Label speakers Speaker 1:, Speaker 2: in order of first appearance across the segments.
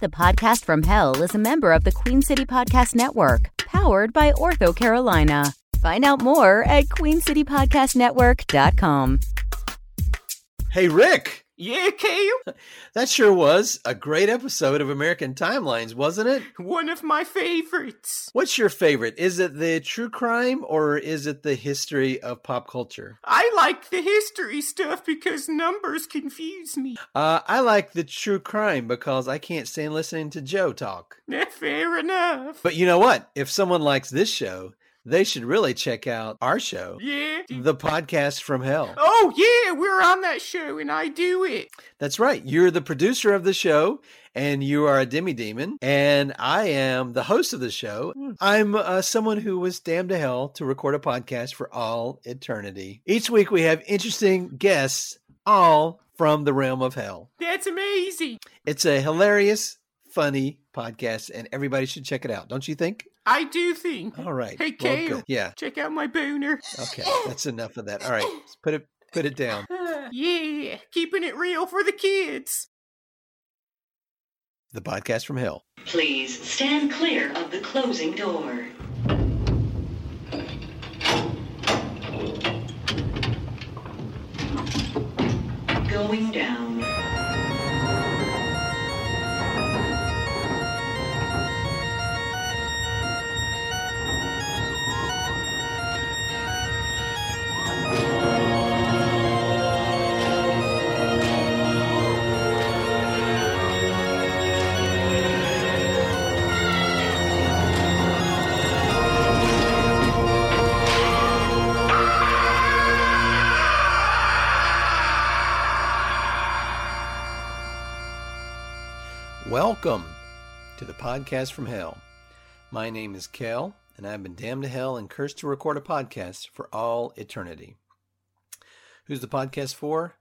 Speaker 1: The Podcast from Hell is a member of the Queen City Podcast Network, powered by Ortho Carolina. Find out more at queencitypodcastnetwork.com.
Speaker 2: Hey, Rick,
Speaker 3: Yeah, Kale.
Speaker 2: that sure was a great episode of American Timelines, wasn't it?
Speaker 3: One of my favorites.
Speaker 2: What's your favorite? Is it the true crime or is it the history of pop culture?
Speaker 3: I like the history stuff because numbers confuse me.
Speaker 2: Uh, I like the true crime because I can't stand listening to Joe talk.
Speaker 3: Eh, Fair enough.
Speaker 2: But you know what? If someone likes this show, they should really check out our show,
Speaker 3: Yeah.
Speaker 2: The Podcast from Hell.
Speaker 3: Oh, yeah, we're on that show and I do it.
Speaker 2: That's right. You're the producer of the show and you are a demi demon and I am the host of the show. I'm uh, someone who was damned to hell to record a podcast for all eternity. Each week we have interesting guests all from the realm of hell.
Speaker 3: That's amazing.
Speaker 2: It's a hilarious, funny podcast and everybody should check it out. Don't you think?
Speaker 3: I do think.
Speaker 2: All right.
Speaker 3: Hey,
Speaker 2: Well,
Speaker 3: Kale.
Speaker 2: good. Yeah.
Speaker 3: Check out my booner.
Speaker 2: Okay. That's enough of that. All right. Let's put it put it down.
Speaker 3: Yeah, keeping it real for the kids.
Speaker 2: The podcast from hell.
Speaker 4: Please stand clear of the closing door. Going down.
Speaker 2: Welcome to the podcast from hell. My name is Kel, and I've been damned to hell and cursed to record a podcast for all eternity. Who's the podcast for?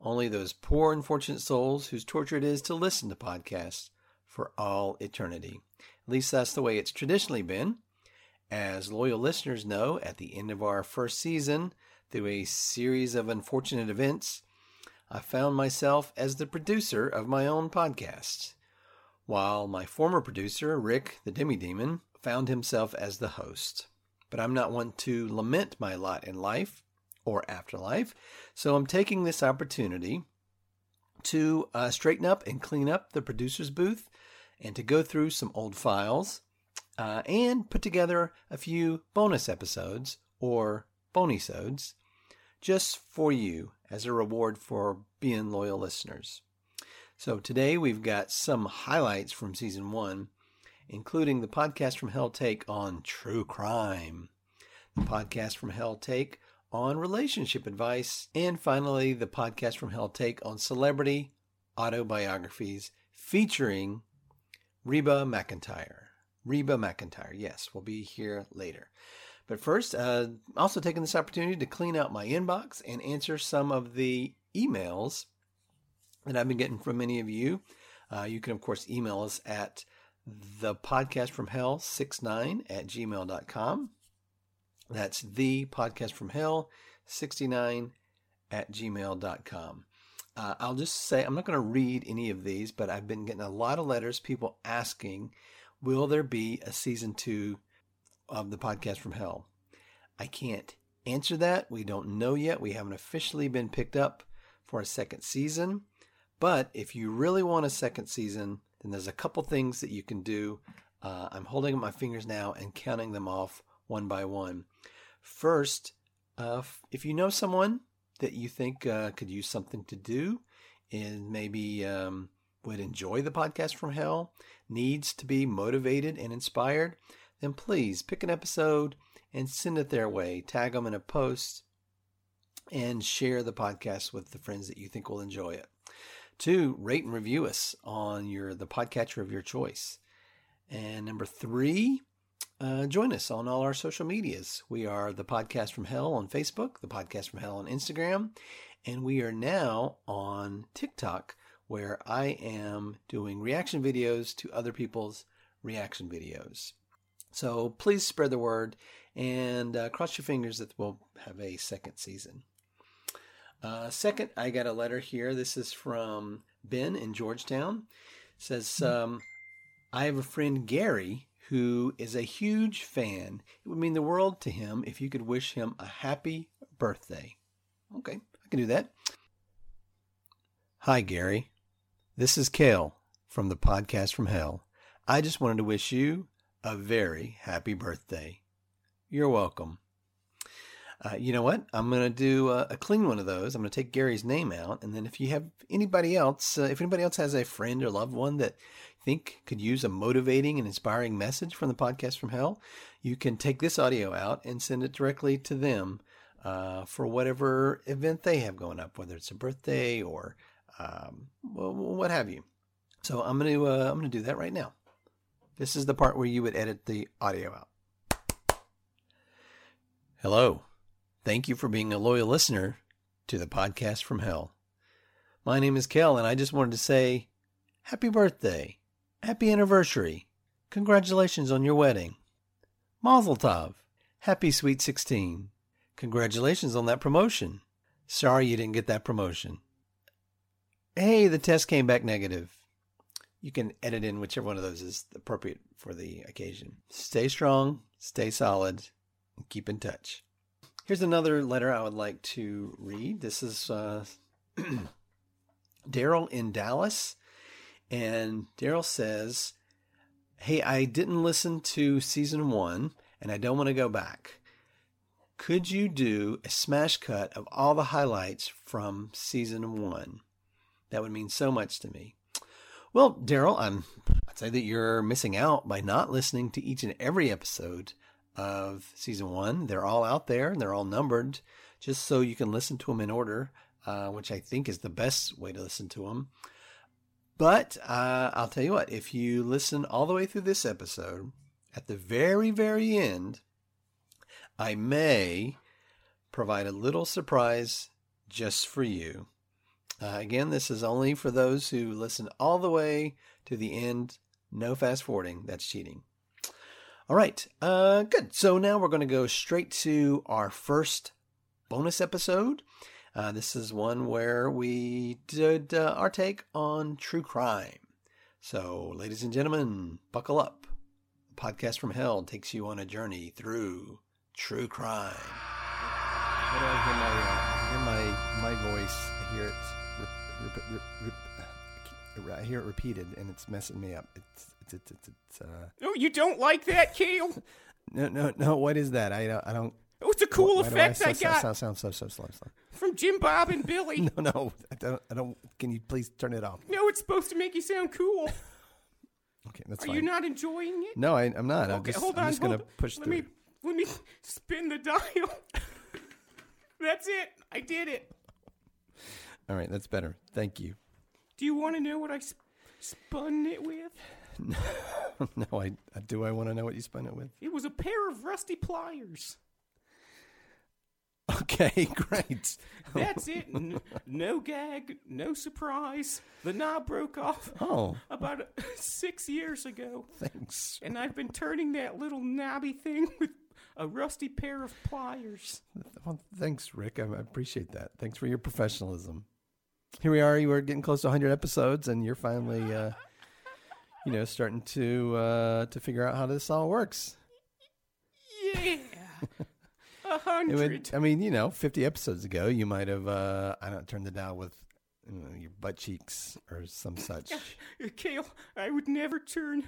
Speaker 2: Only those poor, unfortunate souls whose torture it is to listen to podcasts for all eternity. At least that's the way it's traditionally been. As loyal listeners know, at the end of our first season, through a series of unfortunate events, I found myself as the producer of my own podcast while my former producer, Rick the Demi Demon, found himself as the host. But I'm not one to lament my lot in life or afterlife, so I'm taking this opportunity to uh, straighten up and clean up the producer's booth and to go through some old files uh, and put together a few bonus episodes or bonisodes just for you as a reward for being loyal listeners. So today we've got some highlights from season one, including the podcast from Hell Take on true crime, the podcast from Hell Take on relationship advice, and finally the podcast from Hell Take on celebrity autobiographies featuring Reba McIntyre. Reba McIntyre, yes, we'll be here later. But first, uh, also taking this opportunity to clean out my inbox and answer some of the emails that I've been getting from many of you. Uh, you can, of course, email us at the podcast from hell 69 at gmail.com. That's the podcast from hell 69 at gmail.com. Uh, I'll just say, I'm not going to read any of these, but I've been getting a lot of letters, people asking, will there be a season two of the podcast from hell? I can't answer that. We don't know yet. We haven't officially been picked up for a second season. But if you really want a second season, then there's a couple things that you can do. Uh, I'm holding up my fingers now and counting them off one by one. First, uh, f- if you know someone that you think uh, could use something to do and maybe um, would enjoy the podcast from hell, needs to be motivated and inspired, then please pick an episode and send it their way. Tag them in a post and share the podcast with the friends that you think will enjoy it. Two, rate and review us on your the podcatcher of your choice. And number three, uh, join us on all our social medias. We are the Podcast from Hell on Facebook, the Podcast from Hell on Instagram, and we are now on TikTok, where I am doing reaction videos to other people's reaction videos. So please spread the word and uh, cross your fingers that we'll have a second season. Uh, second, I got a letter here. This is from Ben in Georgetown. says, um, I have a friend, Gary, who is a huge fan. It would mean the world to him if you could wish him a happy birthday. Okay, I can do that. Hi, Gary. This is Kale from the podcast from hell. I just wanted to wish you a very happy birthday. You're welcome. Uh, you know what? I'm going to do uh, a, a clean one of those. I'm going to take Gary's name out. And then if you have anybody else, uh, if anybody else has a friend or loved one that you think could use a motivating and inspiring message from the podcast from hell, you can take this audio out and send it directly to them uh, for whatever event they have going up, whether it's a birthday or um, wh- wh- what have you. So I'm going to, uh, I'm going to do that right now. This is the part where you would edit the audio out. Hello. Thank you for being a loyal listener to the podcast from hell. My name is Kel, and I just wanted to say happy birthday, happy anniversary, congratulations on your wedding, Mazel Tov, happy sweet 16, congratulations on that promotion. Sorry you didn't get that promotion. Hey, the test came back negative. You can edit in whichever one of those is appropriate for the occasion. Stay strong, stay solid, and keep in touch. Here's another letter I would like to read. This is uh, Daryl in Dallas. And Daryl says, Hey, I didn't listen to season one and I don't want to go back. Could you do a smash cut of all the highlights from season one? That would mean so much to me. Well, Daryl, I'm I'd say that you're missing out by not listening to each and every episode of season one. They're all out there and they're all numbered, just so you can listen to them in order, uh, which I think is the best way to listen to them. But uh, I'll tell you what, if you listen all the way through this episode, at the very, very end, I may provide a little surprise just for you. Uh, again, this is only for those who listen all the way to the end. No fast forwarding. That's cheating. All right. Uh, good. So now we're going to go straight to our first bonus episode. Uh, this is one where we did uh, our take on true crime. So, ladies and gentlemen, buckle up. Podcast from Hell takes you on a journey through true crime. How do I hear my, uh, hear my, my voice? I hear it. Rep, rep, rep, rep, uh, I hear it repeated, and it's messing me up. It's it's it's it's. it's uh...
Speaker 3: Oh, you don't like that, Kale?
Speaker 2: No, no, no. What is that? I don't. I don't.
Speaker 3: Oh, it's a cool
Speaker 2: why do
Speaker 3: effect
Speaker 2: so-
Speaker 3: I,
Speaker 2: so-
Speaker 3: got
Speaker 2: so- Sound so so slow. slow.
Speaker 3: from Jim Bob and Billy. no.
Speaker 2: No, no. I don't. I don't. Can you please turn it off?
Speaker 3: it's supposed to make you sound cool.
Speaker 2: Okay, that's
Speaker 3: Are
Speaker 2: fine.
Speaker 3: you not enjoying it?
Speaker 2: no, I, I'm not. I'm
Speaker 3: okay,
Speaker 2: just,
Speaker 3: hold on.
Speaker 2: I'm just gonna
Speaker 3: hold-
Speaker 2: push
Speaker 3: let
Speaker 2: through.
Speaker 3: me let me spin the dial. That's it. I did it.
Speaker 2: All right, that's better. Thank you.
Speaker 3: Do you want to know what I sp- spun it with?
Speaker 2: no, I, I do. I want to know what you spun it with.
Speaker 3: It was a pair of rusty pliers.
Speaker 2: Okay, great.
Speaker 3: That's it. N- no gag, no surprise. The knob broke off
Speaker 2: Oh,
Speaker 3: about six years ago.
Speaker 2: thanks.
Speaker 3: and I've been turning that little knobby thing with a rusty pair of pliers.
Speaker 2: Well, thanks, Rick. I, I appreciate that. Thanks for your professionalism. Here we are. You were getting close to 100 episodes, and you're finally, uh, you know, starting to uh, to figure out how this all works.
Speaker 3: Yeah, a
Speaker 2: It would,
Speaker 3: hundred.
Speaker 2: I mean, you know, 50 episodes ago, you might have, uh, I don't turn the dial with you know, your butt cheeks or some such.
Speaker 3: Kale, I would never turn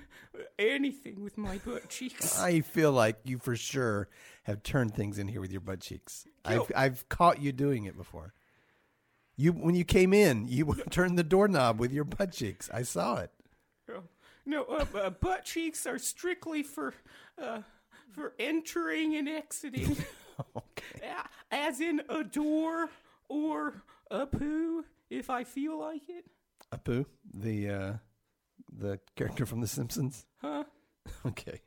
Speaker 3: anything with my butt cheeks.
Speaker 2: I feel like you for sure have turned things in here with your butt cheeks. I've,
Speaker 3: Yo.
Speaker 2: I've caught you doing it before. You when you came in, you turned the doorknob with your butt cheeks. I saw it.
Speaker 3: Oh, No, uh, uh, butt cheeks are strictly for uh, for entering and exiting, A- as in a door or a poo, if I feel like it.
Speaker 2: Apu, the uh, the character from The Simpsons.
Speaker 3: Huh?
Speaker 2: Okay.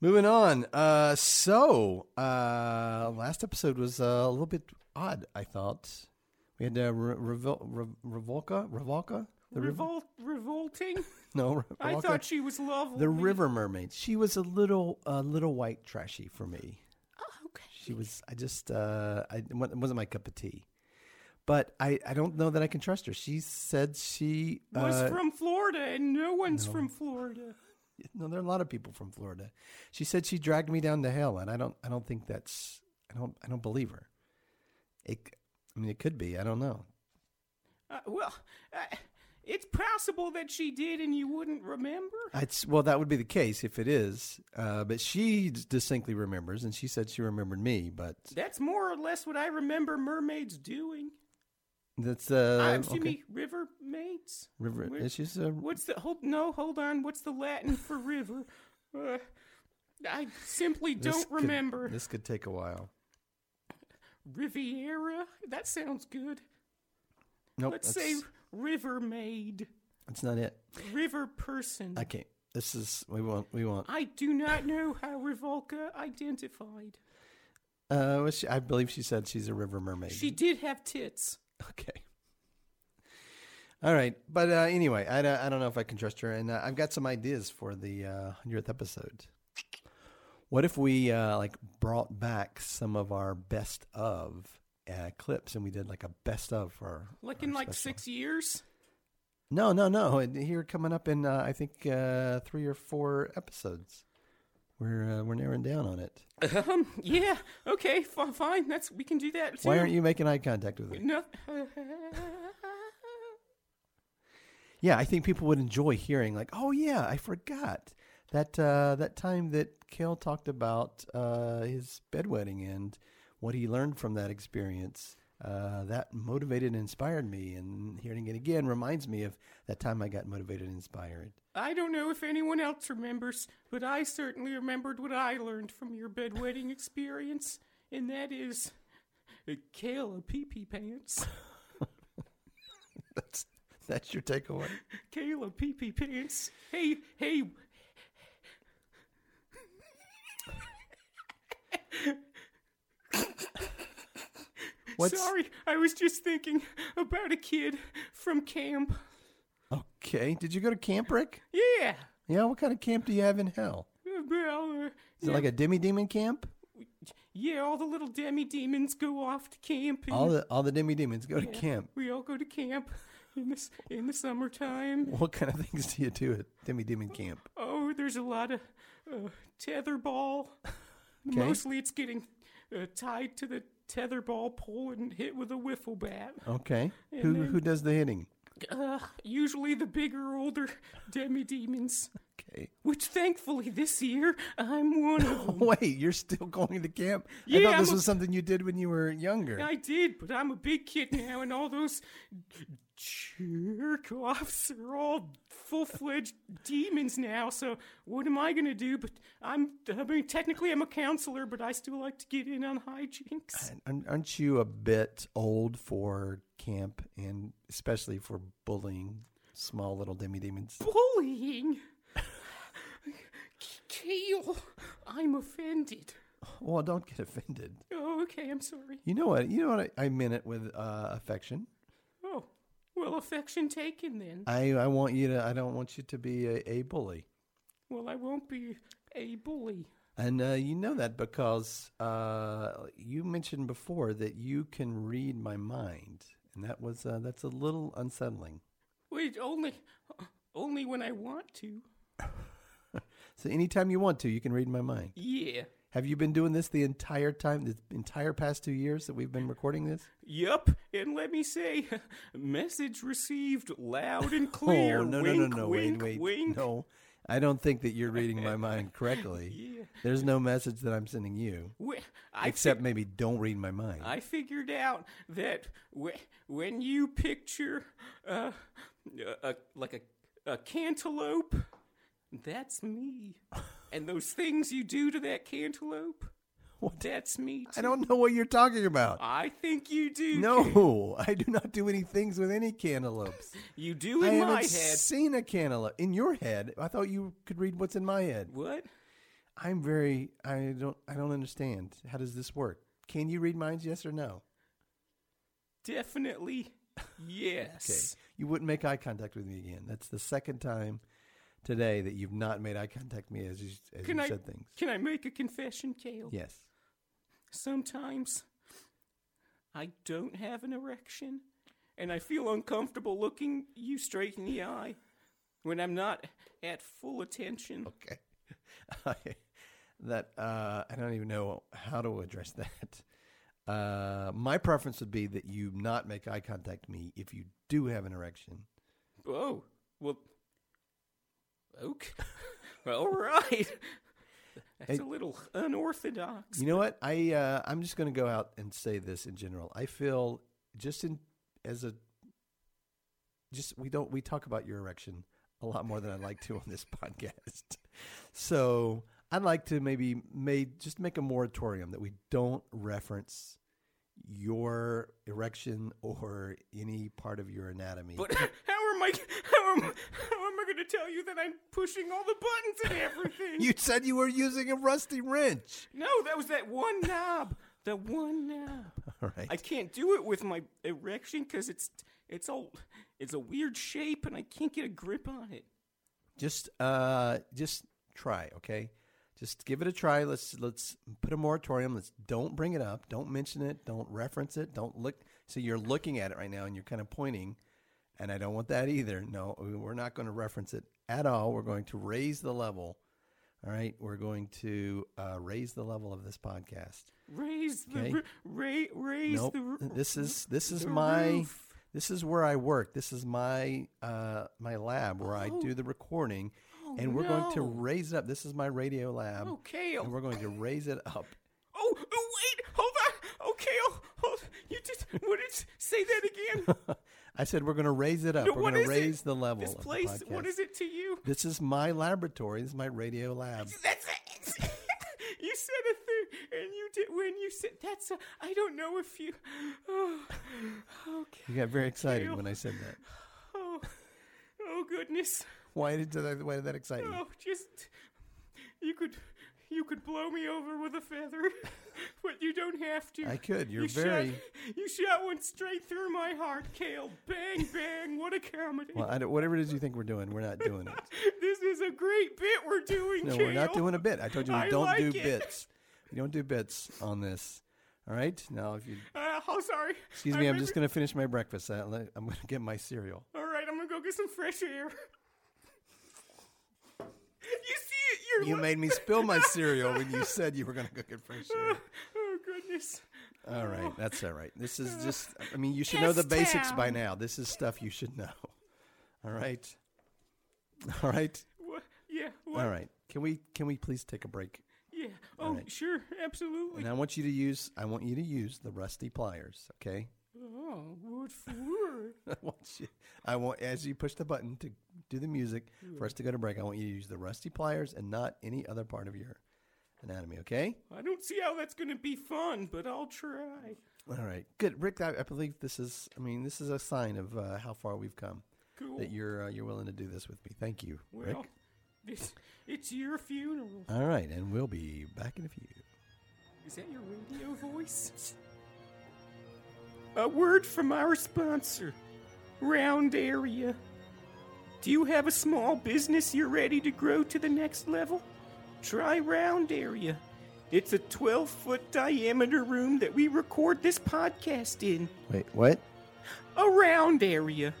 Speaker 2: Moving on. Uh, so uh, last episode was uh, a little bit odd. I thought we had uh, Re- Revol- Re- Revolca, Revolca, the river.
Speaker 3: Revolt, revolting.
Speaker 2: No, Re-
Speaker 3: I
Speaker 2: Revolca?
Speaker 3: thought she was lovely.
Speaker 2: the river mermaid. She was a little, a little white trashy for me.
Speaker 3: Oh, okay.
Speaker 2: She was. I just. Uh, I it wa- it wasn't my cup of tea. but I, I don't know that I can trust her. She said she
Speaker 3: Was
Speaker 2: uh,
Speaker 3: from Florida, and no one's from Florida.
Speaker 2: no, there are a lot of people from Florida. She said she dragged me down to hell, and I don't I don't think that's I don't I don't believe her. It I mean it could be I don't know.
Speaker 3: Uh, well, uh, it's possible that she did, and you wouldn't remember.
Speaker 2: It's well that would be the case if it is, uh, but she distinctly remembers, and she said she remembered me, but
Speaker 3: That's more or less what I remember mermaids doing.
Speaker 2: that's uh
Speaker 3: Uh, excuse
Speaker 2: okay.
Speaker 3: me, river maids.
Speaker 2: River,
Speaker 3: Where-
Speaker 2: it's just a
Speaker 3: What's the hold? No, hold on. What's the Latin for river? Uh, I simply
Speaker 2: this
Speaker 3: don't
Speaker 2: could-
Speaker 3: remember.
Speaker 2: This could take a while.
Speaker 3: Riviera. That sounds good.
Speaker 2: Nope,
Speaker 3: Let's
Speaker 2: that's-
Speaker 3: say river maid,
Speaker 2: that's not it.
Speaker 3: river person.
Speaker 2: I can't. This is we want we want.
Speaker 3: I do not know how Revolka identified.
Speaker 2: Uh, was she, I believe she said she's a river mermaid.
Speaker 3: She did have tits.
Speaker 2: Okay. All right, but uh, anyway, I don't, I don't know if I can trust her, and uh, I've got some ideas for the uh, hundredth episode. What if we uh, like brought back some of our best of uh, clips, and we did like a best of for our-
Speaker 3: Like
Speaker 2: our
Speaker 3: in like
Speaker 2: special?
Speaker 3: six years.
Speaker 2: No, no, no. And Here coming up in uh, I think uh, three or four episodes. We're uh, we're narrowing down on it.
Speaker 3: um. Yeah. Okay. F- fine. That's we can do that too.
Speaker 2: Why aren't you making eye contact with me?
Speaker 3: No.
Speaker 2: Yeah, I think people would enjoy hearing like, oh yeah, I forgot that uh, that time that Kale talked about uh, his bedwetting and what he learned from that experience. Uh, that motivated and inspired me, and hearing it again reminds me of that time I got motivated and inspired.
Speaker 3: I don't know if anyone else remembers, but I certainly remembered what I learned from your bedwetting experience, and that is, uh, kale a pee pee pants.
Speaker 2: That's that's your takeaway.
Speaker 3: Kale a pee pee pants. Hey, hey.
Speaker 2: What's
Speaker 3: Sorry, I was just thinking about a kid from camp.
Speaker 2: okay? Did you go to Camp Rick?
Speaker 3: Yeah.
Speaker 2: Yeah, what kind of camp do you have in hell?
Speaker 3: Uh, Well, uh,
Speaker 2: Is it like a demi demon camp?
Speaker 3: yeah, all the little demi demons go off to camp. and-
Speaker 2: All the all the demi demons go to camp.
Speaker 3: We all go to camp in this in the summertime.
Speaker 2: What kind of things do you do at demi demon camp?
Speaker 3: Oh, there's a lot of uh, tetherball.
Speaker 2: Okay.
Speaker 3: Mostly, it's getting uh, tied to the tetherball pole and hit with a wiffle bat.
Speaker 2: Okay, who who does the hitting?
Speaker 3: Uh, usually, the bigger, older demi demons.
Speaker 2: Okay,
Speaker 3: Which, thankfully, this year I'm one of them.
Speaker 2: wait, you're still going to camp? I
Speaker 3: Yeah,
Speaker 2: thought this
Speaker 3: I'm a-
Speaker 2: was something you did when you were younger.
Speaker 3: I did, but I'm a big kid now, and all those jerk offs are all full fledged demons now. So what am I gonna do? But I'm I mean, technically I'm a counselor, but I still like to get in on hijinks.
Speaker 2: Aren't- Aren't you a bit old for camp and especially for bullying small little demi demons?
Speaker 3: Bullying. Kale, I'm offended.
Speaker 2: Well, don't get offended.
Speaker 3: Oh, okay, I'm sorry.
Speaker 2: You know what? You know what? I, I meant it with uh, affection.
Speaker 3: Oh, well, affection taken then.
Speaker 2: I I want you to. I don't want you to be a, a bully.
Speaker 3: Well, I won't be a bully.
Speaker 2: And uh, you know that because uh, you mentioned before that you can read my mind, and that was uh, that's a little unsettling.
Speaker 3: Wait, only, only when I want to.
Speaker 2: So anytime you want to, you can read my mind.
Speaker 3: Yeah.
Speaker 2: Have you been doing this the entire time, the entire past two years that we've been recording this?
Speaker 3: Yup, and let me say, message received loud and clear.
Speaker 2: Oh no
Speaker 3: wink,
Speaker 2: no no no!
Speaker 3: wink,
Speaker 2: wait wait
Speaker 3: wink.
Speaker 2: no! I don't think that you're reading my mind correctly.
Speaker 3: Yeah.
Speaker 2: There's no message that I'm sending you,
Speaker 3: Wh- I
Speaker 2: except maybe don't read my mind.
Speaker 3: I figured out that wh- when you picture uh, a, a- like a, a cantaloupe, that's me, and those things you do to that cantaloupe, that's me.
Speaker 2: I
Speaker 3: too.
Speaker 2: don't know what you're talking about.
Speaker 3: I think you do.
Speaker 2: No, I do not do any things with any cantaloupes.
Speaker 3: you do
Speaker 2: I
Speaker 3: in
Speaker 2: haven't
Speaker 3: my head.
Speaker 2: seen a cantaloupe in your head. I thought you could read what's in my head.
Speaker 3: What?
Speaker 2: I'm very. I don't. I don't understand. How does this work? Can you read minds? Yes or no?
Speaker 3: Definitely,
Speaker 2: Okay.
Speaker 3: yes.
Speaker 2: You wouldn't make eye contact with me again. That's the second time today that you've not made eye contact with me as you as
Speaker 3: Can
Speaker 2: you
Speaker 3: I
Speaker 2: said things.
Speaker 3: can I make a confession, Kale?
Speaker 2: Yes.
Speaker 3: Sometimes I don't have an erection, and I feel uncomfortable looking you straight in the eye when I'm not at full attention.
Speaker 2: Okay. that uh, I don't even know how to address that. Uh, my preference would be that you not make eye contact with me if you do have an erection.
Speaker 3: Oh, well, okay. All right. That's a little unorthodox.
Speaker 2: You know what? I uh, I'm just going to go out and say this in general. I feel just in as a just we don't we talk about your erection a lot more than I'd like to on this podcast. So I'd like to maybe made just make a moratorium that we don't reference your erection or any part of your anatomy.
Speaker 3: But how am I? How am, how am I going to tell you that I'm pushing all the buttons and everything?
Speaker 2: you said you were using a rusty wrench.
Speaker 3: no, that was that one knob. The one knob.
Speaker 2: All right.
Speaker 3: I can't do it with my erection because it's it's all it's a weird shape and I can't get a grip on it.
Speaker 2: just uh just try okay just give it a try let's let's put a moratorium let's don't bring it up don't mention it don't reference it don't look so you're looking at it right now and you're kind of pointing and i don't want that either no we're not going to reference it at all we're going to raise the level all right we're going to uh, raise the level of this podcast
Speaker 3: Raise the
Speaker 2: Okay.
Speaker 3: ru- ra- raise
Speaker 2: nope.
Speaker 3: the ru-
Speaker 2: this is this is
Speaker 3: the
Speaker 2: my
Speaker 3: roof.
Speaker 2: this is where I work. This is my uh, my lab where I do the recording, and we're going to
Speaker 3: Oh. no.
Speaker 2: raise it up. This is my radio lab,
Speaker 3: Okay,
Speaker 2: and we're going to raise it up.
Speaker 3: Oh, oh wait, hold on. Okay, oh, hold. You just what did say that again?
Speaker 2: I said we're going to raise it up.
Speaker 3: No,
Speaker 2: we're
Speaker 3: what
Speaker 2: going
Speaker 3: is
Speaker 2: to
Speaker 3: it?
Speaker 2: raise the level.
Speaker 3: This
Speaker 2: of the
Speaker 3: place. what
Speaker 2: podcast.
Speaker 3: is it to you?
Speaker 2: This is my laboratory. This is my radio lab.
Speaker 3: That's it. you said a thing, and you did when you said that's. A, I don't know if you. Oh, okay.
Speaker 2: You got very excited
Speaker 3: Ew.
Speaker 2: when I said that.
Speaker 3: Oh, oh goodness.
Speaker 2: Why did that? Why did that excite you?
Speaker 3: Oh, just you could you could blow me over with a feather, but you don't have to.
Speaker 2: I could. You're
Speaker 3: you
Speaker 2: very-
Speaker 3: Shot, you shot one straight through my heart, Kale. Bang, bang. What a comedy.
Speaker 2: Well, I don't, whatever it is you think we're doing, we're not doing it.
Speaker 3: this is a great bit we're doing.
Speaker 2: No,
Speaker 3: Kale.
Speaker 2: we're not doing a bit. I told you we
Speaker 3: I
Speaker 2: don't
Speaker 3: like
Speaker 2: do
Speaker 3: it.
Speaker 2: bits. We don't do bits on this. All right. Now, if you
Speaker 3: Uh, oh, sorry.
Speaker 2: excuse
Speaker 3: I
Speaker 2: me, I'm
Speaker 3: may
Speaker 2: just
Speaker 3: be-
Speaker 2: going to finish my breakfast. I- I'm going to get my cereal.
Speaker 3: All right, I'm gonna go get some fresh air. you see it? You're
Speaker 2: You
Speaker 3: lo-
Speaker 2: made me spill my cereal when you said you were going to go get fresh air.
Speaker 3: Oh goodness.
Speaker 2: All right, that's all right. This is just. I mean, you should know the basics by
Speaker 3: S-Town.
Speaker 2: now. This is stuff you should know. All right. All right.
Speaker 3: What? Yeah. What?
Speaker 2: All right. Can we can we please take a break?
Speaker 3: Yeah. Oh, sure. Absolutely.
Speaker 2: And I want you to use I want you to use the rusty pliers, okay?
Speaker 3: Oh, what for?
Speaker 2: I want you. I want as you push the button to do the music for
Speaker 3: Hmm.
Speaker 2: us to go to break. I want you to use the rusty pliers and not any other part of your anatomy. Okay.
Speaker 3: I don't see how that's going to be fun, but I'll try.
Speaker 2: All right. Good, Rick. I, I believe this is. I mean, this is a sign of uh, how far we've come.
Speaker 3: Cool.
Speaker 2: That you're uh, you're willing to do this with me. Thank you, Rick.
Speaker 3: Well, it's, it's your funeral.
Speaker 2: All right, and we'll be back in a few.
Speaker 3: Is that your radio voice? A word from our sponsor, Round Area. Do you have a small business you're ready to grow to the next level? Try Round Area. It's a 12 foot diameter room that we record this podcast in.
Speaker 2: Wait, what?
Speaker 3: a round area.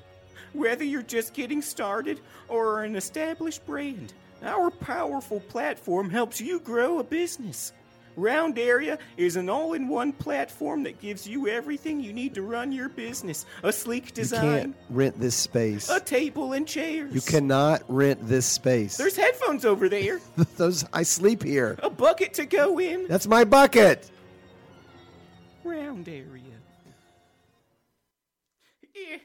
Speaker 3: Whether you're just getting started or are an established brand, our powerful platform helps you grow a business. Round Area is an all in one platform that gives you everything you need to run your business a sleek design,
Speaker 2: rent this space.
Speaker 3: a table and chairs.
Speaker 2: cannot rent this space.
Speaker 3: There's headphones over there,
Speaker 2: those. I sleep here.
Speaker 3: a bucket to go in.
Speaker 2: That's my bucket.
Speaker 3: Round Area. Eh,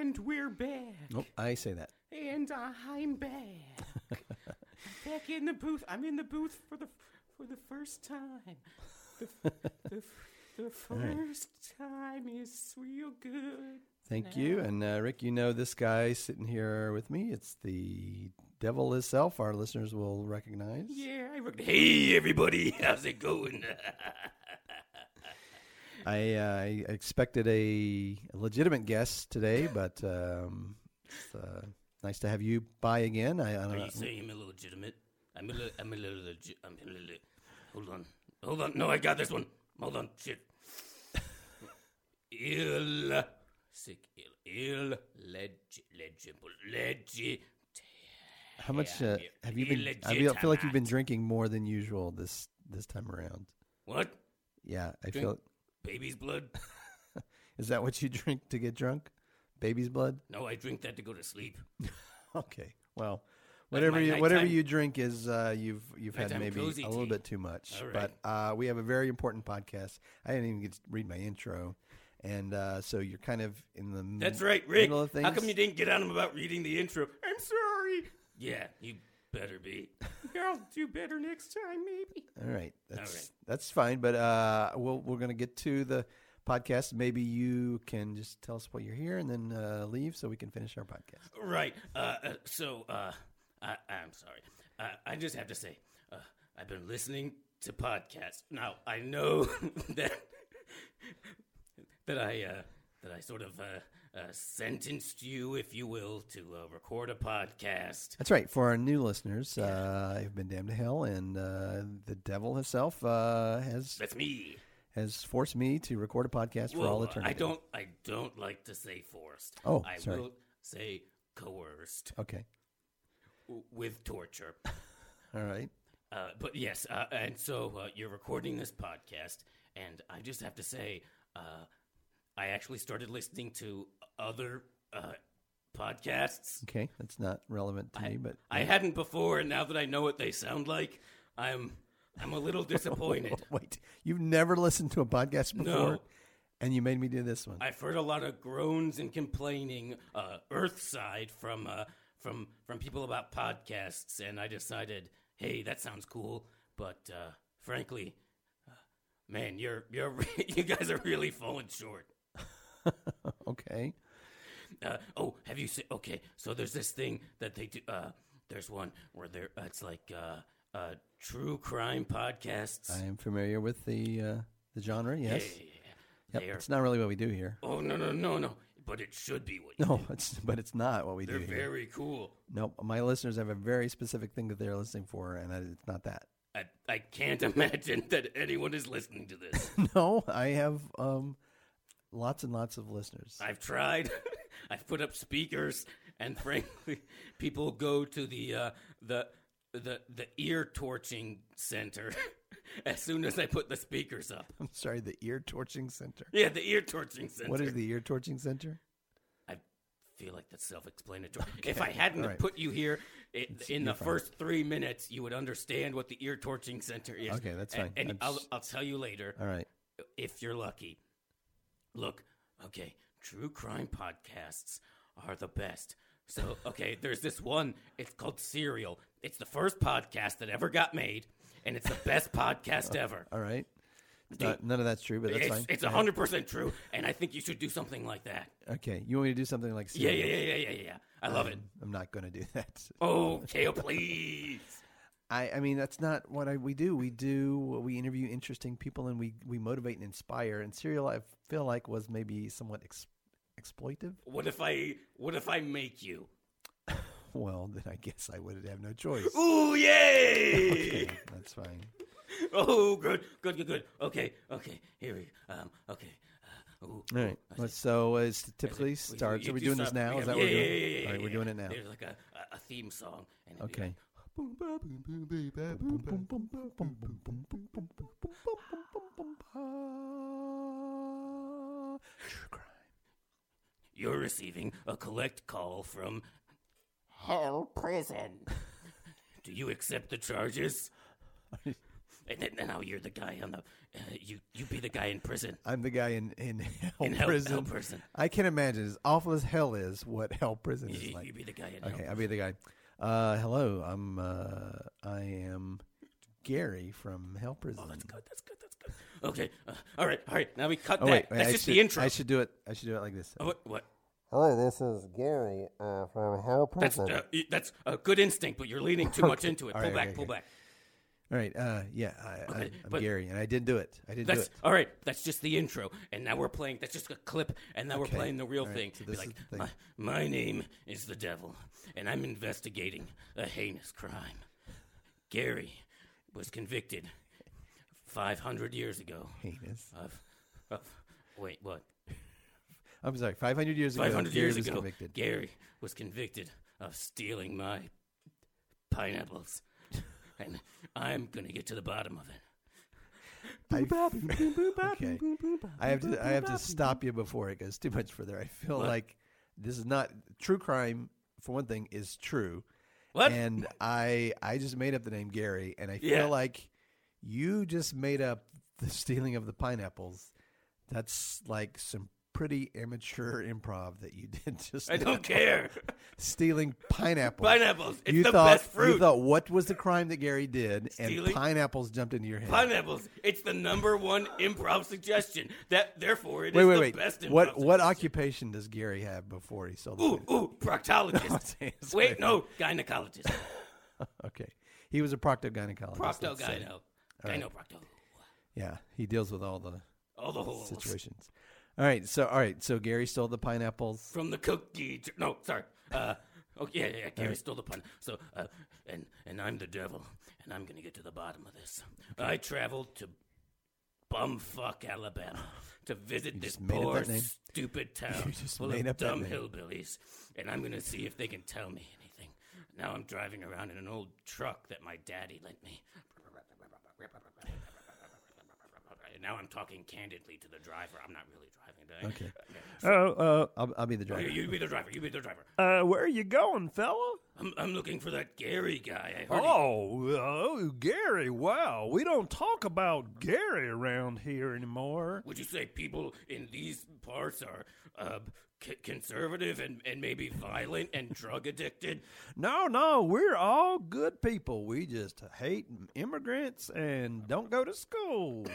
Speaker 3: And we're back.
Speaker 2: Nope, I say that.
Speaker 3: And I'm back. back in the booth. I'm in the booth for the for the first time. The f- the, f- the first time is real good.
Speaker 2: Thank you. And uh, Rick, you know this guy sitting here with me. It's the devil himself, our listeners will recognize.
Speaker 3: Yeah, I rec- Hey everybody, how's it going?
Speaker 2: I, uh, I expected a legitimate guest today, but um, it's uh, nice to have you by again. I, I don't know.
Speaker 5: Are you saying I'm illegitimate? I'm a little, I'm a little, legi- I'm a little, hold on, hold on, no, I got this one, hold on, shit.
Speaker 3: ill, sick, ill, ill, leg, legible, legi.
Speaker 2: How much uh,
Speaker 3: yeah,
Speaker 2: have you been? I feel, I feel like you've been drinking more than usual this this time around.
Speaker 3: What?
Speaker 2: Yeah, I
Speaker 3: Drink-
Speaker 2: feel.
Speaker 3: Baby's blood?
Speaker 2: Is that what you drink to get drunk? Baby's blood.
Speaker 3: No, I drink that to go to sleep.
Speaker 2: Okay. Well,
Speaker 3: Like
Speaker 2: whatever
Speaker 3: my
Speaker 2: you whatever
Speaker 3: nighttime-
Speaker 2: you drink is uh, you've you've had
Speaker 3: Nighttime
Speaker 2: maybe a
Speaker 3: cozy
Speaker 2: little
Speaker 3: tea.
Speaker 2: bit too much.
Speaker 3: All
Speaker 2: But uh, we have a very important podcast. I didn't even get to read my intro, and uh, so you're kind of in the m-
Speaker 3: That's right, Rick.
Speaker 2: middle of things.
Speaker 3: How come you didn't get on him about reading the intro?
Speaker 5: I'm sorry.
Speaker 3: Yeah, you better be.
Speaker 5: I'll do better next time, maybe.
Speaker 2: All right, that's
Speaker 3: right.
Speaker 2: that's fine. But uh, we'll, we're going to get to the podcast. Maybe you can just tell us what you're here and then uh, leave so we can finish our podcast.
Speaker 3: Right. Uh, uh, so, uh, I, I'm sorry. I, I just have to say, uh, I've been listening to podcasts. Now I know that that I uh, that I sort of uh, uh, sentenced you, if you will, to uh, record a podcast.
Speaker 2: That's right. For our new listeners, uh, I've been damned to hell, and uh, the devil himself uh, has
Speaker 3: That's me.
Speaker 2: has forced me to record a podcast for all
Speaker 3: Whoa,
Speaker 2: eternity.
Speaker 3: I don't. I don't like to say forced.
Speaker 2: Oh,
Speaker 3: I
Speaker 2: sorry.
Speaker 3: will say coerced
Speaker 2: Okay.
Speaker 3: w- with torture.
Speaker 2: All right.
Speaker 3: Uh, but yes, uh, and so uh, you're recording this podcast, and I just have to say, uh, I actually started listening to other uh, podcasts.
Speaker 2: Okay. That's not relevant to me, but
Speaker 3: I hadn't before, and now that I know what they sound like, I'm I'm a little disappointed.
Speaker 2: wait, you've never listened to a podcast before,
Speaker 3: No.
Speaker 2: and you made me do this one.
Speaker 3: I've heard a lot of groans and complaining, uh, Earthside from uh, from from people about podcasts, and I decided, hey, that sounds cool, but uh, frankly, uh, man, you're you're re- you guys are really falling short.
Speaker 2: okay.
Speaker 3: Uh, oh, have you seen? Okay, so there's this thing that they do. Uh, there's one where they're uh, it's like uh, uh, true crime podcasts.
Speaker 2: I am familiar with the uh, the genre. Yes.
Speaker 3: Yeah, yeah, yeah.
Speaker 2: Yep,
Speaker 3: They are-
Speaker 2: It's not really what we do here.
Speaker 3: oh no no no no! But it should be what you
Speaker 2: No, it's but it's not what we
Speaker 3: They're
Speaker 2: do. Here.
Speaker 3: very cool.
Speaker 2: No, my listeners have a very specific thing that they're listening for, and I, it's not that.
Speaker 3: I, I can't imagine that anyone is listening to this.
Speaker 2: No, I have um, lots and lots of listeners.
Speaker 3: I've tried. I've put up speakers, and frankly, people go to the uh, the the the ear torching center as soon as I put the speakers up.
Speaker 2: I'm sorry, the ear torching center.
Speaker 3: Yeah, the ear torching center.
Speaker 2: What is the ear torching center?
Speaker 3: I feel like that's self-explanatory. If I hadn't
Speaker 2: all
Speaker 3: have
Speaker 2: right.
Speaker 3: put you here i in the
Speaker 2: fine.
Speaker 3: first three minutes, you would understand what the ear torching center is.
Speaker 2: Okay, that's
Speaker 3: A-
Speaker 2: fine.
Speaker 3: And
Speaker 2: I'm
Speaker 3: I'll,
Speaker 2: s-
Speaker 3: I'll tell you later.
Speaker 2: All right.
Speaker 3: if you're lucky. Look, okay, true crime podcasts are the best. So, okay, there's this one. It's called Serial. It's the first podcast that ever got made, and it's the best podcast ever.
Speaker 2: All right. It's not- none of that's true, but that's
Speaker 3: It's,
Speaker 2: fine.
Speaker 3: it's
Speaker 2: Go ahead.
Speaker 3: 100% true, and I think you should do something like that.
Speaker 2: Okay. You want me to do something like
Speaker 3: Yeah, yeah,
Speaker 2: serious?
Speaker 3: yeah, yeah, yeah, yeah, yeah. I love it.
Speaker 2: I'm not going to do that.
Speaker 3: Oh, Kale, please.
Speaker 2: I, I mean, that's not what I, we do. We do, we interview interesting people and we, we motivate and inspire. And Serial, I feel like, was maybe somewhat ex- exploitive.
Speaker 3: What if I what if I make you?
Speaker 2: Well, then I guess I would have no choice.
Speaker 3: Ooh, yay!
Speaker 2: Okay, that's fine.
Speaker 3: Oh, good, good, good, good. Okay, okay. Here we um okay. Uh, ooh,
Speaker 2: All
Speaker 3: ooh,
Speaker 2: right.
Speaker 3: I
Speaker 2: Well,
Speaker 3: see.
Speaker 2: So uh, it
Speaker 3: Like,
Speaker 2: typically
Speaker 3: we-
Speaker 2: starts.
Speaker 3: you
Speaker 2: Are we
Speaker 3: do
Speaker 2: doing this
Speaker 3: something-
Speaker 2: now?
Speaker 3: yeah,
Speaker 2: Is that
Speaker 3: yeah,
Speaker 2: what we're
Speaker 3: yeah,
Speaker 2: doing?
Speaker 3: yeah, yeah,
Speaker 2: All right, we're
Speaker 3: yeah,
Speaker 2: doing
Speaker 3: yeah.
Speaker 2: it now.
Speaker 3: There's like a, a, a theme song. And it'd be
Speaker 2: Okay. True crime.
Speaker 3: like, You're receiving a collect call from
Speaker 6: Hell prison.
Speaker 3: Do you accept the charges? and then now you're the guy on the uh, you you be the guy in prison.
Speaker 2: I'm the guy in in hell,
Speaker 3: In hell- hell
Speaker 2: prison.
Speaker 3: prison.
Speaker 2: I can imagine as awful as hell is what hell prison
Speaker 3: You,
Speaker 2: is
Speaker 3: you-
Speaker 2: like.
Speaker 3: you be the guy in
Speaker 2: Okay,
Speaker 3: hell.
Speaker 2: I'll be the guy. Uh, hello, I'm uh, I am Gary from Hell Prison.
Speaker 3: Oh, that's good. That's good. That's good. Okay. Uh, all right. All right. Now we cut
Speaker 2: Oh,
Speaker 3: that.
Speaker 2: wait, wait,
Speaker 3: That's
Speaker 2: I
Speaker 3: just
Speaker 2: should,
Speaker 3: the intro.
Speaker 2: I should do it. I should do it like this.
Speaker 3: Oh, what? What?
Speaker 7: Hi, this is Gary uh, from Hell
Speaker 3: That's
Speaker 7: Prison.
Speaker 3: uh, y- that's a good instinct, but you're leaning too much into it. Pull
Speaker 2: All right,
Speaker 3: back.
Speaker 2: okay,
Speaker 3: pull
Speaker 2: okay.
Speaker 3: back.
Speaker 2: All right. Uh, yeah, I, I,
Speaker 3: Okay,
Speaker 2: I'm
Speaker 3: but-
Speaker 2: Gary, and I didn't do it. I didn't do
Speaker 3: That's
Speaker 2: it.
Speaker 3: all right. That's just the intro, and now we're playing. That's just a clip, and now
Speaker 2: Okay,
Speaker 3: we're playing the real
Speaker 2: all right,
Speaker 3: thing.
Speaker 2: so
Speaker 3: Be
Speaker 2: this
Speaker 3: like,
Speaker 2: is the thing.
Speaker 3: My, my name is the devil, and I'm investigating a heinous crime. Gary was convicted 500 years ago
Speaker 2: Heinous.
Speaker 3: of, of wait, what?
Speaker 2: I was like, 500 years ago.
Speaker 5: 500 years
Speaker 2: Gary was
Speaker 5: ago,
Speaker 2: Convicted.
Speaker 5: Gary was convicted of stealing my pineapples. and I'm going to get to the bottom of it.
Speaker 2: I, okay. I have to I have to stop you before it goes too much further. I feel like this is not true crime. For one thing, is true,
Speaker 5: What?
Speaker 2: and I I just made up the name Gary, and I feel
Speaker 5: Yeah.
Speaker 2: like you just made up the stealing of the pineapples. That's like some pretty amateur improv that you did. Just
Speaker 5: I don't care.
Speaker 2: stealing pineapples.
Speaker 5: Pineapples. It's
Speaker 2: you
Speaker 5: the
Speaker 2: thought
Speaker 5: best fruit.
Speaker 2: you thought what was the crime that Gary did,
Speaker 5: Stealing
Speaker 2: and pineapples jumped into your head.
Speaker 5: Pineapples. It's the number one improv suggestion. That therefore it is
Speaker 2: wait, wait,
Speaker 5: the
Speaker 2: wait.
Speaker 5: best improv
Speaker 2: what what
Speaker 5: suggestion.
Speaker 2: occupation does Gary have before he sold? the
Speaker 5: Ooh,
Speaker 2: place?
Speaker 5: ooh,
Speaker 2: I'm
Speaker 5: proctologist.
Speaker 2: saying it's like-
Speaker 5: wait,
Speaker 3: Oh,
Speaker 5: no, gynecologist.
Speaker 2: Okay, he was a proctogynecologist.
Speaker 5: Procto
Speaker 2: let's say.
Speaker 5: gyno.
Speaker 2: right.
Speaker 5: Gyno procto.
Speaker 2: Yeah, he deals with all the
Speaker 5: All the whole
Speaker 2: situations. All right, so all right, so Gary stole the pineapples.
Speaker 5: from the cookie. j- No, sorry. Uh, oh yeah, yeah, yeah, Gary stole the pun. So, uh, and and I'm the devil, and I'm gonna get to the bottom of this. I traveled to bumfuck Alabama to visit this
Speaker 2: just made up
Speaker 5: poor
Speaker 2: that name.
Speaker 5: stupid town
Speaker 2: just
Speaker 5: full
Speaker 2: made
Speaker 5: of
Speaker 2: up that
Speaker 5: dumb
Speaker 2: name.
Speaker 5: hillbillies, and I'm gonna see if they can tell me anything. Now I'm driving around in an old truck that my daddy lent me. Now I'm talking candidly to the driver. I'm not really driving. Okay.
Speaker 2: Oh, uh, I'll, I'll be the driver.
Speaker 5: You, you be the driver. You be the driver.
Speaker 8: Uh, where are you going, fella?
Speaker 5: I'm, I'm looking for that Gary guy. I heard he-
Speaker 8: Oh, uh, oh, Gary, wow. We don't talk about Gary around here anymore.
Speaker 5: Would you say people in these parts are uh, c- conservative and, and maybe violent and drug addicted?
Speaker 8: No, no, we're all good people. We just hate immigrants and don't go to school.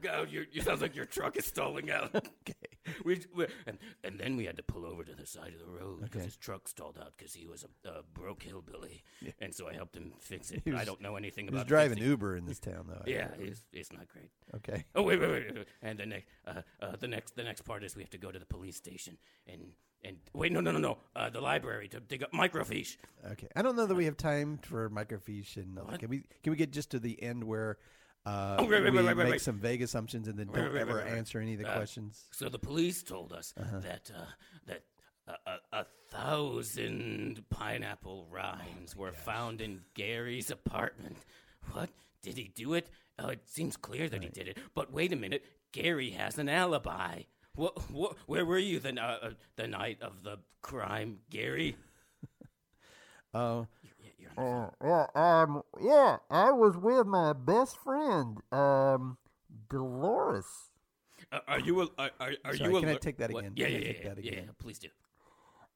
Speaker 5: God, Oh, you you sounds like your truck is stalling out. okay. We, we, and, and then we had to pull over to the side of the road because his truck stalled out because he was a, a broke hillbilly. And so I helped him fix it. I don't know anything
Speaker 2: He was
Speaker 5: about
Speaker 2: driving
Speaker 5: fixing-
Speaker 2: Uber in this town, though. I
Speaker 5: Yeah,
Speaker 2: think.
Speaker 5: it's, it's not great.
Speaker 2: Okay.
Speaker 5: Oh wait, wait, wait, wait. And the next, uh, uh, the next, the next part is we have to go to the police station and and wait, no, no, no, no, uh, the library to dig up microfiche.
Speaker 2: Okay. I don't know that we have time for microfiche and all that. Can we can we get just to the end where uh,
Speaker 5: Oh, right, right,
Speaker 2: we
Speaker 5: right, right,
Speaker 2: make
Speaker 5: right.
Speaker 2: some vague assumptions and then
Speaker 5: Right,
Speaker 2: don't
Speaker 5: right, right,
Speaker 2: ever
Speaker 5: right, right.
Speaker 2: answer any of the
Speaker 5: Uh,
Speaker 2: questions?
Speaker 5: So the police told us
Speaker 3: Uh-huh.
Speaker 5: that uh, that a, a, a thousand pineapple
Speaker 3: Oh
Speaker 5: rinds were found in Gary's apartment. What did he do it? Oh, it seems clear that he did it. But wait a minute, Gary has an alibi. What, what, where were you the, uh, uh, the night of the crime, Gary?
Speaker 2: Oh,
Speaker 9: Uh, yeah, um, yeah, I was with my best friend, um, Dolores.
Speaker 5: Uh, are you? al- Are, are, are
Speaker 2: Sorry,
Speaker 5: you?
Speaker 2: can I
Speaker 5: alert-
Speaker 2: take that
Speaker 5: What-
Speaker 2: again?
Speaker 5: Yeah,
Speaker 2: Can
Speaker 5: yeah,
Speaker 2: I
Speaker 5: yeah,
Speaker 2: take
Speaker 5: yeah,
Speaker 2: that
Speaker 5: yeah,
Speaker 2: again?
Speaker 5: yeah, Please do.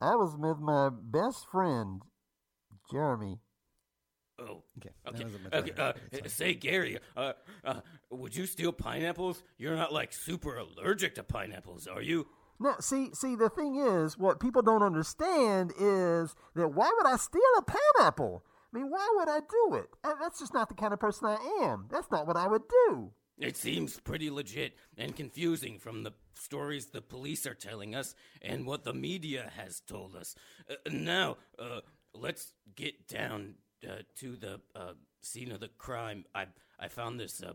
Speaker 9: I was with my best friend, Jeremy.
Speaker 5: Oh,
Speaker 2: okay. That
Speaker 5: okay.
Speaker 2: wasn't much
Speaker 5: okay
Speaker 2: better.
Speaker 5: uh,
Speaker 2: It's fine.
Speaker 5: say, Gary, uh, uh, would you steal pineapples? You're not like super allergic to pineapples, are you?
Speaker 9: No, see, see, the thing is, what people don't understand is that why would I steal a pineapple? I mean, why would I do it? Uh, That's just not the kind of person I am. That's not what I would do.
Speaker 5: It seems pretty legit and confusing from the stories the police are telling us and what the media has told us. Uh, now, uh, let's get down uh, to the uh, scene of the crime. I I found this uh,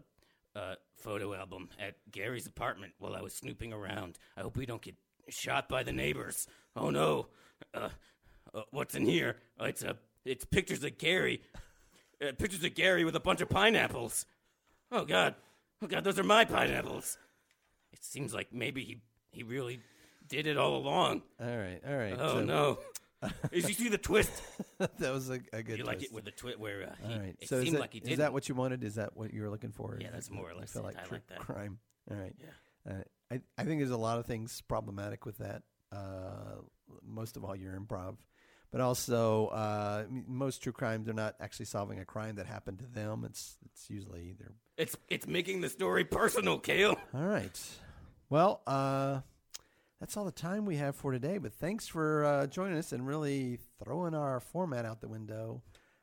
Speaker 5: uh, photo album at Gary's apartment while I was snooping around. I hope we don't get shot by the neighbors. Oh no! Uh, uh, what's in here? Uh, it's a it's pictures of Gary, uh, pictures of Gary with a bunch of pineapples. Oh God! Oh God! Those are my pineapples. It seems like maybe he he really did it all along.
Speaker 2: All right. All right.
Speaker 5: Oh
Speaker 2: so
Speaker 5: no! Did you see the twist?
Speaker 2: that was a, a good.
Speaker 5: you like it
Speaker 2: twist.
Speaker 5: with the twist where uh, he,
Speaker 2: All right.
Speaker 5: it
Speaker 2: so is
Speaker 5: seemed
Speaker 2: that,
Speaker 5: like he
Speaker 2: is
Speaker 5: did.
Speaker 2: that what you wanted? Is that what you were looking for?
Speaker 5: Yeah,
Speaker 2: Is
Speaker 5: that's
Speaker 2: it-
Speaker 5: more or
Speaker 2: you
Speaker 5: less
Speaker 2: felt
Speaker 5: it.
Speaker 2: like
Speaker 5: I
Speaker 2: true
Speaker 5: like that.
Speaker 2: crime. All right. Yeah. Uh, I I think there's a lot of things problematic with that. Uh, most of all, your improv, but also uh, m- most true crimes are not actually solving a crime that happened to them. It's it's usually either.
Speaker 5: It's it's making the story personal, Kale.
Speaker 2: All right. Well, uh, that's all the time we have for today. But thanks for uh, joining us and really throwing our format out the window.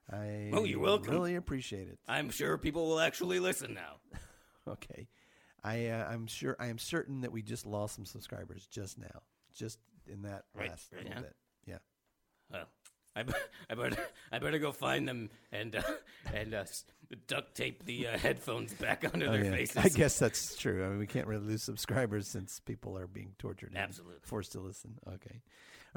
Speaker 2: I
Speaker 5: Oh, you're welcome.
Speaker 2: Really appreciate it.
Speaker 5: I'm sure people will actually listen now.
Speaker 2: Okay, I uh, I'm sure I am certain that we just lost some subscribers just now, just in that
Speaker 5: Right,
Speaker 2: last
Speaker 5: right
Speaker 2: little
Speaker 5: now?
Speaker 2: bit. Yeah.
Speaker 5: Well, I, be- I better I better go find them and uh, and uh, s- duct tape the uh, headphones back onto
Speaker 2: Oh,
Speaker 5: their
Speaker 2: yeah.
Speaker 5: faces.
Speaker 2: I guess that's true. I mean, we can't really lose subscribers since people are being tortured. and
Speaker 5: Absolutely.
Speaker 2: forced to listen. Okay.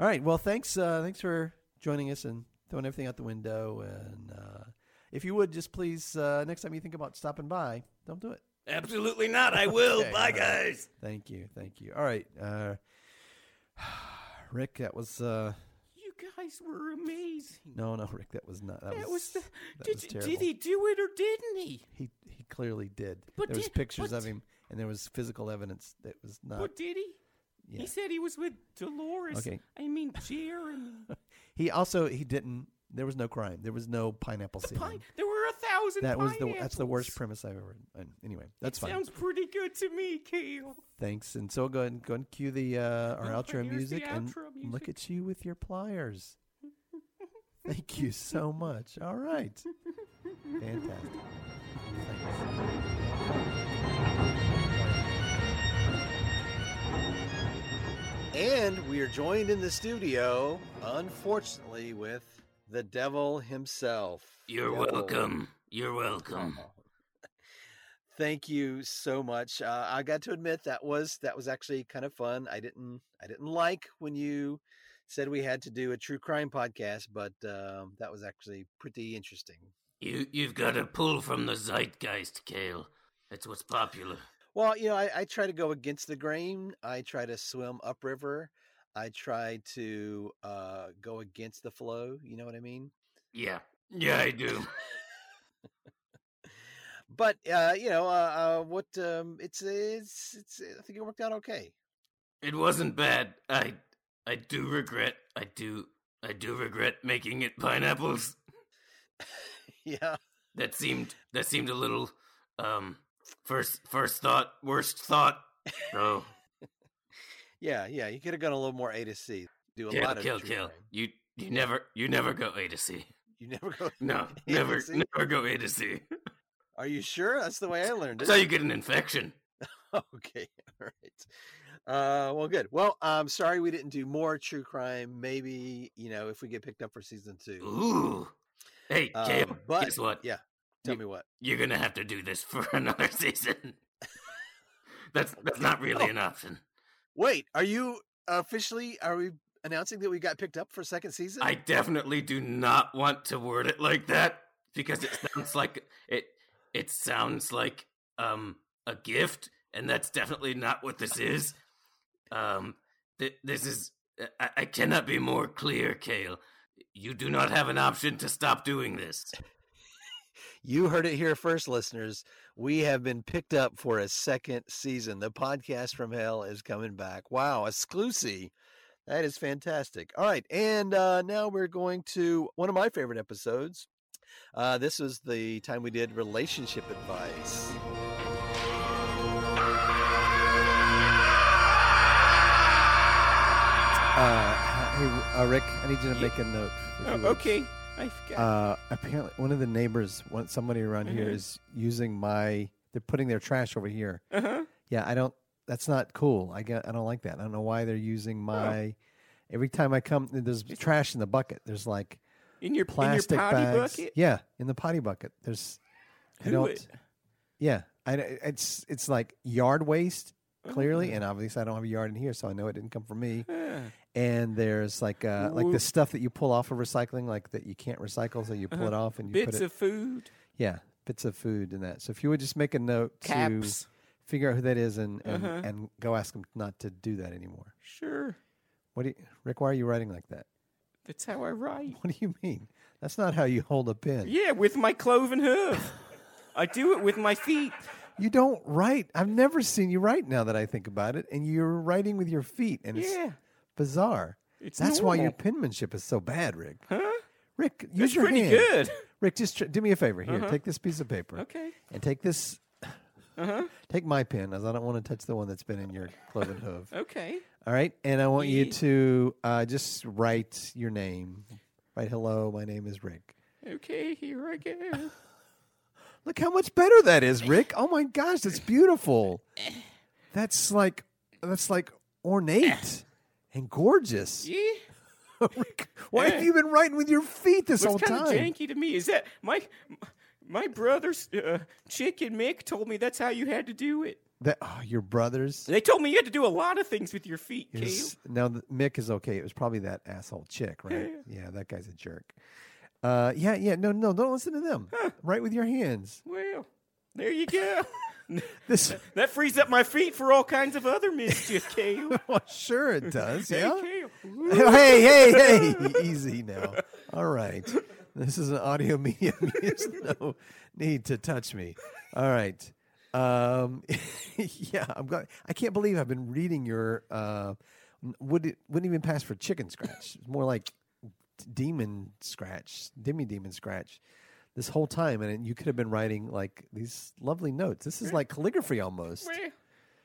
Speaker 2: All right. Well, thanks. Uh, thanks for joining us and throwing everything out the window. And uh, if you would, just please, uh, next time you think about stopping by, don't do it.
Speaker 5: Absolutely not. I will.
Speaker 2: Okay, all
Speaker 5: Bye,
Speaker 2: right.
Speaker 5: guys.
Speaker 2: Thank you. Thank you. All right. Uh, Rick, that was uh,
Speaker 3: You guys were amazing.
Speaker 2: no, no, Rick, that was not. That, was
Speaker 3: That was the.
Speaker 2: that
Speaker 3: Did,
Speaker 2: was
Speaker 3: did
Speaker 2: terrible.
Speaker 3: he do it or didn't he?
Speaker 2: He he clearly did.
Speaker 3: But
Speaker 2: there was
Speaker 3: did-
Speaker 2: pictures
Speaker 3: but-
Speaker 2: of him, and there was physical evidence that was
Speaker 5: Uh,
Speaker 2: not.
Speaker 3: What did he?
Speaker 2: yeah.
Speaker 3: He said he was with Dolores.
Speaker 2: Okay.
Speaker 3: I mean Jeremy.
Speaker 2: He also he didn't. There was no crime. There was no pineapple
Speaker 3: The
Speaker 2: ceiling.
Speaker 3: pine. There were a thousand.
Speaker 2: that was the that's the worst
Speaker 3: pineapples.
Speaker 2: premise I've ever. and Anyway, that's fine.
Speaker 3: Sounds pretty good to me, Kale.
Speaker 2: Thanks, and so go ahead and go ahead and cue the uh, our
Speaker 3: Oh,
Speaker 2: outro
Speaker 3: here's the
Speaker 2: music and
Speaker 3: outro
Speaker 2: look
Speaker 3: music.
Speaker 2: at you with your pliers. Thank you so much. All right, fantastic. Thanks. And we are joined in the studio, unfortunately, with the devil himself.
Speaker 5: You're
Speaker 2: Devil.
Speaker 5: welcome. You're welcome.
Speaker 2: Thank you so much. Uh, I got to admit that was that was actually kind of fun. I didn't I didn't like when you said we had to do a true crime podcast, but um, that was actually pretty interesting.
Speaker 5: You you've got to pull from the zeitgeist, Kale. That's what's popular.
Speaker 2: Well, you know, I, I try to go against the grain. I try to swim upriver. I try to uh, go against the flow. You know what I mean?
Speaker 5: Yeah. Yeah, I do.
Speaker 2: But uh, you know, uh, uh, what um, it's, it's it's I think it worked out okay.
Speaker 5: It wasn't bad. I I do regret. I do I do regret making it pineapples.
Speaker 2: Yeah.
Speaker 5: That seemed that seemed a little um first first thought, worst thought. So
Speaker 2: Yeah, yeah, you could have gone a little more A to C. Do a
Speaker 5: kill
Speaker 2: lot of
Speaker 5: kill
Speaker 2: true
Speaker 5: kill.
Speaker 2: crime.
Speaker 5: You you never you never go A to C.
Speaker 2: You never go.
Speaker 5: No,
Speaker 2: A to
Speaker 5: never
Speaker 2: C?
Speaker 5: never go A to C.
Speaker 2: Are you sure? That's the way I learned it.
Speaker 5: That's how you get an infection.
Speaker 2: okay, all right. Uh, well, good. Well, I'm sorry we didn't do more true crime. Maybe you know if we get picked up for season two.
Speaker 5: Ooh. Hey, Kale,
Speaker 2: Um, but
Speaker 5: guess what?
Speaker 2: Yeah, tell me what.
Speaker 5: You're gonna have to do this for another season. that's that's not really
Speaker 2: Oh.
Speaker 5: an option.
Speaker 2: Wait, are you officially? Are we announcing that we got picked up for second season?
Speaker 5: I definitely do not want to word it like that because it sounds like it it sounds like um a gift and that's definitely not what this is. Um th- this is I-, I cannot be more clear, Kale. You do not have an option to stop doing this.
Speaker 2: You heard it here first, listeners. We have been picked up for a second season. The podcast from hell is coming back. Wow, exclusive. That is fantastic. All right. And uh, now we're going to one of my favorite episodes. Uh, this was the time we did relationship advice. Uh, hey, uh, Rick, I need you to make a note. if you would.
Speaker 3: Oh, okay, I forgot.
Speaker 2: Uh, apparently, one of the neighbors, one, somebody around here,
Speaker 3: Mhm.
Speaker 2: is using my. They're putting their trash over here.
Speaker 3: uh-huh.
Speaker 2: Yeah, I don't. That's not cool. I get. I don't like that. I don't know why they're using my. Every time I come, there's trash in the bucket. There's like
Speaker 3: In your
Speaker 2: plastic
Speaker 3: in your potty
Speaker 2: bags.
Speaker 3: bucket.
Speaker 2: Yeah, in the potty bucket. There's. I
Speaker 3: Who
Speaker 2: don't.
Speaker 3: it-
Speaker 2: Yeah, I. don't- It's it's like yard waste clearly,
Speaker 3: Oh.
Speaker 2: and obviously I don't have a yard in here, so I know it didn't come from me.
Speaker 3: Uh,
Speaker 2: And there's like uh like the
Speaker 3: Woo.
Speaker 2: stuff that you pull off of recycling, like that you can't recycle, so you pull it off and you put
Speaker 3: Uh-huh. bits
Speaker 2: it.
Speaker 3: of food.
Speaker 2: Yeah, bits of food and that. So if you would just make a note
Speaker 3: Caps.
Speaker 2: to figure out who that is and and,
Speaker 3: Uh-huh.
Speaker 2: and go ask them not to do that anymore.
Speaker 3: Sure,
Speaker 2: What do you, Rick? Why are you writing like that?
Speaker 3: that's how I write.
Speaker 2: What do you mean? That's not how you hold a pen.
Speaker 3: Yeah, with my cloven hoof. I do it with my feet.
Speaker 2: You don't write. I've never seen you write. Now that I think about it, and you're writing with your feet, and
Speaker 3: Yeah,
Speaker 2: it's bizarre.
Speaker 3: It's
Speaker 2: That's why your
Speaker 3: normal.
Speaker 2: penmanship is so bad, Rick.
Speaker 3: huh?
Speaker 2: Rick, use
Speaker 3: That's
Speaker 2: your
Speaker 3: pretty
Speaker 2: hand.
Speaker 3: good. Uh-huh.
Speaker 2: Rick, just tr- do me a favor here. Take this piece of paper.
Speaker 3: Okay. Uh-huh.
Speaker 2: And take this. Take my pen, as I don't want to touch the one that's been in your cloven hoof.
Speaker 3: Okay.
Speaker 2: All right, and I want you
Speaker 3: Yeah.
Speaker 2: to uh, just write your name. Write, hello, my name is Rick.
Speaker 3: Okay. Here I go.
Speaker 2: Look how much better that is, Rick. Oh my gosh, that's beautiful. That's like that's like ornate and gorgeous.
Speaker 3: Yeah.
Speaker 2: Rick, why have you been writing with your feet this whole
Speaker 3: What's kind of
Speaker 2: time?
Speaker 3: janky to me is that my My brother's uh, chicken Mick told me that's how you had to do it.
Speaker 2: That oh, your brothers.
Speaker 3: They told me you had to do a lot of things with your feet, Kale.
Speaker 2: Is, now th- Mick is okay. It was probably that asshole chick, right? yeah, that guy's a jerk. Uh, yeah, yeah. No, no, don't listen to them. Right with your hands.
Speaker 3: Well, there you go.
Speaker 2: This
Speaker 3: that frees up my feet for all kinds of other mischief, Kale.
Speaker 2: well, sure it does.
Speaker 3: Hey,
Speaker 2: Yeah.
Speaker 3: Kale.
Speaker 2: hey, hey, hey! Easy now. All right. This is an audio medium. There's no need to touch me. All right. Um, yeah, I'm glad. I can't believe I've been reading your. Uh, would it wouldn't even pass for chicken scratch. It's more like demon scratch, demi demon scratch. This whole time, and you could have been writing like these lovely notes. This is like calligraphy almost.
Speaker 3: Well,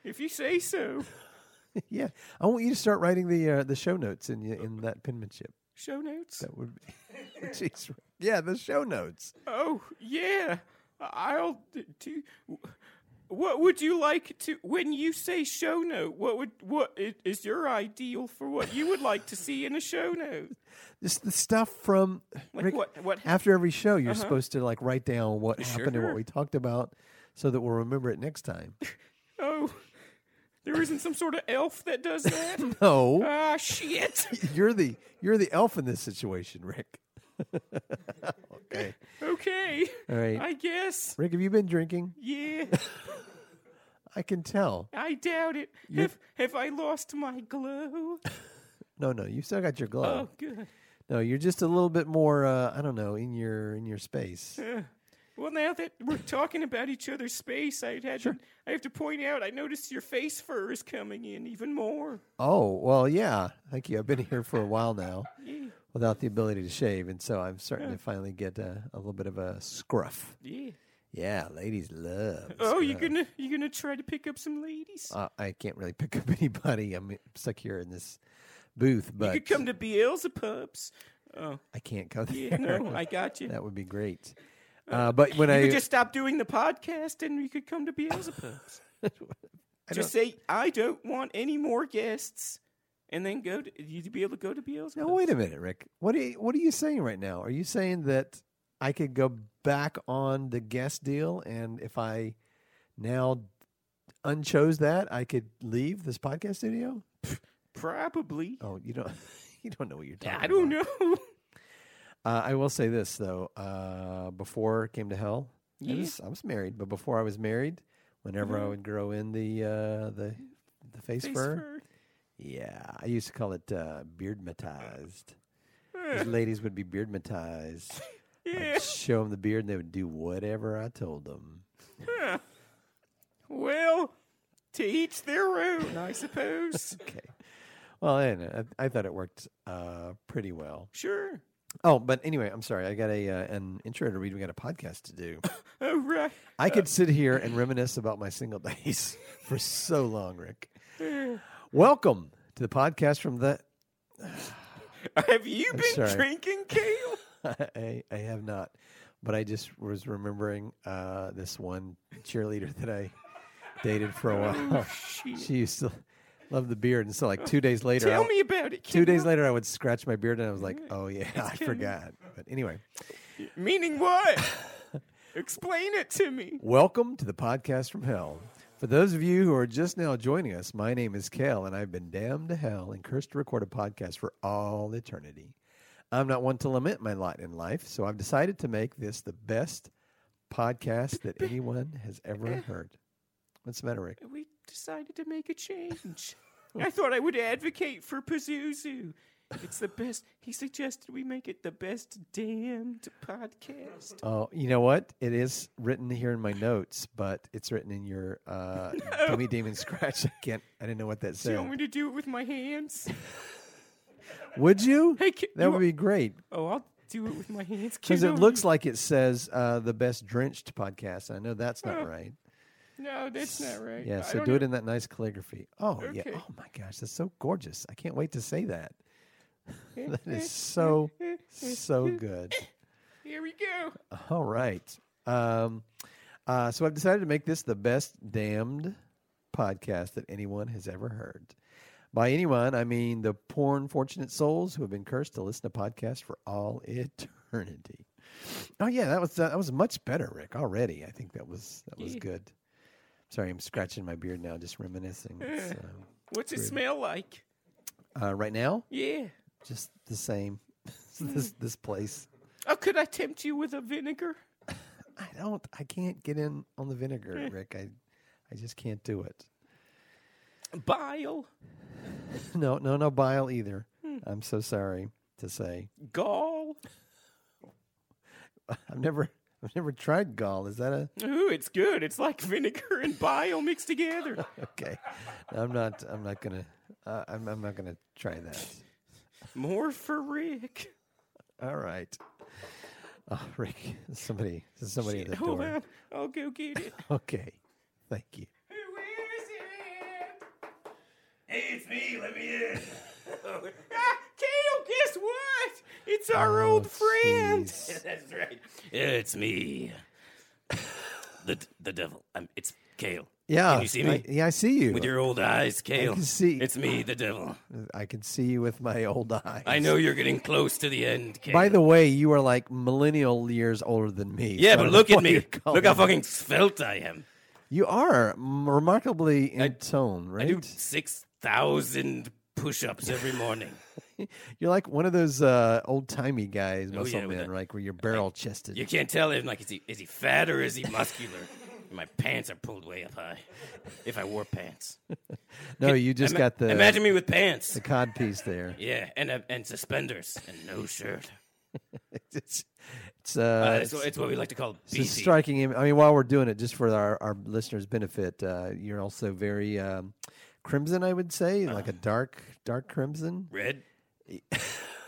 Speaker 3: if you say so.
Speaker 2: yeah, I want you to start writing the uh, the show notes in y- in that penmanship.
Speaker 3: Show notes.
Speaker 2: That would be. Jeez, yeah, the show notes.
Speaker 3: Oh yeah, I'll d- do. What would you like to? When you say show note, what would what i- is your ideal for what you would like to see in a show note?
Speaker 2: Just the stuff from
Speaker 3: Like what- what- Uh-huh.
Speaker 2: after every show, you're supposed to like write down what happened and what
Speaker 3: Sure.
Speaker 2: we talked about, so that we'll remember it next time.
Speaker 3: Oh, there isn't some sort of elf that does that.
Speaker 2: No,
Speaker 3: ah shit.
Speaker 2: you're the you're the elf in this situation, Rick. okay,
Speaker 3: Okay,
Speaker 2: all right,
Speaker 3: I guess.
Speaker 2: Rick. Have you been drinking?
Speaker 3: Yeah,
Speaker 2: I can tell.
Speaker 3: I doubt it.
Speaker 2: You-
Speaker 3: Have have I lost my glow?
Speaker 2: No, no, you still got your glove.
Speaker 3: Oh, good.
Speaker 2: No, you're just a little bit more. Uh, I don't know in your in your space.
Speaker 3: Well, now that we're talking about each other's space, I had to, I have to point out I noticed your face fur is coming in even more.
Speaker 2: Oh well, yeah. Thank you. I've been here for a while now, without the ability to shave, and so I'm starting to finally get a, a little bit of a scruff.
Speaker 3: Yeah.
Speaker 2: Yeah, ladies love.
Speaker 3: Oh, you
Speaker 2: scruff.
Speaker 3: gonna you gonna try to pick up some ladies?
Speaker 2: Uh, I can't really pick up anybody. I'm stuck here in this booth, but
Speaker 3: you could come to Beelzebub's. Oh,
Speaker 2: I can't go there.
Speaker 3: yeah, no, I got you.
Speaker 2: that would be great. Uh, but when
Speaker 3: You
Speaker 2: I
Speaker 3: could just stop doing the podcast and you could come to Beelzebub's. just say I don't want any more guests, and then go. To, you'd be able to go to Beelzebub's.
Speaker 2: now wait a minute, Rick. What are you, what are you saying right now? Are you saying that I could go back on the guest deal, and if I now unchose that, I could leave this podcast studio?
Speaker 3: Probably.
Speaker 2: Oh, you don't you don't know what you're talking about.
Speaker 3: I don't know.
Speaker 2: Uh, I will say this though. Uh, before Came to Hell, I,
Speaker 3: Yeah. Mm-hmm.
Speaker 2: was, I was married, but before I was married, whenever I would grow in the uh, the the face,
Speaker 3: Face
Speaker 2: fur,
Speaker 3: fur.
Speaker 2: yeah, I used to call it uh, beardmatized. These ladies would be beardmatized. I'd show them the beard, and they would do whatever I told them.
Speaker 3: Well, to each their own, I suppose.
Speaker 2: Okay. Well, I, don't know. I, I thought it worked uh, pretty well.
Speaker 3: sure.
Speaker 2: Oh, but anyway, I'm sorry. I got a uh, an intro to read. We got a podcast to do.
Speaker 3: Oh, right.
Speaker 2: I could sit here and reminisce about my single days for so long, Rick. Welcome to the podcast from the.
Speaker 3: Have you been
Speaker 2: sorry.
Speaker 3: drinking, Kale?
Speaker 2: I, I have not, but I just was remembering uh, this one cheerleader that I dated for a
Speaker 3: Oh,
Speaker 2: while. she used to love the beard, and so like two days later,
Speaker 3: Tell
Speaker 2: I-
Speaker 3: me about it.
Speaker 2: Two
Speaker 3: Kale.
Speaker 2: days later, I would scratch my beard, and I was like, "Oh yeah, I forgot." But anyway,
Speaker 3: Meaning what? Explain it to me.
Speaker 2: Welcome to the podcast from hell. For those of you who are just now joining us, my name is Cal, and I've been damned to hell and cursed to record a podcast for all eternity. I'm not one to lament my lot in life, so I've decided to make this the best podcast that anyone has ever heard. What's the matter, Rick?
Speaker 3: We decided to make a change. I thought I would advocate for Pazuzu. It's the best. He suggested we make it the best damned podcast.
Speaker 2: Oh, you know what? It is written here in my notes, but it's written in your uh, Dummy Demon Scratch. I can't. I didn't know what that
Speaker 3: Do you want me
Speaker 2: said.
Speaker 3: to do it with my hands?
Speaker 2: Would you?
Speaker 3: Hey, ca-
Speaker 2: that
Speaker 3: you
Speaker 2: would
Speaker 3: are-
Speaker 2: be great.
Speaker 3: Oh, I'll do it with my hands.
Speaker 2: Because it
Speaker 3: Kale.
Speaker 2: looks like it says uh, the best drenched podcast. I know that's not right.
Speaker 3: No, that's not right.
Speaker 2: Yeah,
Speaker 3: I
Speaker 2: so
Speaker 3: don't
Speaker 2: do
Speaker 3: know.
Speaker 2: it in that nice calligraphy. Oh yeah.
Speaker 3: Okay.
Speaker 2: Oh my gosh, that's so gorgeous. I can't wait to say that.
Speaker 3: Eh,
Speaker 2: that is so so good.
Speaker 3: Here we go.
Speaker 2: All right. Um, uh, so I've decided to make this the best damned podcast that anyone has ever heard. By anyone, I mean the poor, unfortunate souls who have been cursed to listen to podcasts for all eternity. Oh yeah, that was that was much better, Rick. Already, I think that was that was
Speaker 3: Yeah.
Speaker 2: good. Sorry, I'm scratching my beard now, just reminiscing. It's, uh,
Speaker 3: What's it
Speaker 2: Really?
Speaker 3: smell like?
Speaker 2: uh, right now,
Speaker 3: Yeah.
Speaker 2: just the same. this this place.
Speaker 3: Oh, could I tempt you with a vinegar?
Speaker 2: I don't. I can't get in on the
Speaker 5: Hmm.
Speaker 2: vinegar, Rick. I I just can't do it.
Speaker 3: Bile?
Speaker 2: No, no, no bile either.
Speaker 5: Hmm.
Speaker 2: I'm so sorry to say.
Speaker 3: Gall?
Speaker 2: I've never I've never tried gall. Is that a
Speaker 3: Ooh, it's good. It's like vinegar and bile mixed together.
Speaker 2: okay? I'm not. I'm not gonna. Uh, I'm, I'm not gonna try that.
Speaker 3: More for Rick.
Speaker 2: All right. Oh, Rick, somebody, somebody
Speaker 5: Oh,
Speaker 2: at the
Speaker 3: Hold
Speaker 2: door.
Speaker 3: on. I'll go get it.
Speaker 2: Okay, thank you.
Speaker 3: Who is it?
Speaker 5: Hey, it's me. Let me in.
Speaker 3: Ah, Kale, guess what? It's our old
Speaker 2: Oh,
Speaker 3: friend.
Speaker 2: jeez.
Speaker 5: That's right. It's me. the the devil. I'm, it's Kale.
Speaker 2: Yeah.
Speaker 5: Can you see
Speaker 2: I-
Speaker 5: me?
Speaker 2: yeah, I see you.
Speaker 5: With your old eyes, Kale.
Speaker 2: can see-
Speaker 5: It's me, the devil.
Speaker 2: I can see you with my old eyes.
Speaker 5: I know you're getting close to the end, Kale.
Speaker 2: By the way, you are like millennial years older than me. so
Speaker 5: yeah,
Speaker 2: I
Speaker 5: but
Speaker 2: don't
Speaker 5: look
Speaker 2: know
Speaker 5: at
Speaker 2: why you're
Speaker 5: me.
Speaker 2: calling
Speaker 5: Look how fucking svelte I am.
Speaker 2: You are m- remarkably in
Speaker 5: I-
Speaker 2: tone,
Speaker 5: I
Speaker 2: right?
Speaker 5: do six thousand push-ups every morning.
Speaker 2: You're like one of those uh, old timey guys,
Speaker 5: Oh,
Speaker 2: muscle
Speaker 5: yeah, with
Speaker 2: men,
Speaker 5: the-
Speaker 2: like where you're barrel chested.
Speaker 5: You can't tell him like is he is he fat or is he muscular. My pants are pulled way up high. If I wore pants,
Speaker 2: no, you just
Speaker 5: Ima-
Speaker 2: got the
Speaker 5: imagine me with pants.
Speaker 2: the cod piece there.
Speaker 5: Yeah, and uh, and suspenders and no shirt.
Speaker 2: it's it's, uh,
Speaker 5: Uh, it's,
Speaker 2: it's,
Speaker 5: what- it's what we like to call
Speaker 2: it's a
Speaker 5: BC.
Speaker 2: striking. Im- I mean, while we're doing it, just for our, our listeners' benefit, uh, you're also very um, crimson. I would say,
Speaker 5: Uh-huh.
Speaker 2: like a dark dark crimson.
Speaker 5: Red,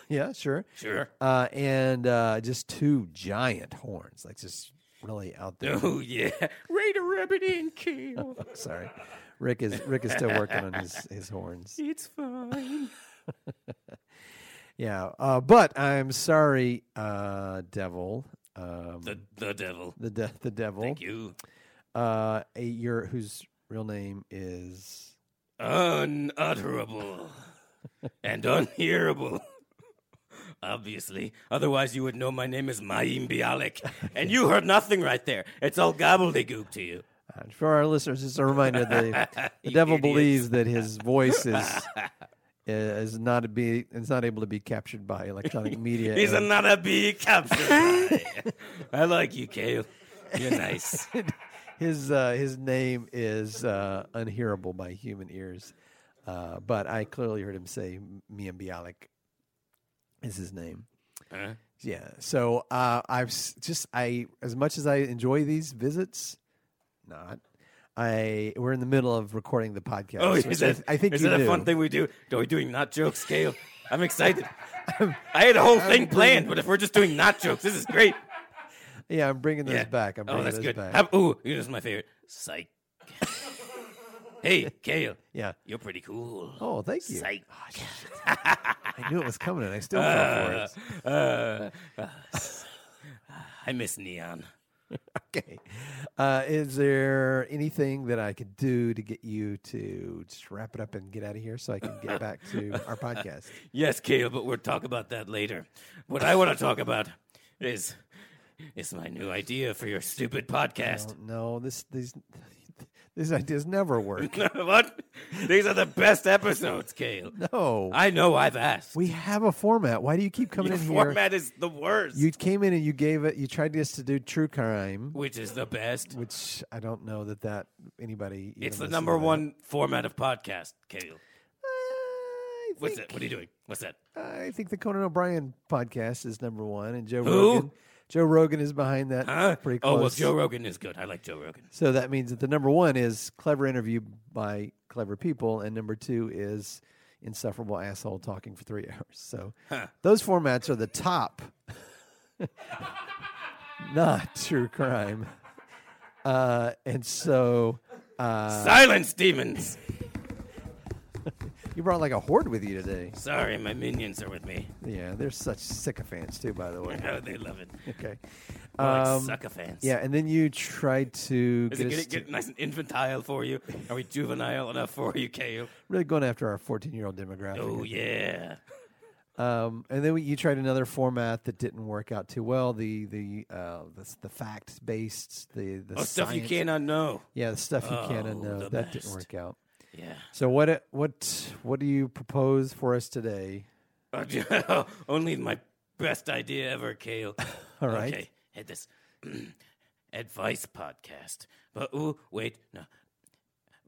Speaker 2: Yeah, sure.
Speaker 5: sure.
Speaker 2: Uh, and uh, just two giant horns, like just really out there.
Speaker 5: Oh yeah,
Speaker 3: Ready to rub it in, Kale.
Speaker 2: Sorry, Rick is Rick is still working on his his horns.
Speaker 3: It's fine.
Speaker 2: Yeah, uh, but I'm sorry, uh, devil. Um,
Speaker 5: the
Speaker 2: the
Speaker 5: the devil.
Speaker 2: the, de- the devil.
Speaker 5: Thank you.
Speaker 2: Uh, a, your whose real name is
Speaker 5: Unutterable and unhearable. Obviously, otherwise you would know my name is Maim Bialik, and you heard nothing right there. It's all gobbledygook to you.
Speaker 2: uh, for our listeners. Just a reminder: the, the
Speaker 5: You
Speaker 2: devil
Speaker 5: idiots.
Speaker 2: believes that his voice is is not to be is not able to be captured by electronic media.
Speaker 5: He's
Speaker 2: and-
Speaker 5: not a big captain. I like you, Kale. You're nice.
Speaker 2: his uh, his name is uh, unhearable by human ears, uh, but I clearly heard him say Mian Bialik is his name.
Speaker 5: Huh?
Speaker 2: Yeah. So uh, I've s- just I as much as I enjoy these visits, not. I we're in the middle of recording the podcast.
Speaker 5: Oh,
Speaker 2: which
Speaker 5: is
Speaker 2: I,
Speaker 5: that,
Speaker 2: th- I think
Speaker 5: is
Speaker 2: you
Speaker 5: that a
Speaker 2: knew.
Speaker 5: fun thing we do? Are we doing not jokes, Kale? I'm excited. I had a whole thing planned, but if we're just doing not jokes, this is great.
Speaker 2: Yeah, I'm bringing those back. I'm bringing
Speaker 5: oh, that's
Speaker 2: those
Speaker 5: good.
Speaker 2: back.
Speaker 5: How, ooh, you know, this is my favorite. Psych. hey, Kale.
Speaker 2: yeah.
Speaker 5: You're pretty cool.
Speaker 2: Oh, thank you.
Speaker 5: Psych.
Speaker 2: I knew it was coming, and I still fell
Speaker 5: Uh,
Speaker 2: for
Speaker 5: uh, uh, I miss Neon.
Speaker 2: it. Okay. Uh, is there anything that I could do to get you to just wrap it up and get out of here so I can get back to our podcast?
Speaker 5: Yes, Kale, but we'll talk about that later. What I want to talk about is is my new idea for your stupid podcast.
Speaker 2: Oh, no, this these these ideas never work.
Speaker 5: what? These are the best episodes, Kale.
Speaker 2: No,
Speaker 5: I know I've asked.
Speaker 2: we have a format. Why do you keep coming
Speaker 5: Your
Speaker 2: in here?
Speaker 5: format is the worst,
Speaker 2: You came in and you gave it. You tried us to do true crime,
Speaker 5: which is the best.
Speaker 2: which I don't know that that anybody. even
Speaker 5: It's the
Speaker 2: listens
Speaker 5: number
Speaker 2: to that.
Speaker 5: one format of podcast, Kale.
Speaker 2: I
Speaker 5: What's
Speaker 2: think-
Speaker 5: that? What are you doing? What's that?
Speaker 2: I think the Conan O'Brien podcast is number one, and Joe
Speaker 5: Who?
Speaker 2: Rogan. Joe Rogan is behind that.
Speaker 5: Huh?
Speaker 2: Pretty close.
Speaker 5: Oh well, Joe Rogan is good. I like Joe Rogan.
Speaker 2: So that means that the number one is clever interview by clever people, and number two is insufferable asshole talking for three hours. So those formats are the top. Not true crime. Uh, and so
Speaker 5: Silence, demons.
Speaker 2: you brought like a horde with you today.
Speaker 5: Sorry, my minions are with me.
Speaker 2: Yeah, they're such sycophants too, by the way.
Speaker 5: Oh, they love it.
Speaker 2: Okay.
Speaker 5: They're like
Speaker 2: Um,
Speaker 5: succophants.
Speaker 2: Yeah, and then you tried to
Speaker 5: Is
Speaker 2: get
Speaker 5: it
Speaker 2: us
Speaker 5: get,
Speaker 2: to-
Speaker 5: get nice and infantile for you? Are we juvenile enough for you, Kale?
Speaker 2: really going after our 14 year old demographic.
Speaker 5: Oh yeah.
Speaker 2: Um, and then we, you tried another format that didn't work out too well. The the uh, the, the fact based the the
Speaker 5: Oh, stuff you
Speaker 2: science-
Speaker 5: cannot know.
Speaker 2: Yeah, the stuff you can't
Speaker 5: Oh,
Speaker 2: unknow.
Speaker 5: the
Speaker 2: That didn't
Speaker 5: best.
Speaker 2: work out.
Speaker 5: Yeah.
Speaker 2: So what uh, what what do you propose for us today?
Speaker 5: Uh, Only my best idea ever, Kale.
Speaker 2: All right.
Speaker 5: Okay, had this advice podcast. But ooh, wait, no.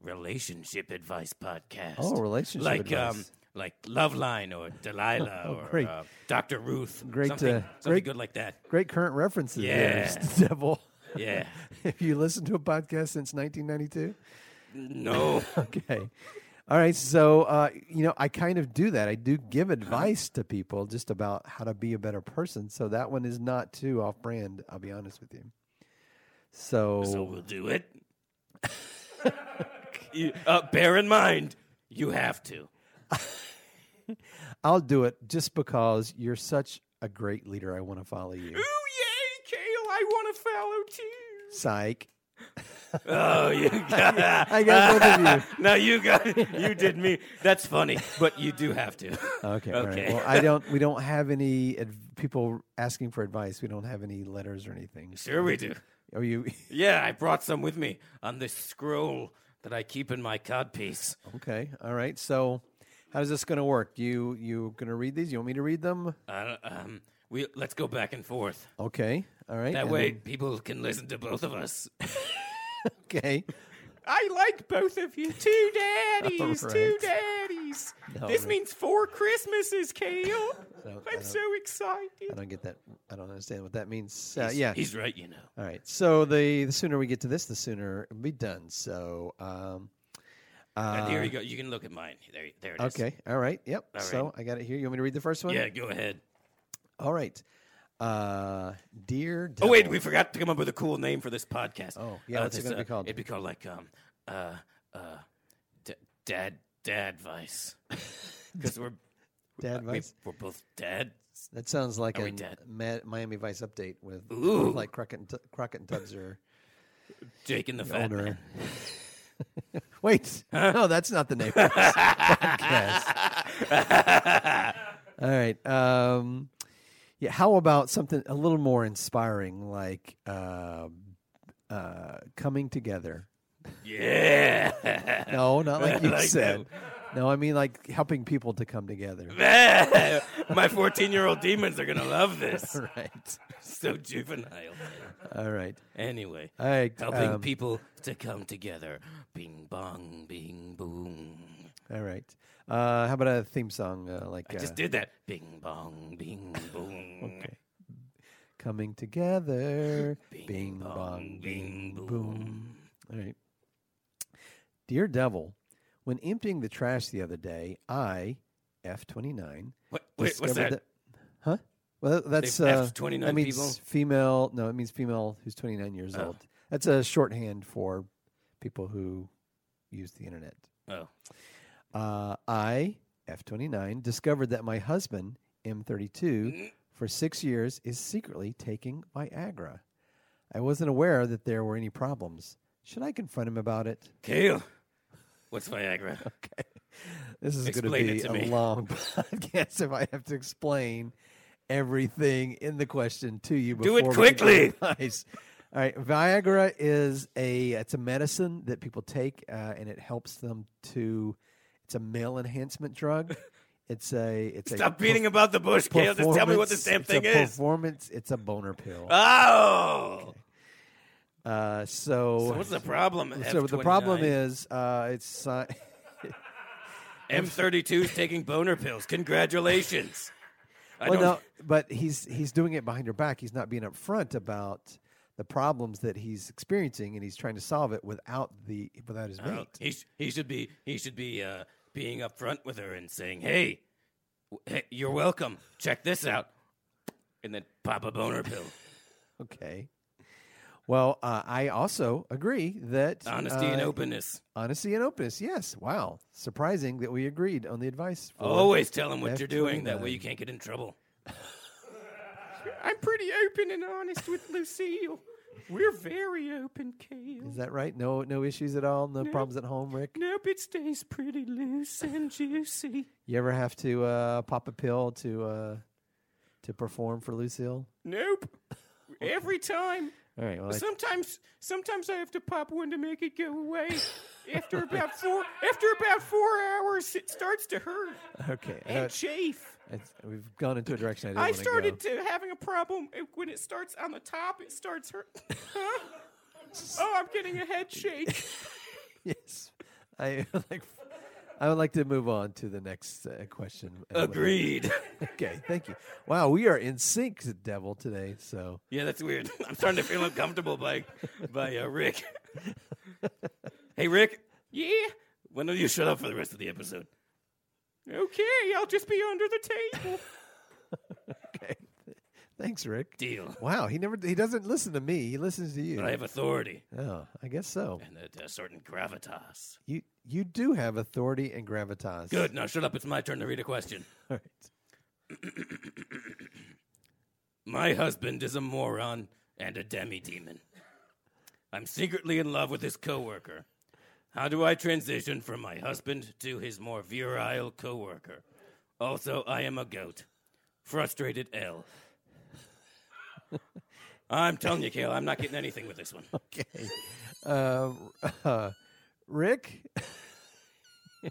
Speaker 5: Relationship advice podcast.
Speaker 2: Oh, relationship
Speaker 5: like, Um,
Speaker 2: advice.
Speaker 5: like Loveline or Delilah
Speaker 2: Oh,
Speaker 5: or
Speaker 2: great.
Speaker 5: Uh, Dr. Ruth.
Speaker 2: Great,
Speaker 5: Something,
Speaker 2: uh,
Speaker 5: something
Speaker 2: great-
Speaker 5: good like that.
Speaker 2: Great current references. there,
Speaker 5: Yeah.
Speaker 2: Mr. devil.
Speaker 5: Yeah.
Speaker 2: Have you listened to a podcast since 1992?
Speaker 5: no.
Speaker 2: Okay. All right. So, uh, you know, I kind of do that. I do give advice to people just about how to be a better person. So that one is not too off brand, I'll be honest with you. So,
Speaker 5: So we'll do it. You- uh, bear in mind, you have to.
Speaker 2: I'll do it just because you're such a great leader. I want to follow you.
Speaker 3: Ooh, yay, Kale, I want to follow too.
Speaker 2: Psych.
Speaker 5: Oh, you got
Speaker 2: I got both of
Speaker 5: no, you got you did me. That's funny, but you do have to.
Speaker 2: Okay. All right.
Speaker 5: Okay.
Speaker 2: Well, I don't, we don't have any ad- people asking for advice. We don't have any letters or anything.
Speaker 5: Sure, we do.
Speaker 2: Oh, you,
Speaker 5: Yeah, I brought some with me on this scroll that I keep in my codpiece.
Speaker 2: okay. All right. So, how's this going to work? You, you going to read these? You want me to read them?
Speaker 5: Uh, um, we let's go back and forth.
Speaker 2: Okay. All right.
Speaker 5: That
Speaker 2: and Uh,
Speaker 5: way,
Speaker 2: then-
Speaker 5: people can listen to both of us.
Speaker 2: okay.
Speaker 3: I like both of you. Two daddies, two
Speaker 2: Alright.
Speaker 3: daddies.
Speaker 2: No,
Speaker 3: this
Speaker 2: no.
Speaker 3: means four Christmases, Kale.
Speaker 2: don't- I
Speaker 3: I'm
Speaker 2: don't-
Speaker 3: so
Speaker 2: I
Speaker 3: excited.
Speaker 2: don't get that. I don't understand what that means. Uh, yeah.
Speaker 5: he's right. You know.
Speaker 2: All right. So the the sooner we get to this, the sooner it'll be done. So um,
Speaker 5: Uh,
Speaker 2: uh,
Speaker 5: here you go. You can look at mine. There, there it is.
Speaker 2: okay. All right. Yep.
Speaker 5: All
Speaker 2: so
Speaker 5: right.
Speaker 2: I got it here. You want me to read the first one?
Speaker 5: Yeah, go ahead.
Speaker 2: All right. Uh, dear.
Speaker 5: Oh wait,
Speaker 2: Devil-
Speaker 5: we forgot to come up with a cool name for this podcast.
Speaker 2: Oh, yeah, what's it
Speaker 5: this, uh,
Speaker 2: gonna be called?
Speaker 5: It'd be called like um uh uh d- dad dad advice because we're
Speaker 2: Dad
Speaker 5: we,
Speaker 2: Vice.
Speaker 5: we're both dads.
Speaker 2: That sounds like
Speaker 5: Are we
Speaker 2: a
Speaker 5: dead?
Speaker 2: Ma- Miami Vice update with with
Speaker 5: Ooh.
Speaker 2: like Crockett and, Tu- Crockett and Tubbs are
Speaker 5: Jake and the fat
Speaker 2: older.
Speaker 5: man.
Speaker 2: Wait, no, that's not the name. of this podcast. All right. Um, yeah, how about something a little more inspiring, like uh, uh, coming together?
Speaker 5: Yeah,
Speaker 2: No, not like you
Speaker 5: Like that.
Speaker 2: said. No, I mean like helping people to come together.
Speaker 5: Man, my fourteen-year-old demons are gonna love this.
Speaker 2: All right.
Speaker 5: so juvenile.
Speaker 2: All right.
Speaker 5: Anyway,
Speaker 2: All right.
Speaker 5: helping
Speaker 2: um,
Speaker 5: people to come together. Bing bong, bing boom.
Speaker 2: All right. Uh, how about a theme song uh, like
Speaker 5: I just
Speaker 2: uh,
Speaker 5: did that. Bing bong, bing boom.
Speaker 2: Okay. coming together? Bing, bong,
Speaker 5: bing, boom.
Speaker 2: All right. Dear Devil, when emptying the trash the other day, I, F29,
Speaker 5: What, wait, what's that?
Speaker 2: Huh? Well, that's
Speaker 5: They've
Speaker 2: uh,
Speaker 5: F29
Speaker 2: that means
Speaker 5: people?
Speaker 2: female. No, it means female who's 29 years
Speaker 5: Oh.
Speaker 2: old. That's a shorthand for people who use the internet.
Speaker 5: Oh,
Speaker 2: Uh, I, F29, discovered that my husband, M32, for six years is secretly taking Viagra. I wasn't aware that there were any problems. Should I confront him about it?
Speaker 5: Kale. What's Viagra?
Speaker 2: Okay. This is going to
Speaker 5: Explain it
Speaker 2: be
Speaker 5: to
Speaker 2: a
Speaker 5: me.
Speaker 2: long podcast if I have to explain everything in the question to you.
Speaker 5: Do it
Speaker 2: before we can give
Speaker 5: quickly.
Speaker 2: advice. All right, Viagra is a it's a medicine that people take, uh, and it helps them to. It's a male enhancement drug. It's a it's a
Speaker 5: Stop
Speaker 2: per-
Speaker 5: beating about the bush, Kale. Just tell me what this
Speaker 2: performance-
Speaker 5: damn
Speaker 2: it's a
Speaker 5: thing is. Uh,
Speaker 2: Performance. It's a boner pill.
Speaker 5: Oh,
Speaker 2: Uh, so,
Speaker 5: so what's the problem?
Speaker 2: so the problem
Speaker 5: F29?
Speaker 2: is uh, it's uh,
Speaker 5: M32 is taking boner pills. Congratulations. I
Speaker 2: well,
Speaker 5: don't.
Speaker 2: no, but he's he's doing it behind her back. He's not being upfront about the problems that he's experiencing, and he's trying to solve it without the without his
Speaker 5: Oh,
Speaker 2: mate.
Speaker 5: he, sh- he should be he should be uh, being upfront with her and saying, "Hey, w- hey, you're welcome. Check this out," and then pop a boner pill.
Speaker 2: Okay. Well, uh, I also agree that
Speaker 5: Honesty and
Speaker 2: uh,
Speaker 5: openness.
Speaker 2: honesty and openness. Yes. Wow. Surprising that we agreed on the advice. For,
Speaker 5: Always tell them what you're doing. That
Speaker 2: F29.
Speaker 5: way you can't get in trouble.
Speaker 3: I'm pretty open and honest with Lucille. We're very open, Kale.
Speaker 2: Is that right? No, no issues at all. No
Speaker 3: No.
Speaker 2: problems at home, Rick.
Speaker 3: Nope, it stays pretty loose and juicy.
Speaker 2: You ever have to uh, pop a pill to uh, to perform for Lucille?
Speaker 3: Nope. Every time.
Speaker 2: All right. Well, I-
Speaker 3: Sometimes, sometimes I have to pop one to make it go away. after about four, after about four hours, it starts to hurt
Speaker 2: okay. Uh, I
Speaker 3: and
Speaker 2: don't-
Speaker 3: chafe.
Speaker 2: it's- we've gone into a direction I didn't
Speaker 3: I
Speaker 2: want to
Speaker 3: started
Speaker 2: go.
Speaker 3: to having a problem uh, when it starts on the top. It starts hurt. Huh? oh, I'm getting a head shake.
Speaker 2: yes, I would like. I would like to move on to the next uh, question. and whatever.
Speaker 5: Agreed.
Speaker 2: Okay, thank you. Wow, we are in sync, Devil, today. So
Speaker 5: yeah, that's weird. I'm starting to feel uncomfortable by by uh, Rick. hey, Rick.
Speaker 3: Yeah.
Speaker 5: Why don't you shut up for the rest of the episode?
Speaker 3: Okay, I'll just be under the table.
Speaker 2: okay, thanks, Rick.
Speaker 5: Deal.
Speaker 2: Wow, he never he doesn't listen to me. He listens to you.
Speaker 5: But I have authority
Speaker 2: oh, I guess so.
Speaker 5: and a, a certain gravitas.
Speaker 2: You you do have authority and gravitas.
Speaker 5: Good. Now shut up. It's my turn to read a question.
Speaker 2: All right.
Speaker 5: My husband is a moron and a demi demon. I'm secretly in love with his coworker. How do I transition from my husband to his more virile coworker? Also, I am a goat. Frustrated L. I'm telling you, Kale, I'm not getting anything with this one.
Speaker 2: Okay. Uh, uh, Rick?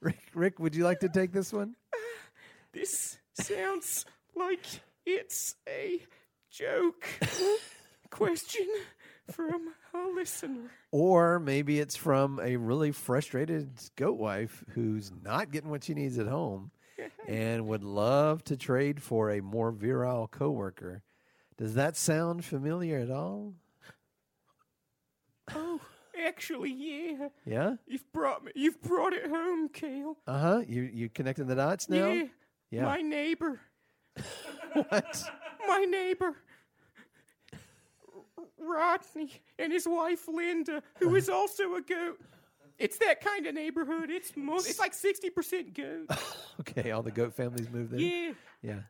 Speaker 2: Rick, Rick, would you like to take this one?
Speaker 3: This sounds like it's a joke. Question from a listener.
Speaker 2: Or maybe it's from a really frustrated goat wife who's not getting what she needs at home and would love to trade for a more virile coworker. Does that sound familiar at all?
Speaker 3: Oh, actually, yeah.
Speaker 2: Yeah?
Speaker 3: You've brought me, you've brought it home, Kale.
Speaker 2: Uh huh. You you connecting the dots now?
Speaker 3: Yeah.
Speaker 2: Yeah.
Speaker 3: My neighbor.
Speaker 2: What?
Speaker 3: My neighbor. R- Rodney and his wife Linda, who is also a goat. It's that kind of neighborhood. It's mo- it's like 60% goat.
Speaker 2: Okay, all the goat families moved there.
Speaker 3: Yeah.
Speaker 2: Yeah.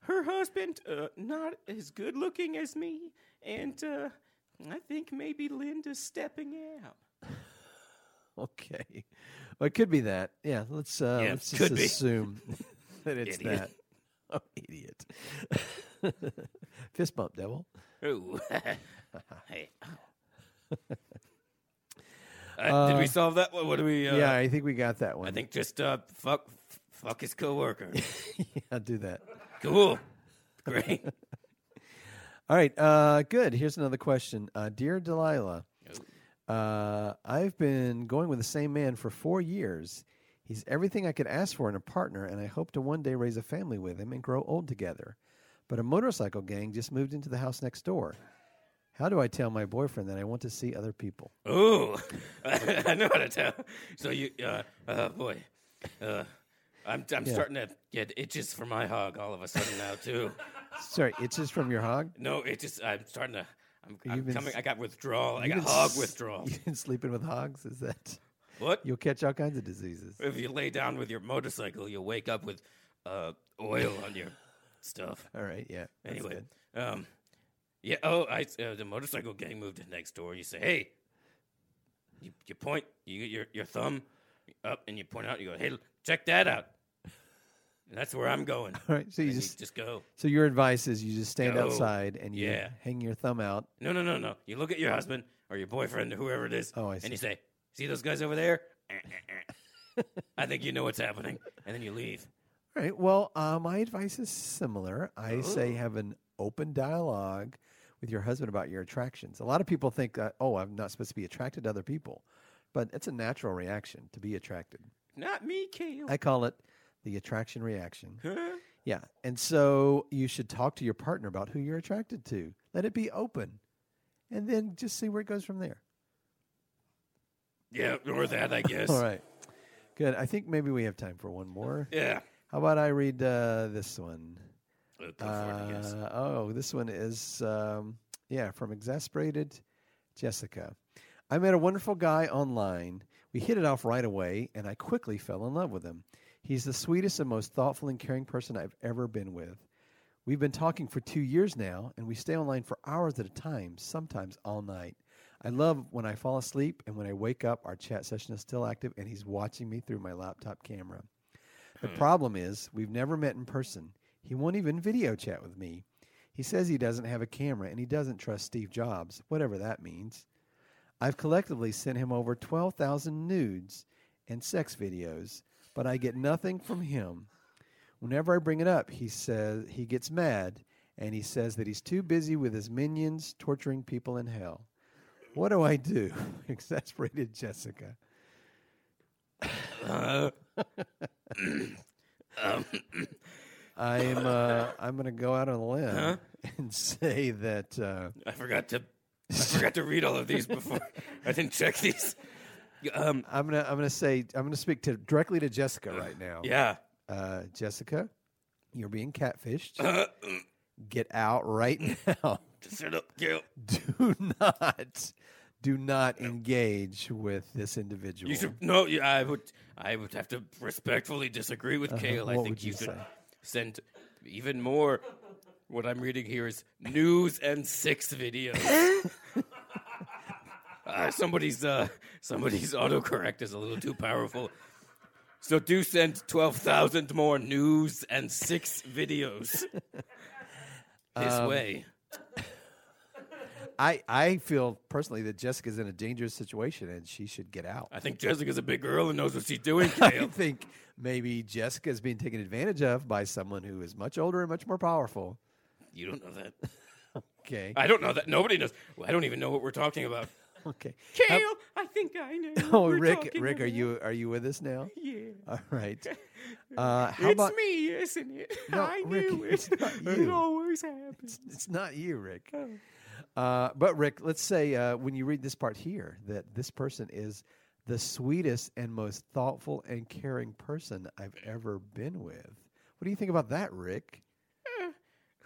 Speaker 3: her husband uh, not as good looking as me and uh, i think maybe linda's stepping out
Speaker 2: Okay. Well, it could be that. Yeah. Let's uh,
Speaker 5: Yeah,
Speaker 2: let's just
Speaker 5: could be.
Speaker 2: assume that it's
Speaker 5: Idiot.
Speaker 2: that. Oh, idiot. Fist bump, devil.
Speaker 5: Ooh. hey. Uh, did we solve that one? What do we? Uh,
Speaker 2: yeah, I think we got that one.
Speaker 5: I think just uh, fuck, f- fuck his coworker.
Speaker 2: yeah, do that.
Speaker 5: cool. Great.
Speaker 2: All right. Uh, good. Here's another question. Uh, dear Delilah, uh, I've been going with the same man for four years. He's everything I could ask for in a partner, and I hope to one day raise a family with him and grow old together. But a motorcycle gang just moved into the house next door. How do I tell my boyfriend that I want to see other people?
Speaker 5: Ooh, I know how to tell. So you, uh, uh, boy, uh, I'm I'm starting to get itches for my hog all of a sudden now too.
Speaker 2: Sorry, it's just from your hog.
Speaker 5: No, it just I'm starting to. I'm,
Speaker 2: You've
Speaker 5: I'm
Speaker 2: been
Speaker 5: coming.
Speaker 2: s-
Speaker 5: I got withdrawal. I
Speaker 2: You've
Speaker 5: got
Speaker 2: been
Speaker 5: hog
Speaker 2: s-
Speaker 5: withdrawal.
Speaker 2: You've been sleeping with hogs. Is that
Speaker 5: What?
Speaker 2: you'll catch all kinds of diseases?
Speaker 5: If you lay down with your motorcycle, you'll wake up with uh, oil on your stuff.
Speaker 2: All right, yeah. that's
Speaker 5: Anyway,
Speaker 2: good.
Speaker 5: um, yeah. Oh, I uh, the motorcycle gang moved in next door. You say, hey, you, you point you get your your thumb up and you point out. You go, hey, check that out. And that's where I'm going.
Speaker 2: All right. So you
Speaker 5: And you
Speaker 2: just,
Speaker 5: just go.
Speaker 2: so your advice is you just stand
Speaker 5: Go.
Speaker 2: outside and you
Speaker 5: Yeah.
Speaker 2: hang your thumb out.
Speaker 5: No, no, no, no. You look at your husband or your boyfriend or whoever it is.
Speaker 2: Oh, I see.
Speaker 5: And you say, see those guys over there? Eh, eh, eh. I think you know what's happening. And then you leave.
Speaker 2: All right. Well, uh, my advice is similar. I say
Speaker 5: Oh.
Speaker 2: have an open dialogue with your husband about your attractions. A lot of people think, uh, oh, I'm not supposed to be attracted to other people, but it's a natural reaction to be attracted.
Speaker 3: not me kale
Speaker 2: I call it the attraction reaction.
Speaker 3: Huh?
Speaker 2: Yeah. And so you should talk to your partner about who you're attracted to. Let it be open and then just see where it goes from there.
Speaker 5: Yeah, or that, I guess.
Speaker 2: All right. Good. I think maybe we have time for one more.
Speaker 5: Yeah.
Speaker 2: How about I read uh, this one?
Speaker 5: Uh, Go for it, I guess.
Speaker 2: Uh, oh, this one is um, yeah from exasperated Jessica. I met a wonderful guy online. We hit it off right away, and I quickly fell in love with him. He's the sweetest and most thoughtful and caring person I've ever been with. We've been talking for two years now, and we stay online for hours at a time, sometimes all night. I love when I fall asleep and when I wake up, our chat session is still active, and he's watching me through my laptop camera. The problem is, we've never met in person. He won't even video chat with me. He says he doesn't have a camera and he doesn't trust Steve Jobs, whatever that means. I've collectively sent him over 12,000 nudes and sex videos, but I get nothing from him. Whenever I bring it up, he says he gets mad and he says that he's too busy with his minions torturing people in hell. What do I do? Exasperated Jessica. I am. Uh, I'm going to go out on a limb and say that uh,
Speaker 5: I forgot to I forgot to read all of these before. I didn't check these. Um,
Speaker 2: I'm going to. I'm going to say. I'm going to speak to directly to Jessica right now.
Speaker 5: yeah.
Speaker 2: uh, Jessica, you're being catfished. Get out right now.
Speaker 5: Just shut up, Gail.
Speaker 2: Do not, do not engage with this individual.
Speaker 5: You should no. yeah, I would. I would have to respectfully disagree with Kale. I
Speaker 2: Uh-huh. what
Speaker 5: think
Speaker 2: would
Speaker 5: you,
Speaker 2: you
Speaker 5: should
Speaker 2: say?
Speaker 5: send even more. What I'm reading here is news and six videos. uh, somebody's uh, somebody's autocorrect is a little too powerful. So do send twelve thousand more news and six videos this
Speaker 2: Um,
Speaker 5: way.
Speaker 2: I, I feel personally that Jessica's in a dangerous situation and she should get out.
Speaker 5: I think Jessica's a big girl and knows what she's doing,
Speaker 2: I
Speaker 5: Kale.
Speaker 2: think maybe Jessica is being taken advantage of by someone who is much older and much more powerful.
Speaker 5: you don't know that.
Speaker 2: Okay.
Speaker 5: I don't know that. Nobody knows. I don't even know what we're talking about.
Speaker 2: Okay.
Speaker 3: Kale,
Speaker 2: How-
Speaker 3: I think I know.
Speaker 2: oh,
Speaker 3: what we're
Speaker 2: Rick,
Speaker 3: talking
Speaker 2: Rick, are
Speaker 3: about.
Speaker 2: you are you with us now?
Speaker 3: Yeah.
Speaker 2: All right. Uh, how
Speaker 3: it's
Speaker 2: about
Speaker 3: me, isn't it?
Speaker 2: No,
Speaker 3: I
Speaker 2: Rick,
Speaker 3: knew
Speaker 2: it's
Speaker 3: it.
Speaker 2: not
Speaker 3: It
Speaker 2: you.
Speaker 3: always happens. Oh,
Speaker 2: it's not you, Rick. Uh, but Rick, let's say uh, when you read this part here that this person is the sweetest and most thoughtful and caring person I've ever been with. What do you think about that, Rick?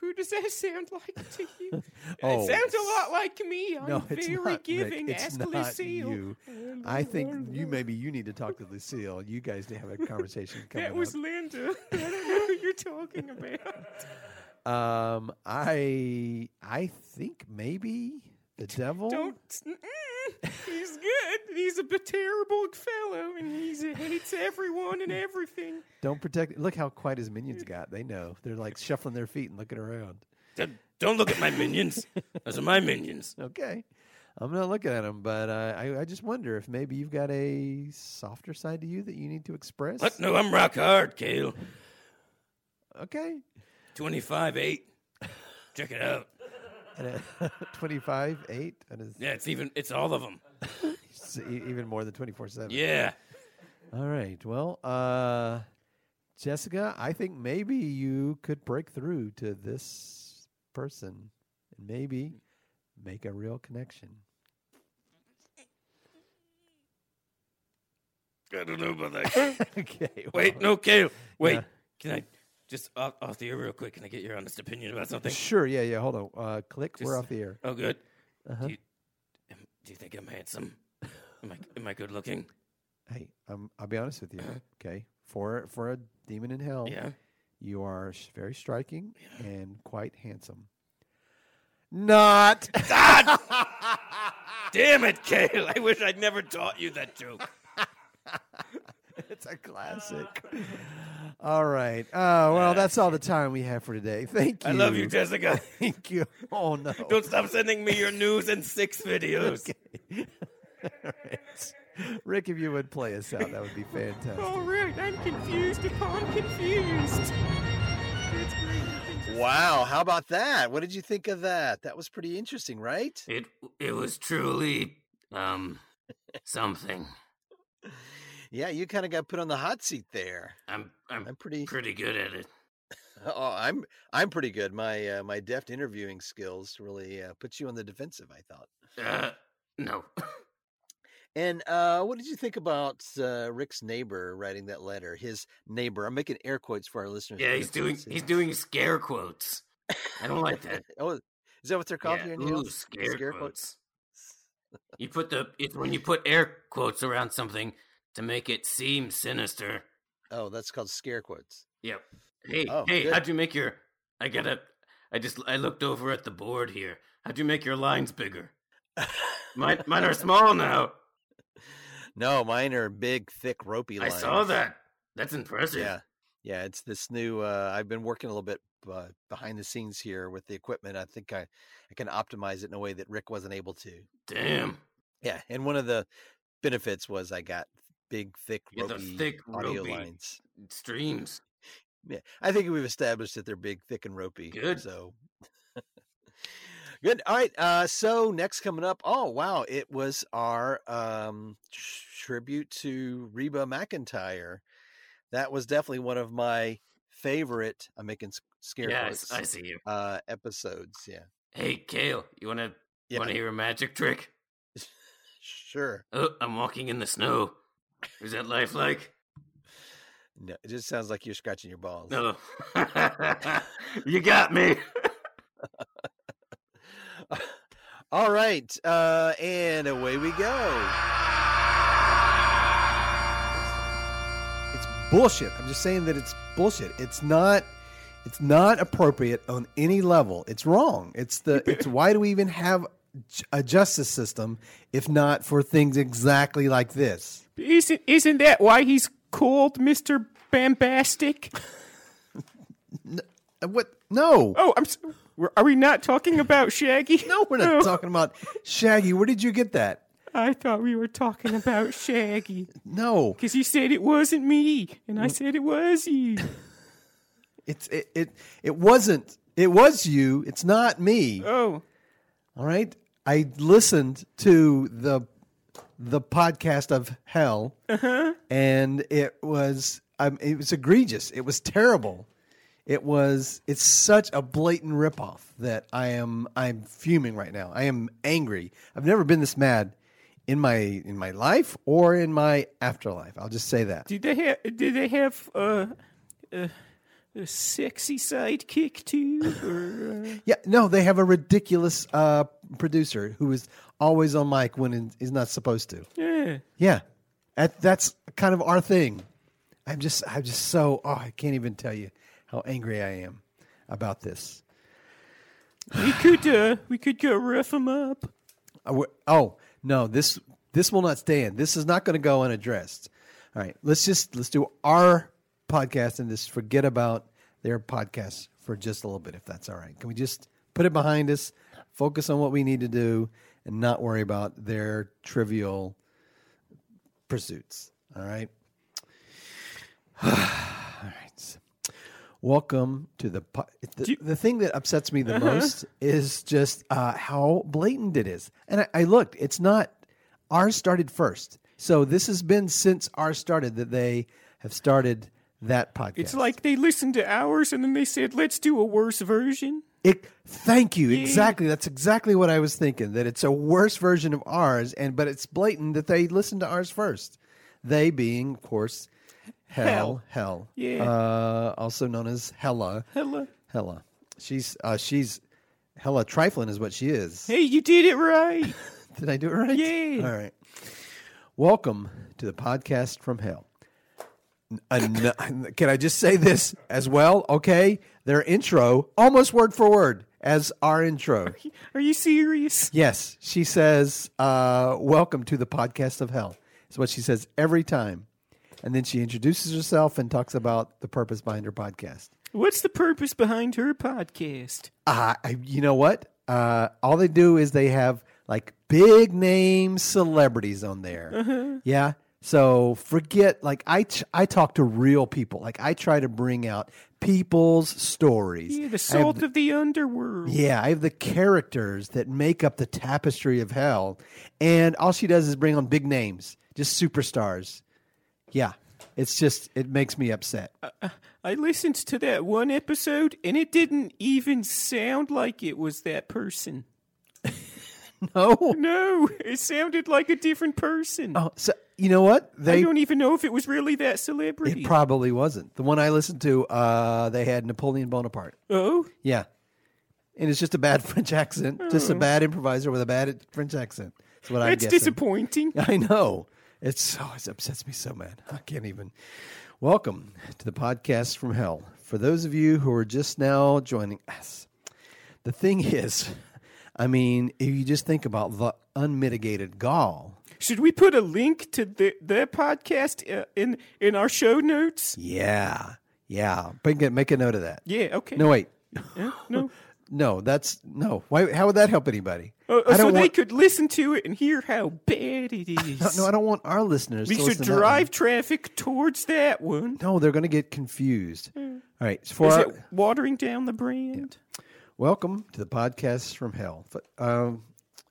Speaker 3: Who does that sound like to you?
Speaker 2: Oh,
Speaker 3: it sounds a lot like me. I'm
Speaker 2: no, it's
Speaker 3: very
Speaker 2: not Rick.
Speaker 3: giving.
Speaker 2: It's
Speaker 3: Ask
Speaker 2: not
Speaker 3: Lucille.
Speaker 2: you.
Speaker 3: And
Speaker 2: I think you maybe you need to talk to Lucille. You guys need to have a conversation. Coming
Speaker 3: That was
Speaker 2: up.
Speaker 3: Linda. I don't know who you're talking about.
Speaker 2: Um, I I think maybe the devil.
Speaker 3: Don't. Mm-mm. He's good. He's a terrible fellow, and he's- he hates everyone and everything.
Speaker 2: Don't protect. Look how quiet his minions got. They know. They're like shuffling their feet and looking around.
Speaker 5: Don't- Don't look at my minions. Those are my minions.
Speaker 2: Okay. I'm not looking at them, but uh, I, I just wonder if maybe you've got a softer side to you that you need to express.
Speaker 5: What? No, I'm rock hard, Kale.
Speaker 2: Okay.
Speaker 5: 25 8. Check it out.
Speaker 2: And uh, 25, 8, and it's,
Speaker 5: Yeah, it's even, it's all of them.
Speaker 2: it's e- even more than 24 7.
Speaker 5: Yeah.
Speaker 2: All right. Well, uh, Jessica, I think maybe you could break through to this person and maybe make a real connection.
Speaker 5: I don't know about that.
Speaker 2: okay.
Speaker 5: Wait, no, Kale. Wait.
Speaker 2: Yeah.
Speaker 5: Can I just off, off the air real quick? Can I get your honest opinion about something?
Speaker 2: Sure. Yeah. Yeah. Hold on. Uh, click. We're
Speaker 5: Just-
Speaker 2: off the air.
Speaker 5: Oh, good.
Speaker 2: Uh-huh.
Speaker 5: Do, you, am- do you think I'm handsome? Am I, am I good looking?
Speaker 2: Hey, um, I'll be honest with you. Okay, for for a demon in hell,
Speaker 5: Yeah.
Speaker 2: you are s- very striking and quite handsome. Not
Speaker 5: Damn it, Kale. I wish I'd never taught you that joke.
Speaker 2: it's a classic. all right. Oh well, that's all the time we have for today. Thank you.
Speaker 5: I love you, Jessica.
Speaker 2: Thank you. Oh no.
Speaker 5: Don't stop sending me your news and six videos.
Speaker 2: Rick, if you would play us out, that would be fantastic.
Speaker 3: All right, I'm confused upon confused. It's great.
Speaker 2: Wow, how about that? What did you think of that? That was pretty interesting, right?
Speaker 5: It it was truly um something.
Speaker 2: Yeah, you kind of got put on the hot seat there.
Speaker 5: I'm I'm
Speaker 2: I'm pretty
Speaker 5: pretty good at it.
Speaker 2: Oh, I'm I'm pretty good. My uh, my deft interviewing skills really uh, put you on the defensive. I thought.
Speaker 5: Uh no.
Speaker 2: And uh, what did you think about uh, Rick's neighbor writing that letter? His neighbor. I'm making air quotes for our listeners.
Speaker 5: Yeah,
Speaker 2: who
Speaker 5: he's
Speaker 2: can't see
Speaker 5: doing
Speaker 2: this.
Speaker 5: he's doing scare quotes. I don't like that.
Speaker 2: oh, is that what they're called
Speaker 5: Yeah,
Speaker 2: here in
Speaker 5: ooh,
Speaker 2: Yale?
Speaker 5: scare,
Speaker 2: Scare
Speaker 5: quotes. You put the it's when you put air quotes around something to make it seem sinister.
Speaker 2: Oh, that's called scare quotes.
Speaker 5: Yep. Hey,
Speaker 2: Oh,
Speaker 5: hey,
Speaker 2: good.
Speaker 5: how'd you make your I gotta I just I looked over at the board here. How'd you make your lines bigger? mine, mine are small now.
Speaker 10: No, mine are big, thick, ropey
Speaker 5: I
Speaker 10: lines.
Speaker 5: saw that. That's impressive.
Speaker 10: Yeah. Yeah, it's this new uh I've been working a little bit uh, behind the scenes here with the equipment. I think I I can optimize it in a way that Rick wasn't able to.
Speaker 5: Damn.
Speaker 10: Yeah, and one of the benefits was I got big, thick,
Speaker 5: You get
Speaker 10: ropey
Speaker 5: those thick,
Speaker 10: audio
Speaker 5: ropey-
Speaker 10: lines.
Speaker 5: Streams.
Speaker 10: Yeah, I think we've established that they're big, thick, and ropey.
Speaker 5: Good.
Speaker 10: So good. All right. Uh, so next coming up. Oh wow! It was our um, tr- tribute to Reba McIntyre. That was definitely one of my favorite. I'm making s- scare
Speaker 5: Yes, I
Speaker 10: quotes,
Speaker 5: see you.
Speaker 10: uh, episodes. Yeah.
Speaker 5: Hey, Kale, you wanna
Speaker 10: Yeah.
Speaker 5: wanna hear a magic trick?
Speaker 10: Sure.
Speaker 5: Oh, I'm walking in the snow. Is that lifelike?
Speaker 10: No, it just sounds like you're scratching your balls.
Speaker 5: No. you got me.
Speaker 10: All right. Uh, and away we go.
Speaker 2: It's bullshit. I'm just saying that it's bullshit. It's not. It's not appropriate on any level. It's wrong. It's the. It's why do we even have j- a justice system if not for things exactly like this?
Speaker 3: Isn't isn't that why he's called Mister Bambastic?
Speaker 2: Uh, What? No.
Speaker 3: Oh, I'm. s- we're- Are we not talking about Shaggy?
Speaker 2: No, we're not talking about Shaggy. Where did you get that?
Speaker 3: I thought we were talking about Shaggy
Speaker 2: No.
Speaker 3: because you said it wasn't me, and I said it was you.
Speaker 2: It's it, it. It wasn't. It was you. It's not me.
Speaker 3: Oh,
Speaker 2: All right. I listened to the the podcast of Hell, and it was um, it was egregious. It was terrible. It was it's such a blatant ripoff that I am I'm fuming right now. I am angry. I've never been this mad in my in my life or in my afterlife. I'll just say that.
Speaker 3: did they have? Did they have uh, uh, a sexy sidekick too? Or, uh,
Speaker 2: Yeah, no, they have a ridiculous uh, producer who is always on mic when he's not supposed to.
Speaker 3: yeah.
Speaker 2: Yeah, that, that's kind of our thing. I'm just, I'm just so. Oh, I can't even tell you how angry I am about this.
Speaker 3: We could uh, we could go rough him up.
Speaker 2: I w- Oh no, this this will not stand. This is not going to go unaddressed. All right, let's just let's do our podcast and just forget about their podcast for just a little bit, if that's all right. Can we just put it behind us, focus on what we need to do, and not worry about their trivial pursuits? All right. all right. Welcome to the po- the,
Speaker 3: Do you-
Speaker 2: the thing that upsets me the most is just uh, how blatant it is. And I, I looked; it's not ours started first. So this has been since ours started that they have started that podcast.
Speaker 3: It's like they listened to ours and then they said, "Let's do a worse version."
Speaker 2: It, thank you. Exactly. That's exactly what I was thinking. That it's a worse version of ours, and but it's blatant that they listened to ours first. They being, of course, hell, hell,
Speaker 3: Yeah.
Speaker 2: uh, also known as Hella,
Speaker 3: Hello.
Speaker 2: Hella. She's uh, she's Hella trifling is what she is.
Speaker 3: Hey, you did it right.
Speaker 2: Did I do it right?
Speaker 3: Yeah.
Speaker 2: All right. Welcome to the podcast from hell. An- Can I just say this as well? Okay. Their intro, almost word for word, as our intro.
Speaker 3: Are you serious?
Speaker 2: Yes. She says, uh, Welcome to the podcast of hell. It's what she says every time. And then she introduces herself and talks about the purpose behind her podcast.
Speaker 3: What's the purpose behind her podcast?
Speaker 2: Uh, I, you know what? Uh, all they do is they have like big name celebrities on there. Yeah. So forget like I ch- I talk to real people. Like I try to bring out people's stories.
Speaker 3: Yeah, the
Speaker 2: I have
Speaker 3: salt of the underworld.
Speaker 2: yeah, I have the characters that make up the tapestry of hell, and all she does is bring on big names, just superstars. Yeah, it's just it makes me upset.
Speaker 3: I listened to that one episode and it didn't even sound like it was that person.
Speaker 2: no,
Speaker 3: No, it sounded like a different person.
Speaker 2: oh, so you know what
Speaker 3: I
Speaker 2: they
Speaker 3: don't even know if it was really that celebrity.
Speaker 2: it probably wasn't the one I listened to. Uh, they had Napoleon Bonaparte.
Speaker 3: oh,
Speaker 2: Yeah, and it's just a bad French accent, just a bad improviser with a bad French accent. That's what I
Speaker 3: that's
Speaker 2: guess.
Speaker 3: disappointing.
Speaker 2: I know. It's oh, it upsets me so mad. I can't even. Welcome to the podcast from hell. For those of you who are just now joining us, The thing is, I mean, if you just think about the unmitigated gall.
Speaker 3: Should we put a link to the, their podcast uh, in in our show notes?
Speaker 2: Yeah, yeah. Make a, make a note of that.
Speaker 3: Yeah. Okay.
Speaker 2: No, wait.
Speaker 3: no.
Speaker 2: No, that's no. Why? How would that help anybody?
Speaker 3: Oh,
Speaker 2: I
Speaker 3: so
Speaker 2: don't
Speaker 3: they
Speaker 2: want.
Speaker 3: could listen to it and hear how bad it is.
Speaker 2: no, I don't want our listeners.
Speaker 3: we
Speaker 2: to
Speaker 3: should
Speaker 2: listen to that
Speaker 3: drive traffic towards that one.
Speaker 2: one. No, they're going to get confused. All right. so for
Speaker 3: Mm. Is
Speaker 2: our-
Speaker 3: it watering down the brand?
Speaker 2: Welcome to the podcast from hell. F- Um,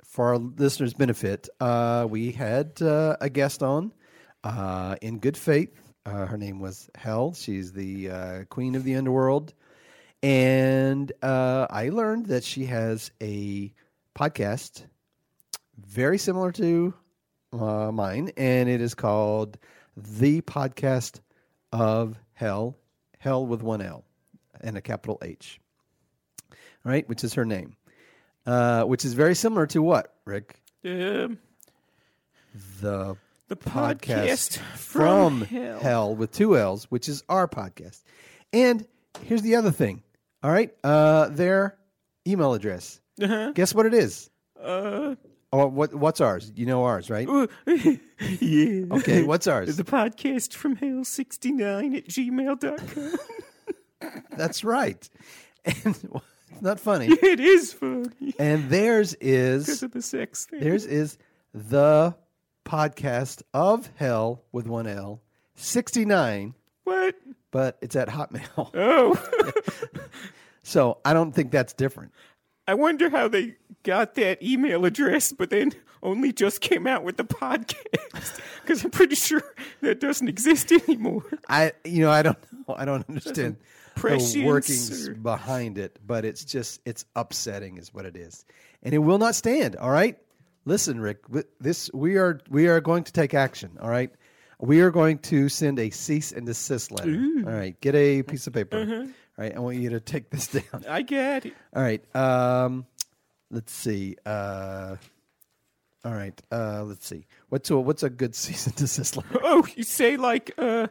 Speaker 2: for our listeners' benefit, uh, we had uh, a guest on uh, in good faith. Uh, her name was Hell. She's the uh, queen of the underworld. And uh, I learned that she has a podcast very similar to uh, mine, and it is called The Podcast of Hell, Hell with one L and a capital H right? Which is her name, uh, which is very similar to what Rick
Speaker 3: Um,
Speaker 2: the
Speaker 3: the podcast,
Speaker 2: from,
Speaker 3: from
Speaker 2: hell.
Speaker 3: hell.
Speaker 2: with two L's, which is our podcast. And here's the other thing. All right, uh, their email address.
Speaker 3: Uh-huh.
Speaker 2: Guess what it is?
Speaker 3: Uh,
Speaker 2: Oh, what what's ours? You know ours, right?
Speaker 3: yeah.
Speaker 2: Okay, what's ours?
Speaker 3: The podcast from hell 69 at gmail.com.
Speaker 2: That's right. And it's not funny.
Speaker 3: it is funny.
Speaker 2: And theirs
Speaker 3: Because
Speaker 2: is
Speaker 3: of the sex thing.
Speaker 2: theirs is the podcast of hell with one L sixty nine
Speaker 3: what?
Speaker 2: but it's at Hotmail.
Speaker 3: Oh.
Speaker 2: So I don't think that's different.
Speaker 3: I wonder how they got that email address, but then only just came out with the podcast. Because I'm pretty sure that doesn't exist anymore.
Speaker 2: I, you know, I don't know. I don't understand the
Speaker 3: prescience
Speaker 2: workings
Speaker 3: or-
Speaker 2: behind it, but it's just, it's upsetting is what it is. And it will not stand. All right. Listen, Rick, w- this, we are, we are going to take action. All right. We are going to send a cease and desist letter. All right. Get a piece of paper. All right. I want you to take this down.
Speaker 3: I get it.
Speaker 2: All right. Um, let's see. Uh, all right. Uh, let's see. What's a, what's a good season desist letter?
Speaker 3: Oh, you say like, uh,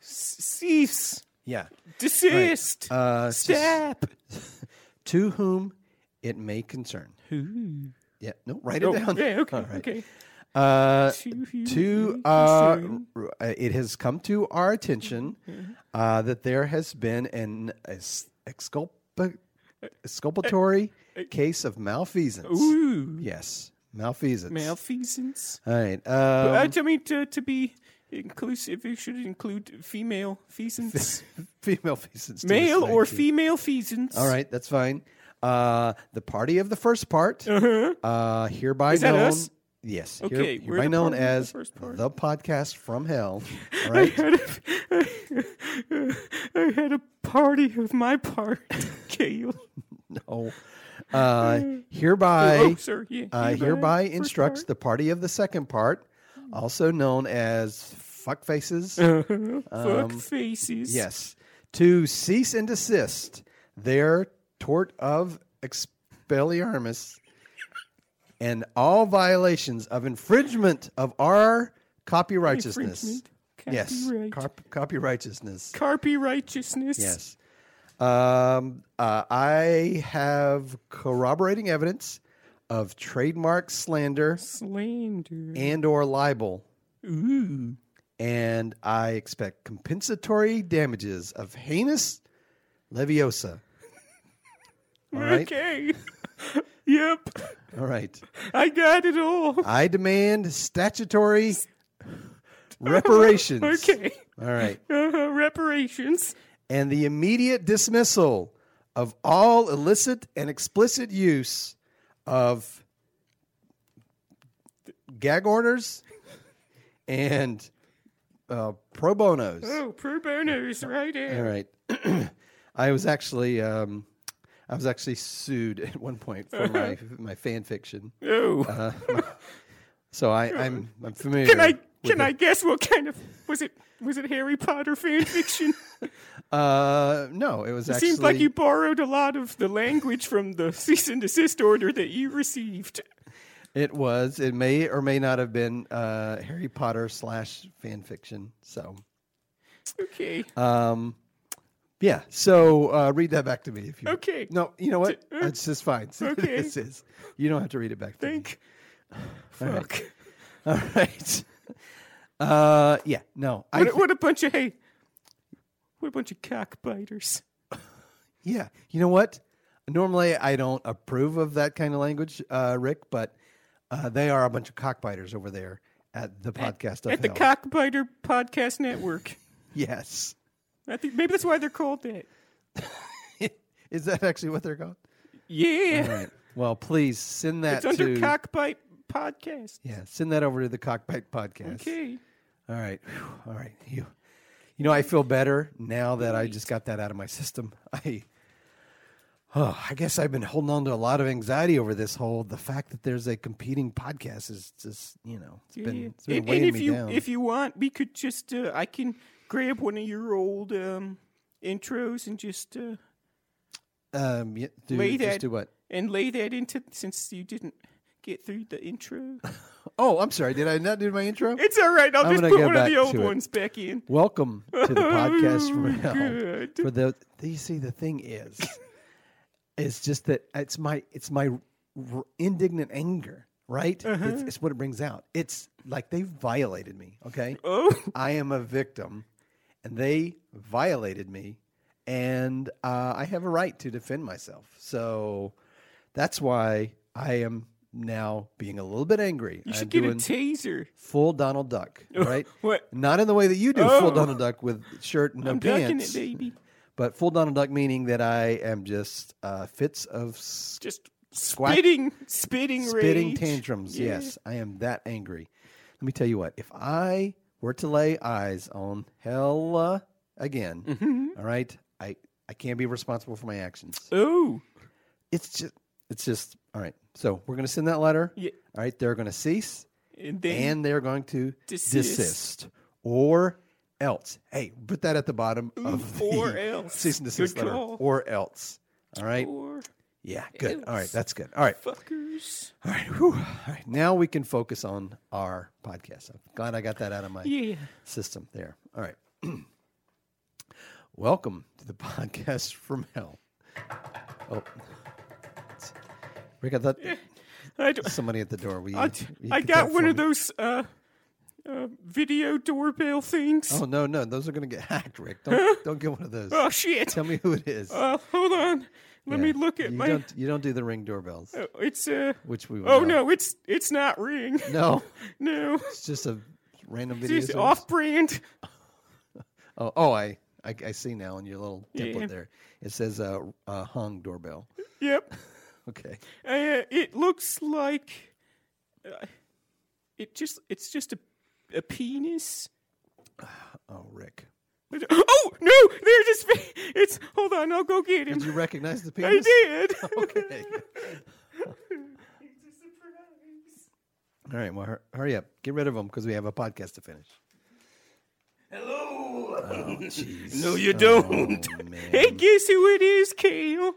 Speaker 3: s- cease,
Speaker 2: Yeah.
Speaker 3: desist,
Speaker 2: Uh, s-
Speaker 3: stop.
Speaker 2: to whom it may concern. Who? Yeah. No. Write it
Speaker 3: Oh,
Speaker 2: down.
Speaker 3: yeah, okay,
Speaker 2: All right.
Speaker 3: okay.
Speaker 2: Uh,
Speaker 3: To whom
Speaker 2: to
Speaker 3: it may
Speaker 2: uh,
Speaker 3: concern. Mm-hmm,
Speaker 2: r- uh, it has come to our attention uh, that there has been an ex-
Speaker 3: Uh,
Speaker 2: exculpa- exculpatory case of malfeasance.
Speaker 3: Ooh,
Speaker 2: Yes, malfeasance.
Speaker 3: malfeasance.
Speaker 2: All right.
Speaker 3: I,
Speaker 2: Um,
Speaker 3: I mean, Uh, to, to be inclusive, it should include female feasance.
Speaker 2: female feasance. to
Speaker 3: Male
Speaker 2: this
Speaker 3: or
Speaker 2: thank you.
Speaker 3: female feasance.
Speaker 2: All right, that's fine. Uh, the party of the first part,
Speaker 3: Uh-huh.
Speaker 2: uh, hereby
Speaker 3: Is that
Speaker 2: known.
Speaker 3: us?
Speaker 2: Yes.
Speaker 3: Okay, we're
Speaker 2: hereby
Speaker 3: the
Speaker 2: known
Speaker 3: party of the
Speaker 2: as
Speaker 3: first part.
Speaker 2: the podcast from hell. All right.
Speaker 3: I had a party of my part, Kale.
Speaker 2: no. Oh, Uh, hereby,
Speaker 3: oh, sir, yeah.
Speaker 2: uh, hereby instructs
Speaker 3: the.
Speaker 2: the party of the second part, also known as
Speaker 3: Uh-huh.
Speaker 2: fuckfaces.
Speaker 3: Fuck faces.
Speaker 2: um, Yes. To cease and desist their tort of expelliarmus and all violations of infringement of our copyrightiousness.
Speaker 3: Infringement.
Speaker 2: Yes.
Speaker 3: Copyright.
Speaker 2: Carp- copyrightiousness.
Speaker 3: Carpy righteousness.
Speaker 2: Yes. Um, uh, I have corroborating evidence of trademark slander
Speaker 3: Slander.
Speaker 2: and or libel. And I expect compensatory damages of heinous leviosa. All right.
Speaker 3: Okay. yep.
Speaker 2: All right.
Speaker 3: I got it all.
Speaker 2: I demand statutory reparations.
Speaker 3: Okay.
Speaker 2: All right.
Speaker 3: Uh, reparations.
Speaker 2: And the immediate dismissal of all illicit and explicit use of gag orders and uh, pro bonos.
Speaker 3: Oh, pro bonos right
Speaker 2: All
Speaker 3: there.
Speaker 2: right. I was actually um, I was actually sued at one point
Speaker 3: Uh-huh.
Speaker 2: for my my fan fiction.
Speaker 3: Oh.
Speaker 2: Uh, So I, I'm I'm familiar.
Speaker 3: can I
Speaker 2: with
Speaker 3: can I guess what kind of was it was it Harry Potter fan fiction?
Speaker 2: the- Uh, no, it was
Speaker 3: it
Speaker 2: actually.
Speaker 3: seems like you borrowed a lot of the language from the cease and desist order that you received.
Speaker 2: It was. It may or may not have been uh, Harry Potter slash fan fiction. So,
Speaker 3: Okay.
Speaker 2: um, Yeah. So uh, read that back to me if you.
Speaker 3: Okay.
Speaker 2: No, you know what?
Speaker 3: Uh,
Speaker 2: It's just fine.
Speaker 3: okay.
Speaker 2: this is. You don't have to read it back to me.
Speaker 3: Think. Fuck.
Speaker 2: All right. Uh, yeah. No. I.
Speaker 3: What, a- what a bunch of hey. What a bunch of cockbiters.
Speaker 2: Yeah. You know what? Normally I don't approve of that kind of language, uh, Rick, but uh, they are a bunch of cockbiters over there at the podcast of
Speaker 3: At the
Speaker 2: hell.
Speaker 3: Cockbiter Podcast Network.
Speaker 2: Yes.
Speaker 3: I think maybe that's why they're called that.
Speaker 2: Is that actually what they're called?
Speaker 3: Yeah.
Speaker 2: All right. Well, please send that
Speaker 3: it's under
Speaker 2: to
Speaker 3: Cockbite Podcast.
Speaker 2: yeah. Send that over to the Cockbite Podcast.
Speaker 3: Okay.
Speaker 2: All right. Whew. All right. You, you know, I feel better now that I just got that out of my system. I, oh, I guess I've been holding on to a lot of anxiety over this whole. The fact that there's a competing podcast is just, you know, it's
Speaker 3: Yeah.
Speaker 2: been, it's been
Speaker 3: and,
Speaker 2: weighing
Speaker 3: and if
Speaker 2: me
Speaker 3: you
Speaker 2: down.
Speaker 3: if you want, we could just uh, I can grab one of your old um, intros and just uh,
Speaker 2: um, yeah, do,
Speaker 3: lay
Speaker 2: just
Speaker 3: that-
Speaker 2: do what?
Speaker 3: and lay that into since you didn't get through the intro.
Speaker 2: Oh, I'm sorry. Did I not do my intro?
Speaker 3: It's all right. I'll
Speaker 2: I'm
Speaker 3: just
Speaker 2: gonna
Speaker 3: put
Speaker 2: go
Speaker 3: one of
Speaker 2: back
Speaker 3: the old
Speaker 2: to it.
Speaker 3: ones back in.
Speaker 2: Welcome to the podcast from
Speaker 3: Oh,
Speaker 2: hell.
Speaker 3: good.
Speaker 2: For the you see, the thing is, it's just that it's my it's my r- indignant anger, right?
Speaker 3: Uh-huh.
Speaker 2: It's, it's what it brings out. It's like they violated me. Okay,
Speaker 3: Oh,
Speaker 2: I am a victim, and they violated me, and uh, I have a right to defend myself. So that's why I am now being a little bit angry.
Speaker 3: you
Speaker 2: I'm
Speaker 3: should get a
Speaker 2: doing-
Speaker 3: taser.
Speaker 2: full Donald Duck, right?
Speaker 3: What?
Speaker 2: Not in the way that you do
Speaker 3: Oh.
Speaker 2: full Donald Duck with shirt and no
Speaker 3: I'm ducking it,
Speaker 2: pants,
Speaker 3: baby.
Speaker 2: but full Donald Duck meaning that I am just uh, fits of s-
Speaker 3: Just
Speaker 2: Squack-
Speaker 3: spitting, spitting,
Speaker 2: spitting
Speaker 3: rage.
Speaker 2: tantrums.
Speaker 3: Yeah.
Speaker 2: Yes, I am that angry. Let me tell you what: if I were to lay eyes on Hella again,
Speaker 3: Mm-hmm.
Speaker 2: all right, I I can't be responsible for my actions.
Speaker 3: Oh,
Speaker 2: It's just it's just all right. So we're gonna send that letter.
Speaker 3: Yeah.
Speaker 2: All right, they're gonna cease
Speaker 3: and then
Speaker 2: and they're going to
Speaker 3: Desist.
Speaker 2: desist. or else. Hey, put that at the bottom of the
Speaker 3: or else.
Speaker 2: cease and desist
Speaker 3: Good
Speaker 2: letter.
Speaker 3: call.
Speaker 2: Or else. All right.
Speaker 3: or
Speaker 2: Yeah. Good. All right.
Speaker 3: else.
Speaker 2: That's good. All right.
Speaker 3: fuckers.
Speaker 2: All right. Whew. All right. Now we can focus on our podcast. I'm glad I got that out of my
Speaker 3: Yeah.
Speaker 2: system there. All right. Welcome to the podcast from hell. Oh. Rick, I thought
Speaker 3: I, d-
Speaker 2: somebody at the door. Will you-
Speaker 3: I d-
Speaker 2: will you
Speaker 3: I
Speaker 2: get
Speaker 3: got
Speaker 2: that
Speaker 3: one
Speaker 2: for
Speaker 3: of
Speaker 2: me?
Speaker 3: those uh, uh, video doorbell things.
Speaker 2: Oh
Speaker 3: Oh,
Speaker 2: no, no, those are gonna get hacked, Rick. Don't don't get one of those.
Speaker 3: shit!
Speaker 2: Tell me who it is.
Speaker 3: Uh, hold on. Oh. Let me
Speaker 2: Yeah.
Speaker 3: look at
Speaker 2: you
Speaker 3: my.
Speaker 2: Don't, you don't do the ring doorbells,
Speaker 3: Oh, it's uh.
Speaker 2: which we. will
Speaker 3: Oh
Speaker 2: not.
Speaker 3: no, it's it's not ring.
Speaker 2: no,
Speaker 3: No,
Speaker 2: it's just a random video.
Speaker 3: it's
Speaker 2: service.
Speaker 3: off-brand.
Speaker 2: Oh, oh, I, I I see now in your little template
Speaker 3: Yeah.
Speaker 2: there. It says uh, uh hung doorbell.
Speaker 3: Yep.
Speaker 2: Okay,
Speaker 3: Uh, it looks like uh, it just it's just a a penis.
Speaker 2: oh Rick,
Speaker 3: Oh no! There's his face. It's hold on. I'll go get him.
Speaker 2: did you recognize the
Speaker 3: I
Speaker 2: penis?
Speaker 3: did.
Speaker 2: Okay. All right, well hur- hurry up, get rid of them because we have a podcast to finish.
Speaker 5: Hello. no, you don't.
Speaker 2: Oh, man.
Speaker 3: hey, guess who it is, Kale?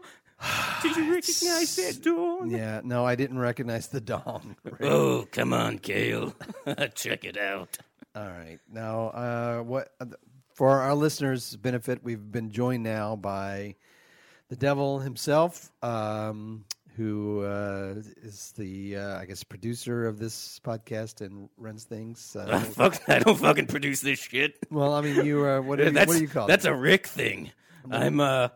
Speaker 3: Did you recognize that dog?
Speaker 2: Yeah, no, I didn't recognize the dong. Rick.
Speaker 5: Oh, come on, Kale. Check it out.
Speaker 2: All right. Now, uh, what for our listeners' benefit, we've been joined now by the devil himself, um, who uh, is the, uh, I guess, producer of this podcast and runs things. Uh,
Speaker 5: Fuck, I don't fucking produce this shit.
Speaker 2: well, I mean, you are what, are you,
Speaker 5: that's
Speaker 2: what are you called?
Speaker 5: that's a Rick thing. I'm uh,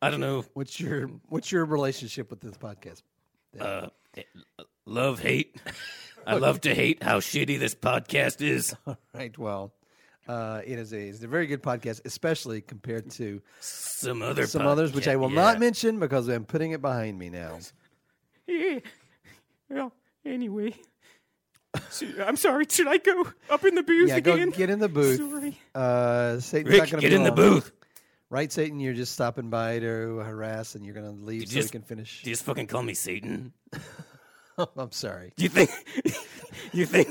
Speaker 5: I don't know,
Speaker 2: what's your what's your relationship with this podcast?
Speaker 5: uh, love hate. I love to hate how shitty this podcast is.
Speaker 2: All right. Well, uh, it is a it's a very good podcast, especially compared to
Speaker 5: Some other
Speaker 2: some others, which I will not
Speaker 5: mention.
Speaker 2: mention because I'm putting it behind me now.
Speaker 3: Yeah. Well, anyway. So- I'm sorry. Should I go up in the booth
Speaker 2: Yeah, go
Speaker 3: again?
Speaker 2: get in the booth.
Speaker 3: Sorry.
Speaker 2: Uh, Satan's not
Speaker 5: Rick,
Speaker 2: gonna
Speaker 5: get
Speaker 2: be
Speaker 5: in the
Speaker 2: long.
Speaker 5: booth.
Speaker 2: Right, Satan, you're just stopping by to harass, and you're going to leave so
Speaker 5: just-
Speaker 2: we can finish.
Speaker 5: Do you just fucking call me Satan?
Speaker 2: I'm sorry.
Speaker 5: Do you think? you think?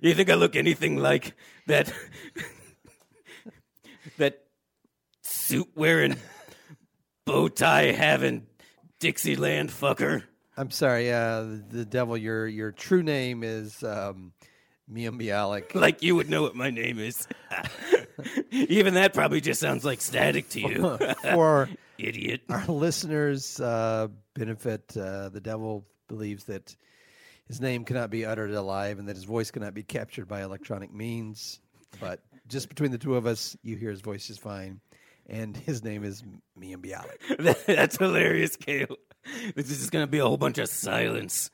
Speaker 5: You think I look anything like that? that suit wearing, bow tie having Dixieland fucker.
Speaker 2: I'm sorry. Uh, the, the devil. Your your true name is um, Miam Bialik.
Speaker 5: Like you would know what my name is. Even that probably just sounds like static to you,
Speaker 2: For
Speaker 5: idiot.
Speaker 2: our listeners' uh, benefit, uh, the devil believes that his name cannot be uttered alive and that his voice cannot be captured by electronic means. But just between the two of us, you hear his voice just fine. And his name is Mian Bialik.
Speaker 5: That's hilarious, Kale. This is just gonna be a whole bunch of silence.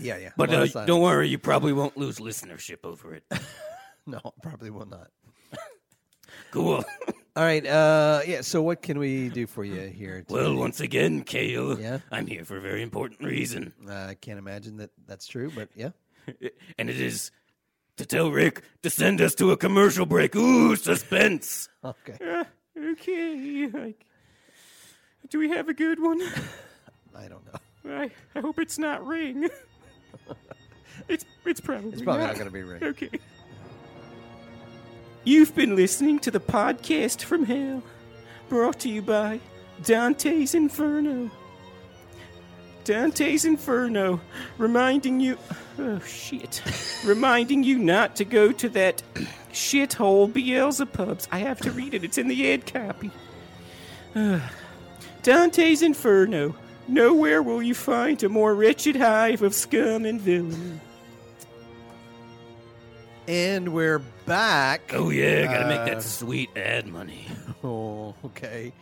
Speaker 2: Yeah, yeah.
Speaker 5: But
Speaker 2: Well,
Speaker 5: uh,
Speaker 2: it's not-
Speaker 5: don't worry, you probably won't lose listenership over it.
Speaker 2: No, probably will not.
Speaker 5: Cool.
Speaker 2: All right. Uh, yeah. So, what can we do for you here?
Speaker 5: Well, once again, Kale,
Speaker 2: Yeah?
Speaker 5: I'm here for a very important reason.
Speaker 2: Uh, I can't imagine that that's true, but yeah.
Speaker 5: and it is to tell Rick to send us to a commercial break. Ooh, suspense.
Speaker 2: Okay.
Speaker 3: Okay. Like, do we have a good one?
Speaker 2: I don't know.
Speaker 3: I, I hope it's not Ring. it's it's probably
Speaker 2: It's probably not going to be Rick.
Speaker 3: Okay. You've been listening to the podcast from Hell, brought to you by Dante's Inferno. Dante's Inferno, reminding you. Oh, shit. reminding you not to go to that shithole Beelzebub's. I have to read it, it's in the ad copy. Dante's Inferno. Nowhere will you find a more wretched hive of scum and villainy.
Speaker 2: And we're back.
Speaker 5: Oh yeah, gotta make
Speaker 2: Uh,
Speaker 5: that sweet ad money.
Speaker 2: Oh, okay.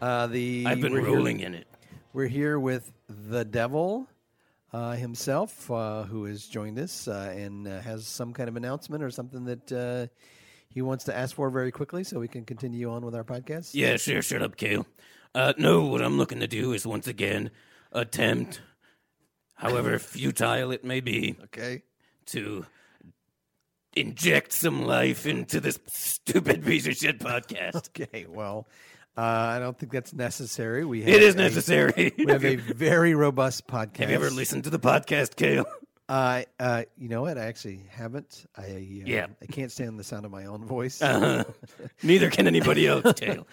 Speaker 2: Uh, the
Speaker 5: I've been
Speaker 2: we're here-
Speaker 5: rolling in it.
Speaker 2: We're here with the devil uh, himself, uh, who has joined us uh, and uh, has some kind of announcement or something that uh, he wants to ask for very quickly, so we can continue on with our podcast.
Speaker 5: Yeah, sure. Shut up, Kale. Uh, no, what I'm looking to do is once again attempt, however futile it may be,
Speaker 2: Okay.
Speaker 5: to inject some life into this stupid piece of shit podcast.
Speaker 2: Okay. Well, uh, I don't think that's necessary. We have
Speaker 5: It is
Speaker 2: a-
Speaker 5: necessary.
Speaker 2: we have a very robust podcast.
Speaker 5: Have you ever listened to the podcast, Kale?
Speaker 2: Uh, uh, you know what? I actually haven't. I uh,
Speaker 5: Yeah.
Speaker 2: I can't stand the sound of my own voice.
Speaker 5: Uh-huh. Neither can anybody else, Kale.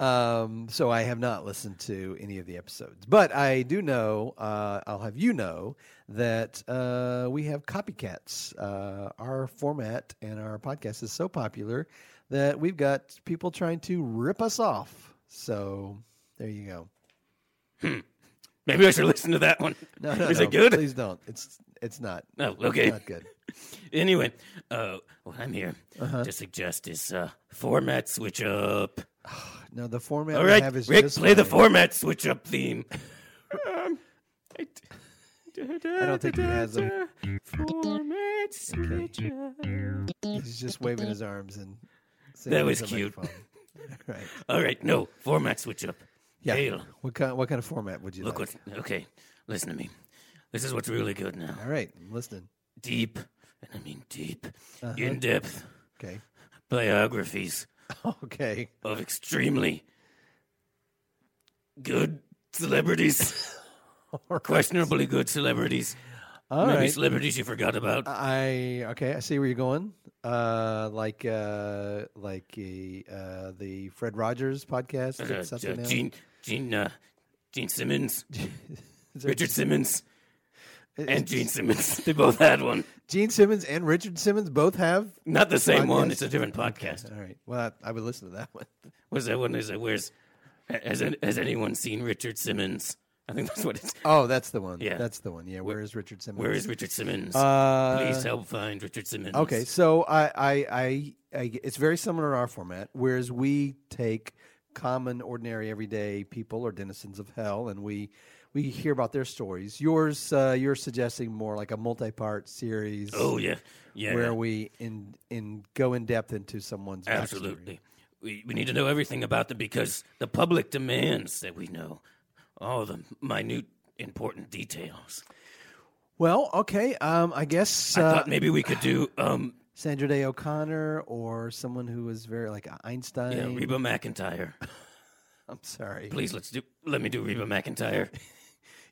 Speaker 2: Um, so I have not listened to any of the episodes, but I do know. Uh, I'll have you know that uh, we have copycats. Uh, our format and our podcast is so popular that we've got people trying to rip us off. So there you go.
Speaker 5: Maybe I should listen to that one.
Speaker 2: No, no,
Speaker 5: is
Speaker 2: no,
Speaker 5: it good?
Speaker 2: Please don't. It's it's not.
Speaker 5: No, okay.
Speaker 2: Not good.
Speaker 5: Anyway, uh, what I'm here
Speaker 2: Uh-huh.
Speaker 5: to suggest is uh, format switch up.
Speaker 2: No, the format
Speaker 5: All
Speaker 2: we
Speaker 5: right,
Speaker 2: have is
Speaker 5: Rick,
Speaker 2: just
Speaker 5: play the
Speaker 2: fine.
Speaker 5: format switch up theme.
Speaker 3: I
Speaker 2: don't think he has 'em.
Speaker 3: Format switcher.
Speaker 2: He's just waving his arms and singing
Speaker 5: That was
Speaker 2: into the
Speaker 5: cute.
Speaker 2: microphone. right.
Speaker 5: All right, no format switch up.
Speaker 2: Yeah.
Speaker 5: Kale,
Speaker 2: What kind? What kind of format would you
Speaker 5: look
Speaker 2: like?
Speaker 5: what. Okay, listen to me. This is what's really good now.
Speaker 2: All right, I'm listening.
Speaker 5: Deep, and I mean deep,
Speaker 2: Uh-huh.
Speaker 5: in depth
Speaker 2: Okay.
Speaker 5: biographies
Speaker 2: Okay.
Speaker 5: of extremely good celebrities or questionably good celebrities.
Speaker 2: All
Speaker 5: Maybe
Speaker 2: right.
Speaker 5: celebrities you forgot about.
Speaker 2: I okay. I see where you're going. Uh, like uh, like a, uh, the Fred Rogers podcast.
Speaker 5: Uh,
Speaker 2: Is
Speaker 5: uh,
Speaker 2: that something else?
Speaker 5: Gene, Gene, uh, Gene Simmons,
Speaker 2: Is there
Speaker 5: Richard Simmons,
Speaker 2: Gene-
Speaker 5: and Gene Simmons. They both had one.
Speaker 2: Gene Simmons and Richard Simmons both have.
Speaker 5: Not the same one.
Speaker 2: Podcast?
Speaker 5: It's a different podcast.
Speaker 2: All right. Well, I, I would listen to that one.
Speaker 5: What's that one? Is it where's? Has an- has anyone seen Richard Simmons? I think that's what it's.
Speaker 2: Oh, that's the one.
Speaker 5: Yeah.
Speaker 2: that's the one. Yeah. where is Richard Simmons?
Speaker 5: Where is Richard Simmons?
Speaker 2: Uh,
Speaker 5: Please help find Richard Simmons.
Speaker 2: Okay, so I, I, I, I, it's very similar to our format, whereas we take common, ordinary, everyday people or denizens of hell, and we we hear about their stories. Yours, uh, you're suggesting more like a multi-part series.
Speaker 5: Oh yeah, yeah.
Speaker 2: where we in in go in depth into someone's backstory.
Speaker 5: Absolutely. We, we need to know everything about them because the public demands that we know all the minute important details.
Speaker 2: Well, okay, um, I guess
Speaker 5: I
Speaker 2: uh,
Speaker 5: thought maybe we could do um,
Speaker 2: Sandra Day O'Connor or someone who was very like Einstein.
Speaker 5: yeah, Reba McIntyre.
Speaker 2: I'm sorry.
Speaker 5: Please let's do let me do Reba McIntyre.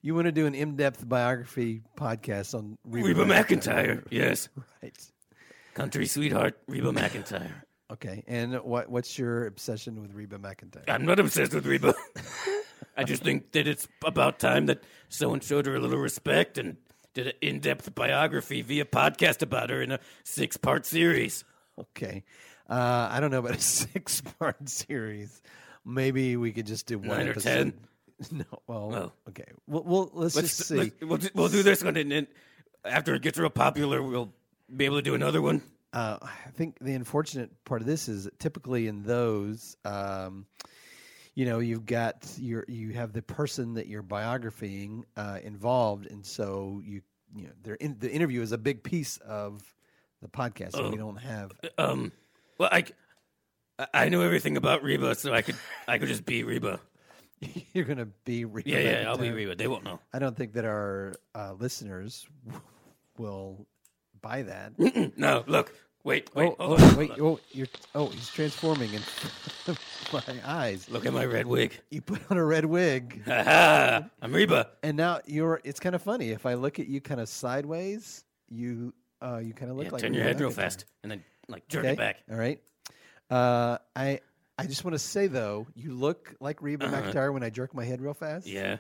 Speaker 2: You want to do an in-depth biography podcast on Reba,
Speaker 5: Reba McIntyre. Yes.
Speaker 2: Right.
Speaker 5: Country sweetheart Reba McIntyre.
Speaker 2: Okay, and what what's your obsession with Reba McIntyre?
Speaker 5: I'm not obsessed with Reba. I just think that it's about time that someone showed her a little respect and did an in-depth biography via podcast about her in a six-part series.
Speaker 2: Okay, Uh, I don't know about a six part series. Maybe we could just do one
Speaker 5: Nine or
Speaker 2: episode. 10? No, well,
Speaker 5: Well.
Speaker 2: okay. Well, well let's,
Speaker 5: Let's,
Speaker 2: just see.
Speaker 5: let's- we'll, do- we'll do this one, and then after it gets real popular, we'll be able to do another one.
Speaker 2: Uh, I think the unfortunate part of this is that typically in those, um, you know, you've got your you have the person that you're biographying uh, involved, and so you you know their in, the interview is a big piece of the podcast, and we
Speaker 5: Oh.
Speaker 2: don't have
Speaker 5: Um, well, I, c- I- I know everything about Reba, so I could I could just be Reba.
Speaker 2: you're going to be re-
Speaker 5: Yeah, yeah, I'll be
Speaker 2: uh,
Speaker 5: Reba. They won't know.
Speaker 2: I don't think that our uh, listeners will buy that.
Speaker 5: No, look, wait, wait,
Speaker 2: oh,
Speaker 5: hold
Speaker 2: oh,
Speaker 5: on,
Speaker 2: wait,
Speaker 5: hold on.
Speaker 2: oh, you're oh, he's transforming in my eyes.
Speaker 5: Look at my red wig.
Speaker 2: You put on a red wig.
Speaker 5: Aha! I'm Reba.
Speaker 2: And now you're. It's kind of funny if I look at you kind of sideways. You uh, you kind of look
Speaker 5: Yeah,
Speaker 2: like
Speaker 5: turn your
Speaker 2: Reba
Speaker 5: head real
Speaker 2: McEntire.
Speaker 5: fast, and then like jerk
Speaker 2: Okay?
Speaker 5: it back.
Speaker 2: All right. Uh, I I just want to say though, you look like Reba McIntyre when I jerk my head real fast.
Speaker 5: Uh-huh. Yeah.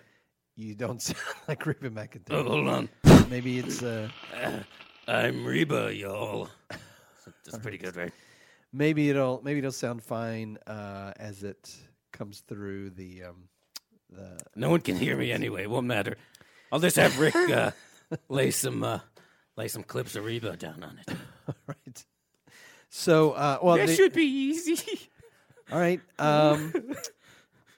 Speaker 2: You don't sound like Reba McIntyre.
Speaker 5: Oh, hold on.
Speaker 2: Maybe it's uh,
Speaker 5: I'm Reba, y'all. That's pretty good, right?
Speaker 2: maybe it'll maybe it'll sound fine uh, as it comes through the um, the
Speaker 5: No one can hear me anyway. Won't matter. I'll just have Rick uh, lay some uh, lay some clips of Reba down on it.
Speaker 2: right. So uh, well,
Speaker 3: That
Speaker 2: the-
Speaker 3: should be easy.
Speaker 2: All right. Um,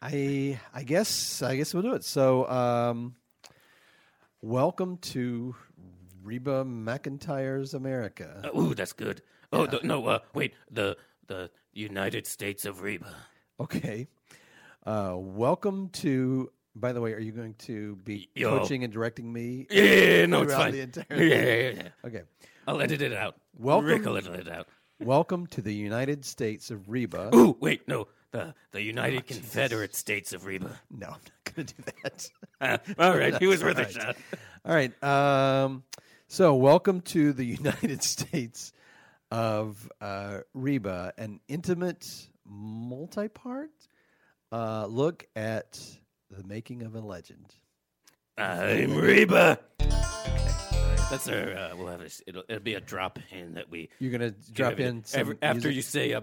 Speaker 2: I I guess I guess we'll do it. So, um, welcome to Reba McIntyre's America.
Speaker 5: Uh, ooh, that's good. Oh the, no, uh, wait the the United States of Reba.
Speaker 2: Okay. Uh, welcome to. By the way, are you going to be
Speaker 5: Yo.
Speaker 2: coaching and directing me?
Speaker 5: Yeah, yeah, yeah, no, it's
Speaker 2: Throughout
Speaker 5: fine.
Speaker 2: the
Speaker 5: yeah,
Speaker 2: entire-
Speaker 5: yeah, yeah, yeah.
Speaker 2: Okay.
Speaker 5: I'll edit it out.
Speaker 2: Welcome-
Speaker 5: Rick will edit it out.
Speaker 2: Welcome to the United States of Reba.
Speaker 5: Ooh, wait, no, the the United
Speaker 2: Oh,
Speaker 5: Confederate States of Reba.
Speaker 2: No, I'm not going to do that.
Speaker 5: Uh, all right, he was worth
Speaker 2: All
Speaker 5: a
Speaker 2: right.
Speaker 5: shot.
Speaker 2: All right. Um, so, welcome to the United States of uh, Reba, an intimate, multi part uh, look at the making of a legend.
Speaker 5: I'm Reba. That's our. Uh, we'll have a, s- it'll, it'll be a drop in that we
Speaker 2: You're going to drop
Speaker 5: give it-
Speaker 2: in some
Speaker 5: every- after
Speaker 2: music?
Speaker 5: you say uh,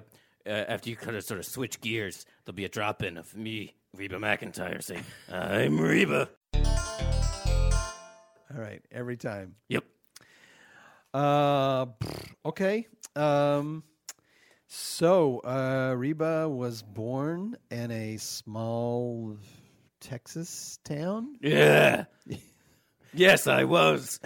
Speaker 5: uh, after you kind of sort of switch gears. There'll be a drop in of me, Reba McIntyre, saying I'm Reba.
Speaker 2: All right. Every time.
Speaker 5: Yep.
Speaker 2: Uh, pfft, okay. Um, so uh, Reba was born in a small Texas town.
Speaker 5: Yeah. yes, I was.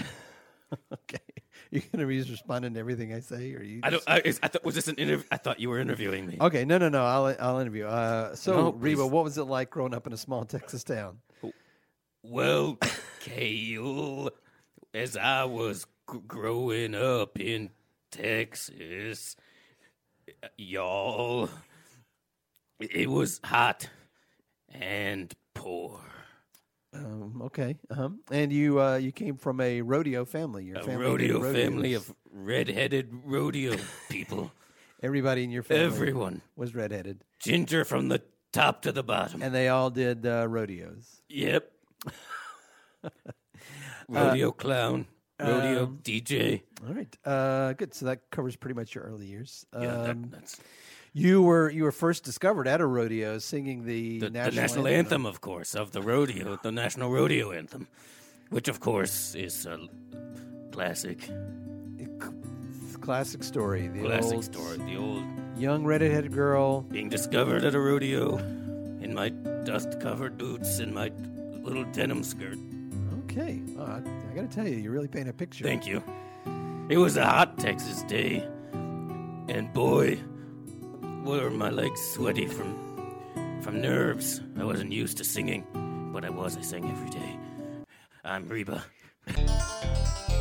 Speaker 2: Okay, you're gonna be just responding to everything I say, or you?
Speaker 5: I don't.
Speaker 2: just-
Speaker 5: I, is- I thought was this an interview? I thought you were interviewing me.
Speaker 2: okay, no, no, no. I'll I'll interview. Uh, so
Speaker 5: No,
Speaker 2: Reba,
Speaker 5: please.
Speaker 2: what was it like growing up in a small Texas town?
Speaker 5: Well, Cale, as I was g- growing up in Texas, y'all, it was hot and poor.
Speaker 2: Um, okay, uh-huh. and you uh, you came from a rodeo family. Your
Speaker 5: A
Speaker 2: family did
Speaker 5: rodeo family
Speaker 2: rodeos.
Speaker 5: of red-headed rodeo people.
Speaker 2: everybody in your family
Speaker 5: Everyone,
Speaker 2: was redheaded,
Speaker 5: ginger from the top to the bottom.
Speaker 2: and they all did uh, rodeos.
Speaker 5: yep.
Speaker 2: Uh,
Speaker 5: rodeo clown, rodeo
Speaker 2: um,
Speaker 5: DJ.
Speaker 2: All right, uh, good. So that covers pretty much your early years. Um,
Speaker 5: Yeah, that, that's
Speaker 2: you were you were first discovered at a rodeo singing the,
Speaker 5: the,
Speaker 2: national,
Speaker 5: the national anthem, of course, of the rodeo, the national rodeo anthem, which of course is a classic,
Speaker 2: Classic story. The
Speaker 5: classic
Speaker 2: old
Speaker 5: story. The old
Speaker 2: young redheaded girl.
Speaker 5: being discovered at a rodeo, in my dust-covered boots and my little denim skirt.
Speaker 2: Okay, Well, I, I got to tell you, you're really painting a picture.
Speaker 5: Thank you. It was a hot Texas day, and boy, were my legs sweaty from from nerves. I wasn't used to singing, but I was. I sang every day. I'm Reba.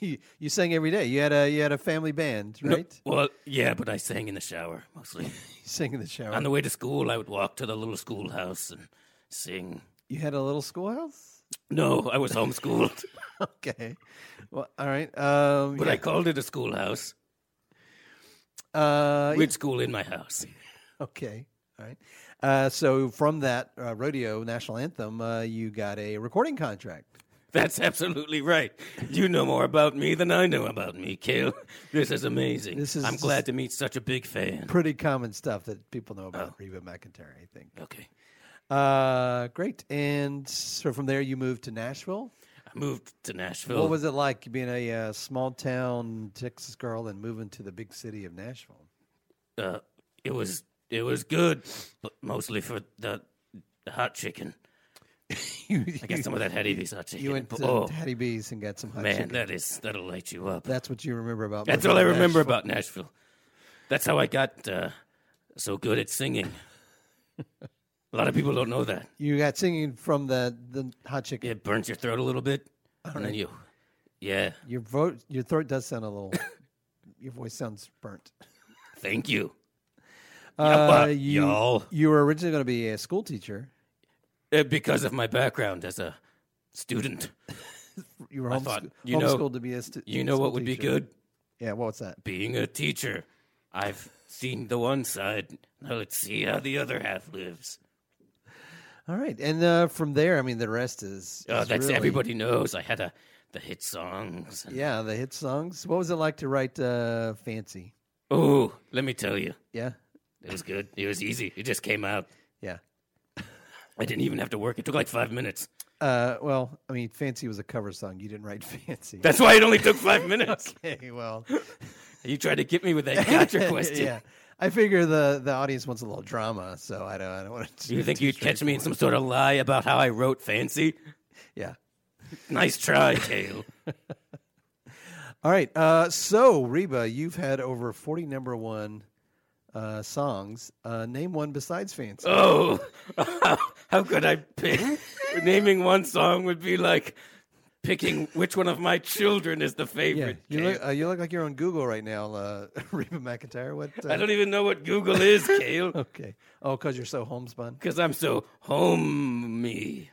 Speaker 2: you. You sang every day. You had a you had a family band,
Speaker 5: No,
Speaker 2: right?
Speaker 5: well, yeah, but I sang in the shower mostly.
Speaker 2: You sang in the shower.
Speaker 5: On the way to school, I would walk to the little schoolhouse and sing.
Speaker 2: you had a little schoolhouse.
Speaker 5: No, I was homeschooled,
Speaker 2: Okay, well, all right. Um,
Speaker 5: but I called it a schoolhouse.
Speaker 2: I uh,
Speaker 5: We'd school in my house.
Speaker 2: okay, all right. Uh, so from that uh, rodeo national anthem, uh, you got a recording contract.
Speaker 5: That's absolutely right. You know more about me than I know about me, Kale. This is amazing.
Speaker 2: This is
Speaker 5: I'm
Speaker 2: just-
Speaker 5: glad to meet such a big fan.
Speaker 2: Pretty common stuff that people know
Speaker 5: Oh.
Speaker 2: about Reba McIntyre, I think.
Speaker 5: Okay.
Speaker 2: Uh, great. And so from there, you moved to Nashville.
Speaker 5: I moved to Nashville.
Speaker 2: What was it like being a uh, small town Texas girl and moving to the big city of Nashville?
Speaker 5: uh, it was it was good, but mostly for the the hot chicken.
Speaker 2: you
Speaker 5: I got some of that Hattie V's hot chicken.
Speaker 2: you went to
Speaker 5: oh
Speaker 2: Hattie B's and got some hot
Speaker 5: man,
Speaker 2: chicken.
Speaker 5: that is that'll light you up.
Speaker 2: That's what you remember about.
Speaker 5: That's
Speaker 2: moving
Speaker 5: all I
Speaker 2: to
Speaker 5: remember
Speaker 2: Nashville.
Speaker 5: about Nashville. That's how I got uh, so good at singing. a lot of people don't know that.
Speaker 2: You got singing from the the hot chicken.
Speaker 5: It burns your throat a little bit, and then you, yeah.
Speaker 2: Your vote, your throat does sound a little. your voice sounds burnt.
Speaker 5: Thank you.
Speaker 2: Uh,
Speaker 5: Yappa,
Speaker 2: you,
Speaker 5: y'all.
Speaker 2: you were originally going to be a school teacher.
Speaker 5: Uh, because of my background as a student,
Speaker 2: You were
Speaker 5: I
Speaker 2: homeschooled,
Speaker 5: thought, you know-
Speaker 2: homeschooled to be a stu-
Speaker 5: you know
Speaker 2: school
Speaker 5: what would be
Speaker 2: teacher.
Speaker 5: good?
Speaker 2: Yeah, what's that?
Speaker 5: Being a teacher. I've seen the one side. Now let's see how the other half lives.
Speaker 2: All right, and uh, from there, I mean, the rest is.
Speaker 5: Oh,
Speaker 2: is
Speaker 5: that's
Speaker 2: really-
Speaker 5: everybody knows. I had a the hit songs. and-
Speaker 2: Yeah, the hit songs. What was it like to write uh, "Fancy"?
Speaker 5: Oh, let me tell you,
Speaker 2: Yeah,
Speaker 5: it was good. It was easy. It just came out.
Speaker 2: yeah.
Speaker 5: I didn't even have to work. It took like five minutes.
Speaker 2: Uh, well, I mean, "Fancy" was a cover song. You didn't write "Fancy."
Speaker 5: That's why it only took five minutes.
Speaker 2: okay. Well,
Speaker 5: You tried to get me with that gotcha question.
Speaker 2: yeah. I figure the the audience wants a little drama, so I don't. I don't want to.
Speaker 5: Do you think you'd catch me in some sort of lie about how I wrote fancy?
Speaker 2: Yeah.
Speaker 5: Nice try, Kale.
Speaker 2: All right. Uh, so Reba, you've had over forty number one uh, songs. Uh, name one besides "Fancy."
Speaker 5: Oh, how, how could I pick? Naming one song would be like picking which one of my children is the
Speaker 2: yeah,
Speaker 5: favorite.
Speaker 2: you
Speaker 5: Kale.
Speaker 2: look uh, you look like you're on Google right now, uh, Reba McIntyre. What? Uh,
Speaker 5: I don't even know what Google is, Kale,
Speaker 2: Okay. Oh, because you're so homespun.
Speaker 5: because I'm so homey.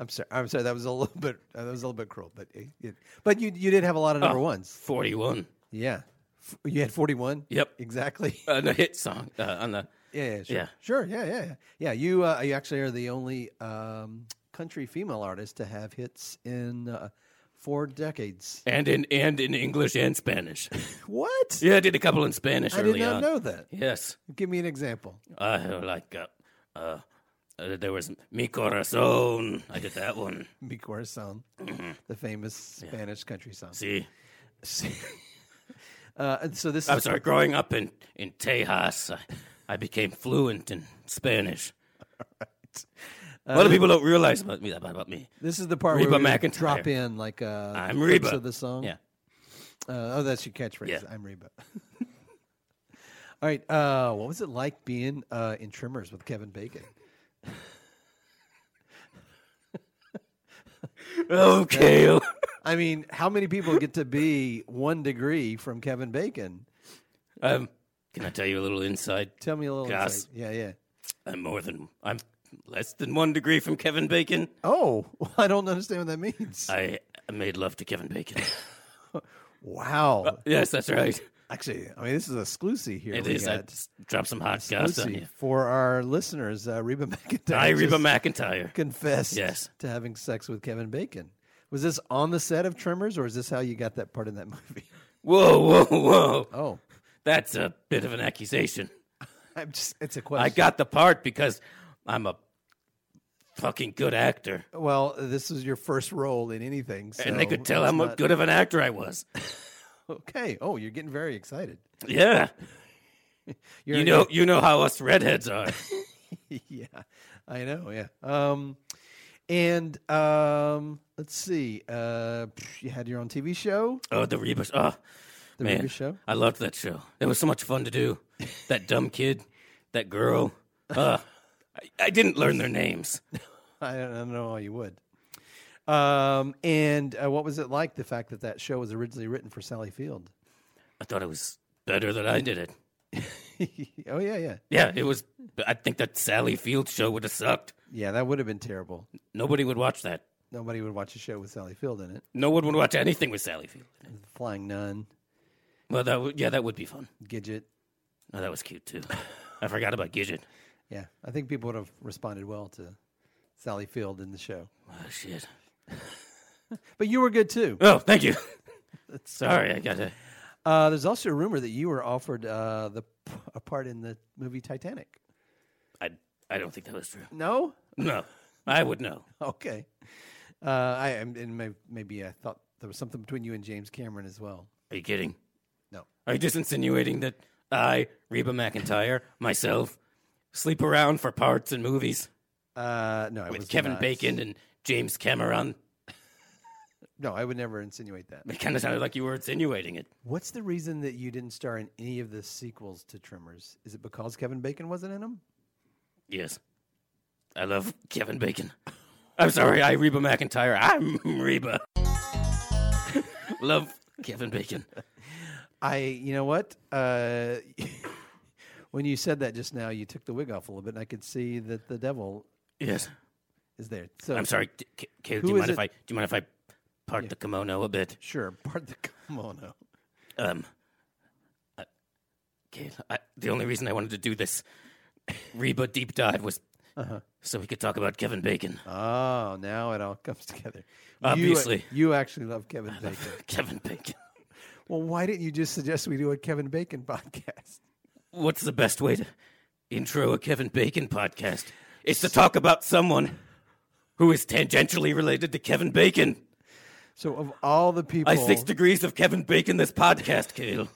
Speaker 2: I'm sorry. I'm sorry. That was a little bit. Uh, that was a little bit cruel. But it, it- but you you did have a lot of number
Speaker 5: Oh.
Speaker 2: ones.
Speaker 5: 41
Speaker 2: Yeah. F- You had 41.
Speaker 5: Yep.
Speaker 2: Exactly.
Speaker 5: on the hit song uh, on the
Speaker 2: Yeah. Yeah. Sure.
Speaker 5: Yeah.
Speaker 2: Sure. Yeah. Yeah. Yeah. Yeah. You uh, you actually are the only um, country female artist to have hits in uh, four decades.
Speaker 5: and in and in English and Spanish.
Speaker 2: What?
Speaker 5: Yeah, I did a couple in Spanish
Speaker 2: I did
Speaker 5: early
Speaker 2: not
Speaker 5: on.
Speaker 2: know that.
Speaker 5: Yes,
Speaker 2: Give me an example.
Speaker 5: I like uh, uh, uh, there was Mi Corazón. I did that one.
Speaker 2: Mi corazón,
Speaker 5: Mm-hmm.
Speaker 2: the famous Spanish country song.
Speaker 5: See,
Speaker 2: Uh, and so this
Speaker 5: I'm
Speaker 2: is
Speaker 5: sorry. Growing up in in Tejas, I, I became fluent in Spanish. A lot of people don't realize about me about me.
Speaker 2: this is the part
Speaker 5: Reba
Speaker 2: where we
Speaker 5: McEntire.
Speaker 2: drop in like uh,
Speaker 5: I'm
Speaker 2: clips
Speaker 5: Reba.
Speaker 2: of the song.
Speaker 5: Yeah.
Speaker 2: Uh, oh, that's your catchphrase.
Speaker 5: Yeah.
Speaker 2: I'm Reba. All right. Uh, what was it like being uh, in Trimmers with Kevin Bacon?
Speaker 5: Okay.
Speaker 2: I mean, how many people get to be one degree from Kevin Bacon?
Speaker 5: um, can I tell you a little inside?
Speaker 2: Tell me a little.
Speaker 5: Gosh.
Speaker 2: insight. Yeah, yeah.
Speaker 5: I'm more than I'm less than one degree from Kevin Bacon.
Speaker 2: Oh, I don't understand what that means.
Speaker 5: I made love to Kevin Bacon.
Speaker 2: wow.
Speaker 5: yes, that's right.
Speaker 2: Actually, I mean, this is exclusive here.
Speaker 5: It
Speaker 2: we
Speaker 5: is. I
Speaker 2: Got.
Speaker 5: just dropped some hot goss on
Speaker 2: Exclusive
Speaker 5: you.
Speaker 2: for our listeners, uh, Reba McIntyre.
Speaker 5: I Reba
Speaker 2: just
Speaker 5: McIntyre.
Speaker 2: confessed
Speaker 5: Yes.
Speaker 2: to having sex with Kevin Bacon. Was this on the set of Trimmers, or is this how you got that part in that movie?
Speaker 5: Whoa, whoa, whoa!
Speaker 2: Oh,
Speaker 5: That's a bit of an accusation.
Speaker 2: I'm just—it's a
Speaker 5: I
Speaker 2: question.
Speaker 5: got the part because I'm a fucking good actor,
Speaker 2: Well, this was your first role in anything, so
Speaker 5: and they could tell how
Speaker 2: Oh, it's
Speaker 5: mu-
Speaker 2: not-
Speaker 5: good of an actor I was.
Speaker 2: Okay. Oh, you're getting very excited.
Speaker 5: Yeah,
Speaker 2: You're,
Speaker 5: you know, you know how us redheads are.
Speaker 2: yeah, I know. Yeah. Um, and um, let's see. Uh, you had your own TV show,
Speaker 5: Oh, the Reba! Oh,
Speaker 2: the
Speaker 5: man,
Speaker 2: Reba show.
Speaker 5: I loved that show. It was so much fun to do. That dumb kid, that girl. Uh, I, I didn't learn their names.
Speaker 2: I don't, I don't know how you would. Um, and uh, what was it like? The fact that that show was originally written for Sally Field.
Speaker 5: I thought it was better that I did it.
Speaker 2: oh yeah, yeah,
Speaker 5: Yeah, it was. I think that Sally Field show would have sucked.
Speaker 2: yeah. That would have been terrible.
Speaker 5: Nobody would watch that.
Speaker 2: Nobody would watch a show with Sally Field in it.
Speaker 5: No one would watch anything with Sally Field.
Speaker 2: Flying Nun,
Speaker 5: Well, that would, yeah, that would be fun. Oh,
Speaker 2: Gidget.
Speaker 5: No, that was cute too. I forgot about Gidget.
Speaker 2: Yeah, I think people would have responded well to Sally Field in the show.
Speaker 5: Oh, shit.
Speaker 2: But you were good too.
Speaker 5: Oh, thank you. Sorry, I gotta.
Speaker 2: Uh, there's also a rumor that you were offered uh, the a part in the movie Titanic.
Speaker 5: I, I don't think that was true.
Speaker 2: No,
Speaker 5: No, I would know.
Speaker 2: okay. Uh, I am, and may, maybe I thought there was something between you and James Cameron as well.
Speaker 5: Are you kidding?
Speaker 2: No.
Speaker 5: Are you just insinuating that I, Reba McIntyre, myself, sleep around for parts in movies
Speaker 2: Uh, no, I was
Speaker 5: with Kevin
Speaker 2: not-
Speaker 5: Bacon and James Cameron?
Speaker 2: No, I would never insinuate that.
Speaker 5: It kind of sounded like you were insinuating it.
Speaker 2: What's the reason that you didn't star in any of the sequels to Tremors? Is it because Kevin Bacon wasn't in them?
Speaker 5: Yes. I love Kevin Bacon. I'm sorry, I Reba McIntyre. I'm Reba. love Kevin Bacon.
Speaker 2: I, you know what? Uh, when you said that just now, you took the wig off a little bit, and I could see that the devil
Speaker 5: Yes.
Speaker 2: is there. So
Speaker 5: I'm sorry, K- K- Caleb,
Speaker 2: Who
Speaker 5: do you
Speaker 2: is
Speaker 5: mind if
Speaker 2: it-
Speaker 5: I do you mind if I part the kimono a bit?
Speaker 2: Sure, part the kimono.
Speaker 5: Um, I- Kate, I, the only reason I wanted to do this Reba deep dive was
Speaker 2: Uh-huh.
Speaker 5: so we could talk about Kevin Bacon.
Speaker 2: Oh, now it all comes together. You- uh,
Speaker 5: Obviously.
Speaker 2: you, actually love Kevin Bacon.
Speaker 5: Kevin Bacon.
Speaker 2: well, why didn't you just suggest we do a Kevin Bacon podcast?
Speaker 5: What's the best way to intro a Kevin Bacon podcast? It's to talk about someone who is tangentially related to Kevin Bacon.
Speaker 2: So, of all the people,
Speaker 5: I six degrees of Kevin Bacon this podcast, Kale.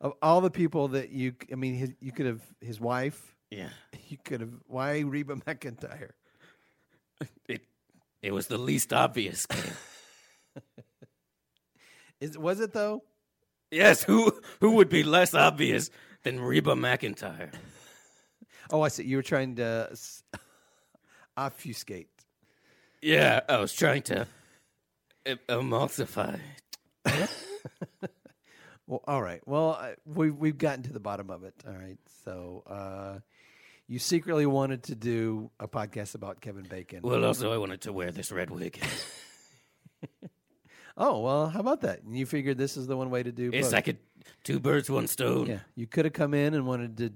Speaker 2: of all the people that you, c- I mean, his, you could have his wife.
Speaker 5: Yeah.
Speaker 2: You could have. Why Reba McIntyre?
Speaker 5: It it was the least obvious. Cale.
Speaker 2: Is was it though?
Speaker 5: yes, who who would be less obvious than Reba McIntyre?
Speaker 2: Oh, I see. You were trying to s- obfuscate.
Speaker 5: Yeah, I was trying to em- emulsify.
Speaker 2: Well, all right. Well, I, we we've gotten to the bottom of it. All right. So, uh, you secretly wanted to do a podcast about Kevin Bacon.
Speaker 5: Well, also, I wanted to wear this red wig.
Speaker 2: Oh well, how about that? And you figured this is the one way to do.
Speaker 5: It's
Speaker 2: both.
Speaker 5: like a two birds, one stone.
Speaker 2: yeah, you could have come in and wanted to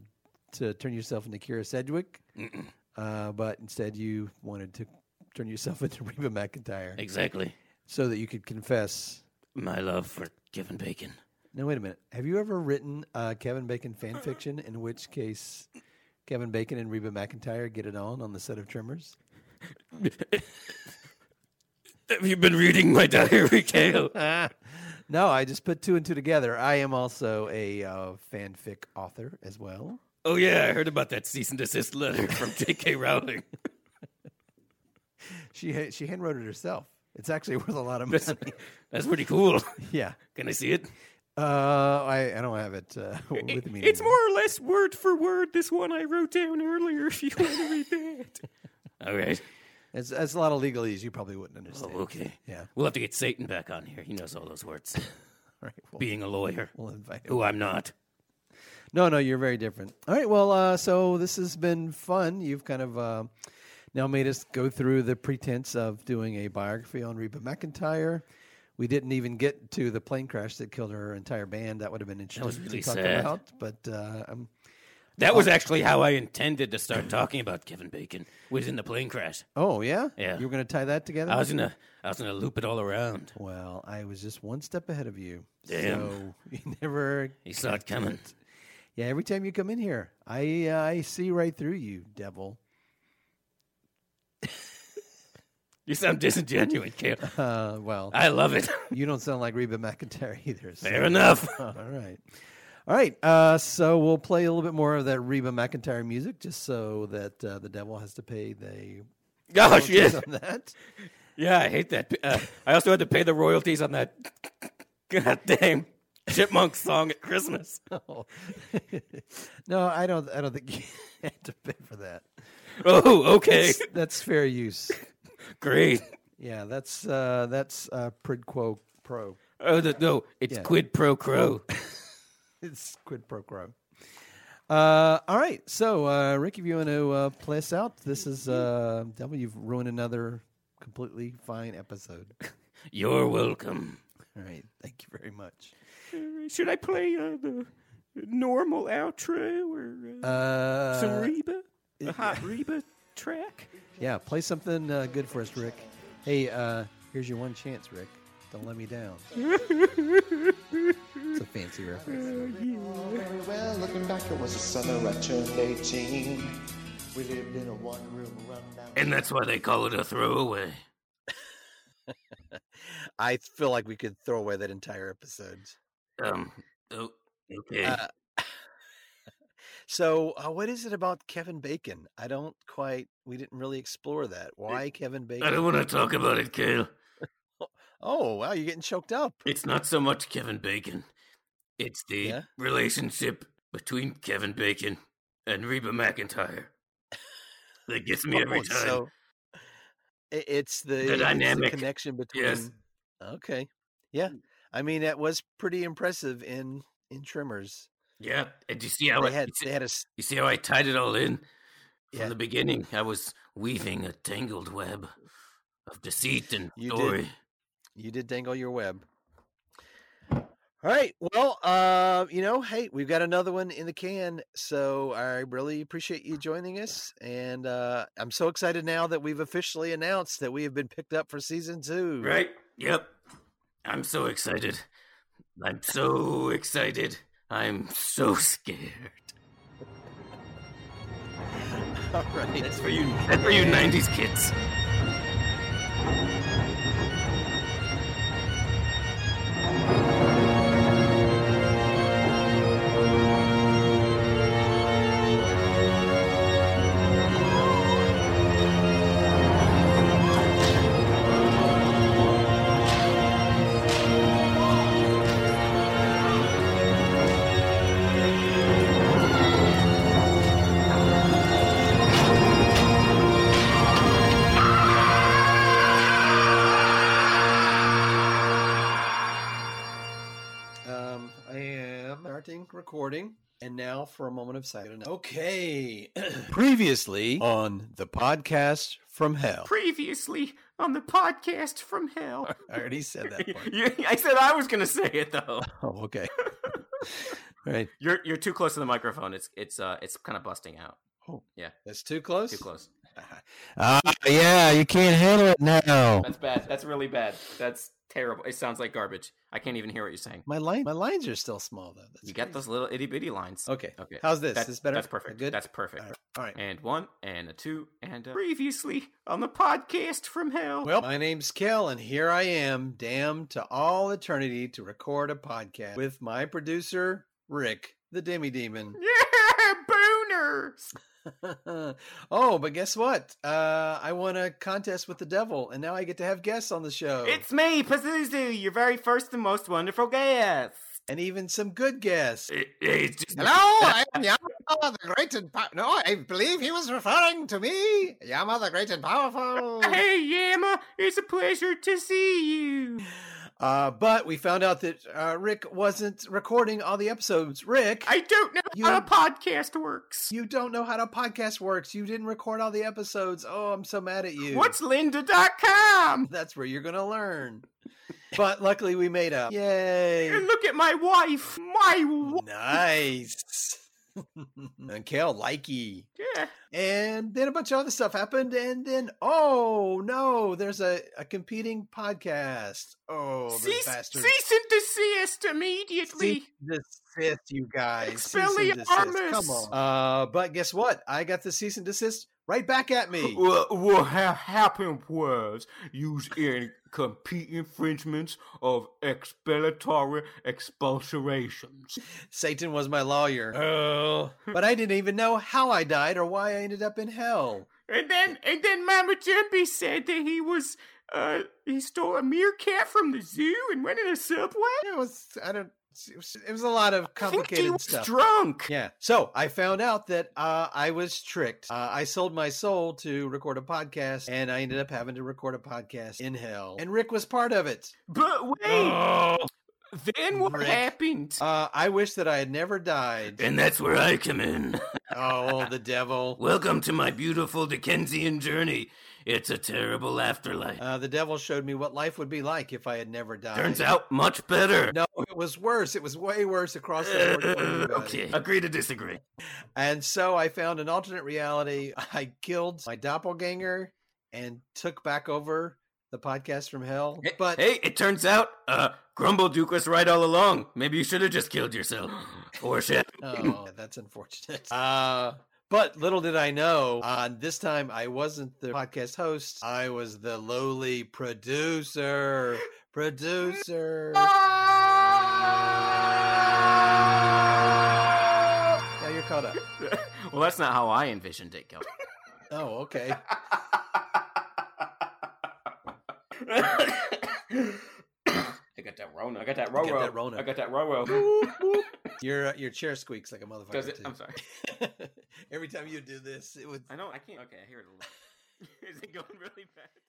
Speaker 2: to turn yourself into Kira Sedgwick, uh, but instead you wanted to turn yourself into Reba McIntyre
Speaker 5: Exactly.
Speaker 2: so that you could confess.
Speaker 5: My love for Kevin Bacon.
Speaker 2: Now wait a minute. Have you ever written uh, Kevin Bacon fan fiction? In which case, Kevin Bacon and Reba McIntyre get it on on the set of Tremors.
Speaker 5: Have you been reading my diary, Kale?
Speaker 2: No, I just put two and two together. I am also a uh, fanfic author as well.
Speaker 5: oh, yeah, I heard about that cease and desist letter from J.K. Rowling.
Speaker 2: She ha- she handwrote it herself. It's actually worth a lot of money.
Speaker 5: That's pretty cool.
Speaker 2: yeah.
Speaker 5: Can I see it?
Speaker 2: Uh, I, I don't have it uh, with me.
Speaker 3: It's
Speaker 2: anymore.
Speaker 3: more or less word for word this one I wrote down earlier if you want to read that.
Speaker 2: Oh,
Speaker 5: All right.
Speaker 2: It's, it's a lot of legalese you probably wouldn't understand.
Speaker 5: Oh, okay.
Speaker 2: Yeah.
Speaker 5: We'll have to get Satan back on here. He knows all those words.
Speaker 2: All right. We'll,
Speaker 5: Being a lawyer,
Speaker 2: we'll invite him.
Speaker 5: who I'm not.
Speaker 2: No, no, you're very different. All right. Well, uh, so this has been fun. You've kind of uh, now made us go through the pretense of doing a biography on Reba McIntyre. We didn't even get to the plane crash that killed her entire band. That would have been interesting
Speaker 5: was really
Speaker 2: to talk
Speaker 5: sad.
Speaker 2: about. But uh, um,
Speaker 5: That was actually how I intended to start talking about Kevin Bacon. Was in the plane crash.
Speaker 2: oh yeah,
Speaker 5: Yeah.
Speaker 2: You were going to tie that together.
Speaker 5: I was gonna, I was gonna loop it all around.
Speaker 2: Well, I was just one step ahead of you.
Speaker 5: Damn.
Speaker 2: So you never
Speaker 5: He saw it coming.
Speaker 2: Yeah, every time you come in here, I uh, I see right through you, devil.
Speaker 5: You sound disingenuous, Kale.
Speaker 2: Uh, well,
Speaker 5: I love it.
Speaker 2: you don't sound like Reba McIntyre either. so-
Speaker 5: Fair enough.
Speaker 2: All right. All right. Uh, so we'll play a little bit more of that Reba McIntyre music just so that uh, the devil has to pay the
Speaker 5: Oh
Speaker 2: royalties
Speaker 5: shit.
Speaker 2: on that.
Speaker 5: Yeah, I hate that. Uh, I also had to pay the royalties on that goddamn chipmunk song at Christmas.
Speaker 2: Oh. no, I don't I don't think you had to pay for that.
Speaker 5: Oh, okay,
Speaker 2: That's fair use.
Speaker 5: great.
Speaker 2: Yeah, that's uh, that's uh, prid quo pro.
Speaker 5: Oh the, no, it's
Speaker 2: Yeah.
Speaker 5: quid pro quo.
Speaker 2: It's quid pro quo. Uh, all right, so uh, Rick, if you want to uh, play us out, this is uh, Devil. You've ruined another completely fine episode.
Speaker 5: You're welcome.
Speaker 2: All right, thank you very much.
Speaker 3: Uh, Should I play uh, the normal outro or uh,
Speaker 2: Uh,
Speaker 3: some Reba? A hot Reba track.
Speaker 2: Yeah, play something uh, good for us, Rick. Hey, uh, here's your one chance, Rick. Don't let me down. it's a fancy reference.
Speaker 11: Very well, looking back, it was a summer I turned 18. We lived in a one room rundown.
Speaker 5: And that's why they call it a throwaway.
Speaker 2: I feel like we could throw away that entire episode.
Speaker 5: Um. Oh, okay.
Speaker 2: Uh, so, uh, what is it about Kevin Bacon? I don't quite. We didn't really explore that. Why Kevin Bacon?
Speaker 5: I don't want to talk about it, Kale.
Speaker 2: Oh wow, you're getting choked up.
Speaker 5: It's not so much Kevin Bacon. It's the
Speaker 2: Yeah?
Speaker 5: relationship between Kevin Bacon and Reba McIntyre that gets me every
Speaker 2: Oh,
Speaker 5: time.
Speaker 2: So i- it's the, it's
Speaker 5: dynamic.
Speaker 2: connection between.
Speaker 5: Yes. Mm.
Speaker 2: Okay. Yeah. I mean, that was pretty impressive in in Tremors.
Speaker 5: yeah, and you see how I,
Speaker 2: They had
Speaker 5: you see-
Speaker 2: they had a s-
Speaker 5: you see how I tied it all in from
Speaker 2: Yeah.
Speaker 5: the beginning. I was weaving a tangled web of deceit and
Speaker 2: You did.
Speaker 5: story.
Speaker 2: You did dangle your web. All right. Well, uh, you know, hey, we've got another one in the can. So I really appreciate you joining us. And uh, I'm so excited now that we've officially announced that we have been picked up for season two.
Speaker 5: Right? Yep. I'm so excited. I'm so excited. I'm so scared.
Speaker 2: All right.
Speaker 5: That's for you. That's for you, '90s kids.
Speaker 2: Um, I am starting recording. And now for a moment of silence. Okay. Previously on the podcast from hell.
Speaker 3: Previously on the podcast from hell.
Speaker 2: I already said that part.
Speaker 5: You- I said I was gonna say it though.
Speaker 2: Oh, okay. All right.
Speaker 5: You're you're too close to the microphone. It's it's uh it's kind of busting out.
Speaker 2: That's too close.
Speaker 5: Too close.
Speaker 2: Ah, yeah, you can't handle it now.
Speaker 5: That's bad. That's really bad. That's terrible. It sounds like garbage. I can't even hear what you're saying.
Speaker 2: My line, my lines are still small though. That's
Speaker 5: You got
Speaker 2: crazy.
Speaker 5: those little itty bitty lines.
Speaker 2: Okay.
Speaker 5: Okay.
Speaker 2: How's this?
Speaker 5: That-
Speaker 2: this better?
Speaker 5: That's
Speaker 2: That
Speaker 5: perfect.
Speaker 2: Good.
Speaker 5: That's perfect.
Speaker 2: All right.
Speaker 5: And one and a two and a
Speaker 3: Previously on the podcast from hell.
Speaker 2: Well, my name's Kel, and here I am, damned to all eternity, to record a podcast with my producer Rick, the Demi Demon.
Speaker 3: yeah, booners.
Speaker 2: oh, but guess what? Uh, I won a contest with the devil, and now I get to have guests on the show,
Speaker 5: It's me, Pazuzu, your very first and most wonderful guest.
Speaker 2: and even some good guests.
Speaker 5: it's just
Speaker 11: Hello, I am Yama the Great and Pow- No, I believe he was referring to me. Yama the Great and Powerful.
Speaker 3: Hey, Yama, it's a pleasure to see you.
Speaker 2: Uh, but we found out that uh, Rick wasn't recording all the episodes. Rick,
Speaker 3: I don't know
Speaker 2: You-
Speaker 3: how a podcast works.
Speaker 2: You don't know how the podcast works. You didn't record all the episodes. Oh, I'm so mad at you.
Speaker 3: What's lynda.com?
Speaker 2: That's where you're going to learn. but luckily we made up. Yay.
Speaker 3: And look at my wife. My wife.
Speaker 2: Nice. and Kale likey.
Speaker 3: Yeah.
Speaker 2: And then a bunch of other stuff happened. And then, oh no, there's a, a competing podcast. Oh, the
Speaker 3: Cease,
Speaker 2: bastards.
Speaker 3: cease and desist immediately.
Speaker 2: Cease and desist, you guys. Cease and desist. Come
Speaker 3: Expelliarmus.
Speaker 2: on. Uh, but guess what? I got the cease and desist right back at me.
Speaker 12: Well, what ha- happened was used in complete infringements of expellatory expulsorations.
Speaker 2: Satan was my lawyer.
Speaker 5: Uh,
Speaker 2: Oh. But I didn't even know how I died or why I ended up in hell.
Speaker 3: And then and then Mama Jumpy said that he was uh he stole a meerkat from the zoo and went in a subway.
Speaker 2: It was I don't it was, it was a lot of
Speaker 5: I think
Speaker 2: complicated
Speaker 5: he was
Speaker 2: stuff.
Speaker 5: drunk.
Speaker 2: yeah. So I found out that uh, I was tricked. Uh, I sold my soul to record a podcast, and I ended up having to record a podcast in hell. And Rick was part of it.
Speaker 3: But wait
Speaker 5: Oh.
Speaker 3: then what
Speaker 2: Rick.
Speaker 3: happened?
Speaker 2: Uh, I wish that I had never died.
Speaker 5: And that's where I come in.
Speaker 2: Oh, the devil.
Speaker 5: Welcome to my beautiful Dickensian journey. It's a terrible afterlife.
Speaker 2: Uh, the devil showed me what life would be like if I had never died.
Speaker 5: Turns out much better.
Speaker 2: No, it was worse. It was way worse across the board. Don't worry about it.
Speaker 5: okay, agree to disagree.
Speaker 2: And so I found an alternate reality. I killed my doppelganger and took back over the podcast from hell. But
Speaker 5: hey, it turns out uh, Grumble Duke was right all along. Maybe you should have just killed yourself. or shit.
Speaker 2: oh, that's unfortunate. Uh, but little did I know, uh, this time I wasn't the podcast host. I was the lowly producer. Producer. now you're caught up.
Speaker 5: well, that's not how I envisioned it going.
Speaker 2: Oh, okay.
Speaker 5: I got that Rona. I got that Roro.
Speaker 2: that Rona.
Speaker 5: I got that Roro.
Speaker 2: Your uh, your chair squeaks like a motherfucker.
Speaker 5: Does it?
Speaker 2: too.
Speaker 5: I'm sorry.
Speaker 2: Every time you do this, it would
Speaker 5: I know. I can't. Okay, I hear it a little. Is it going really fast?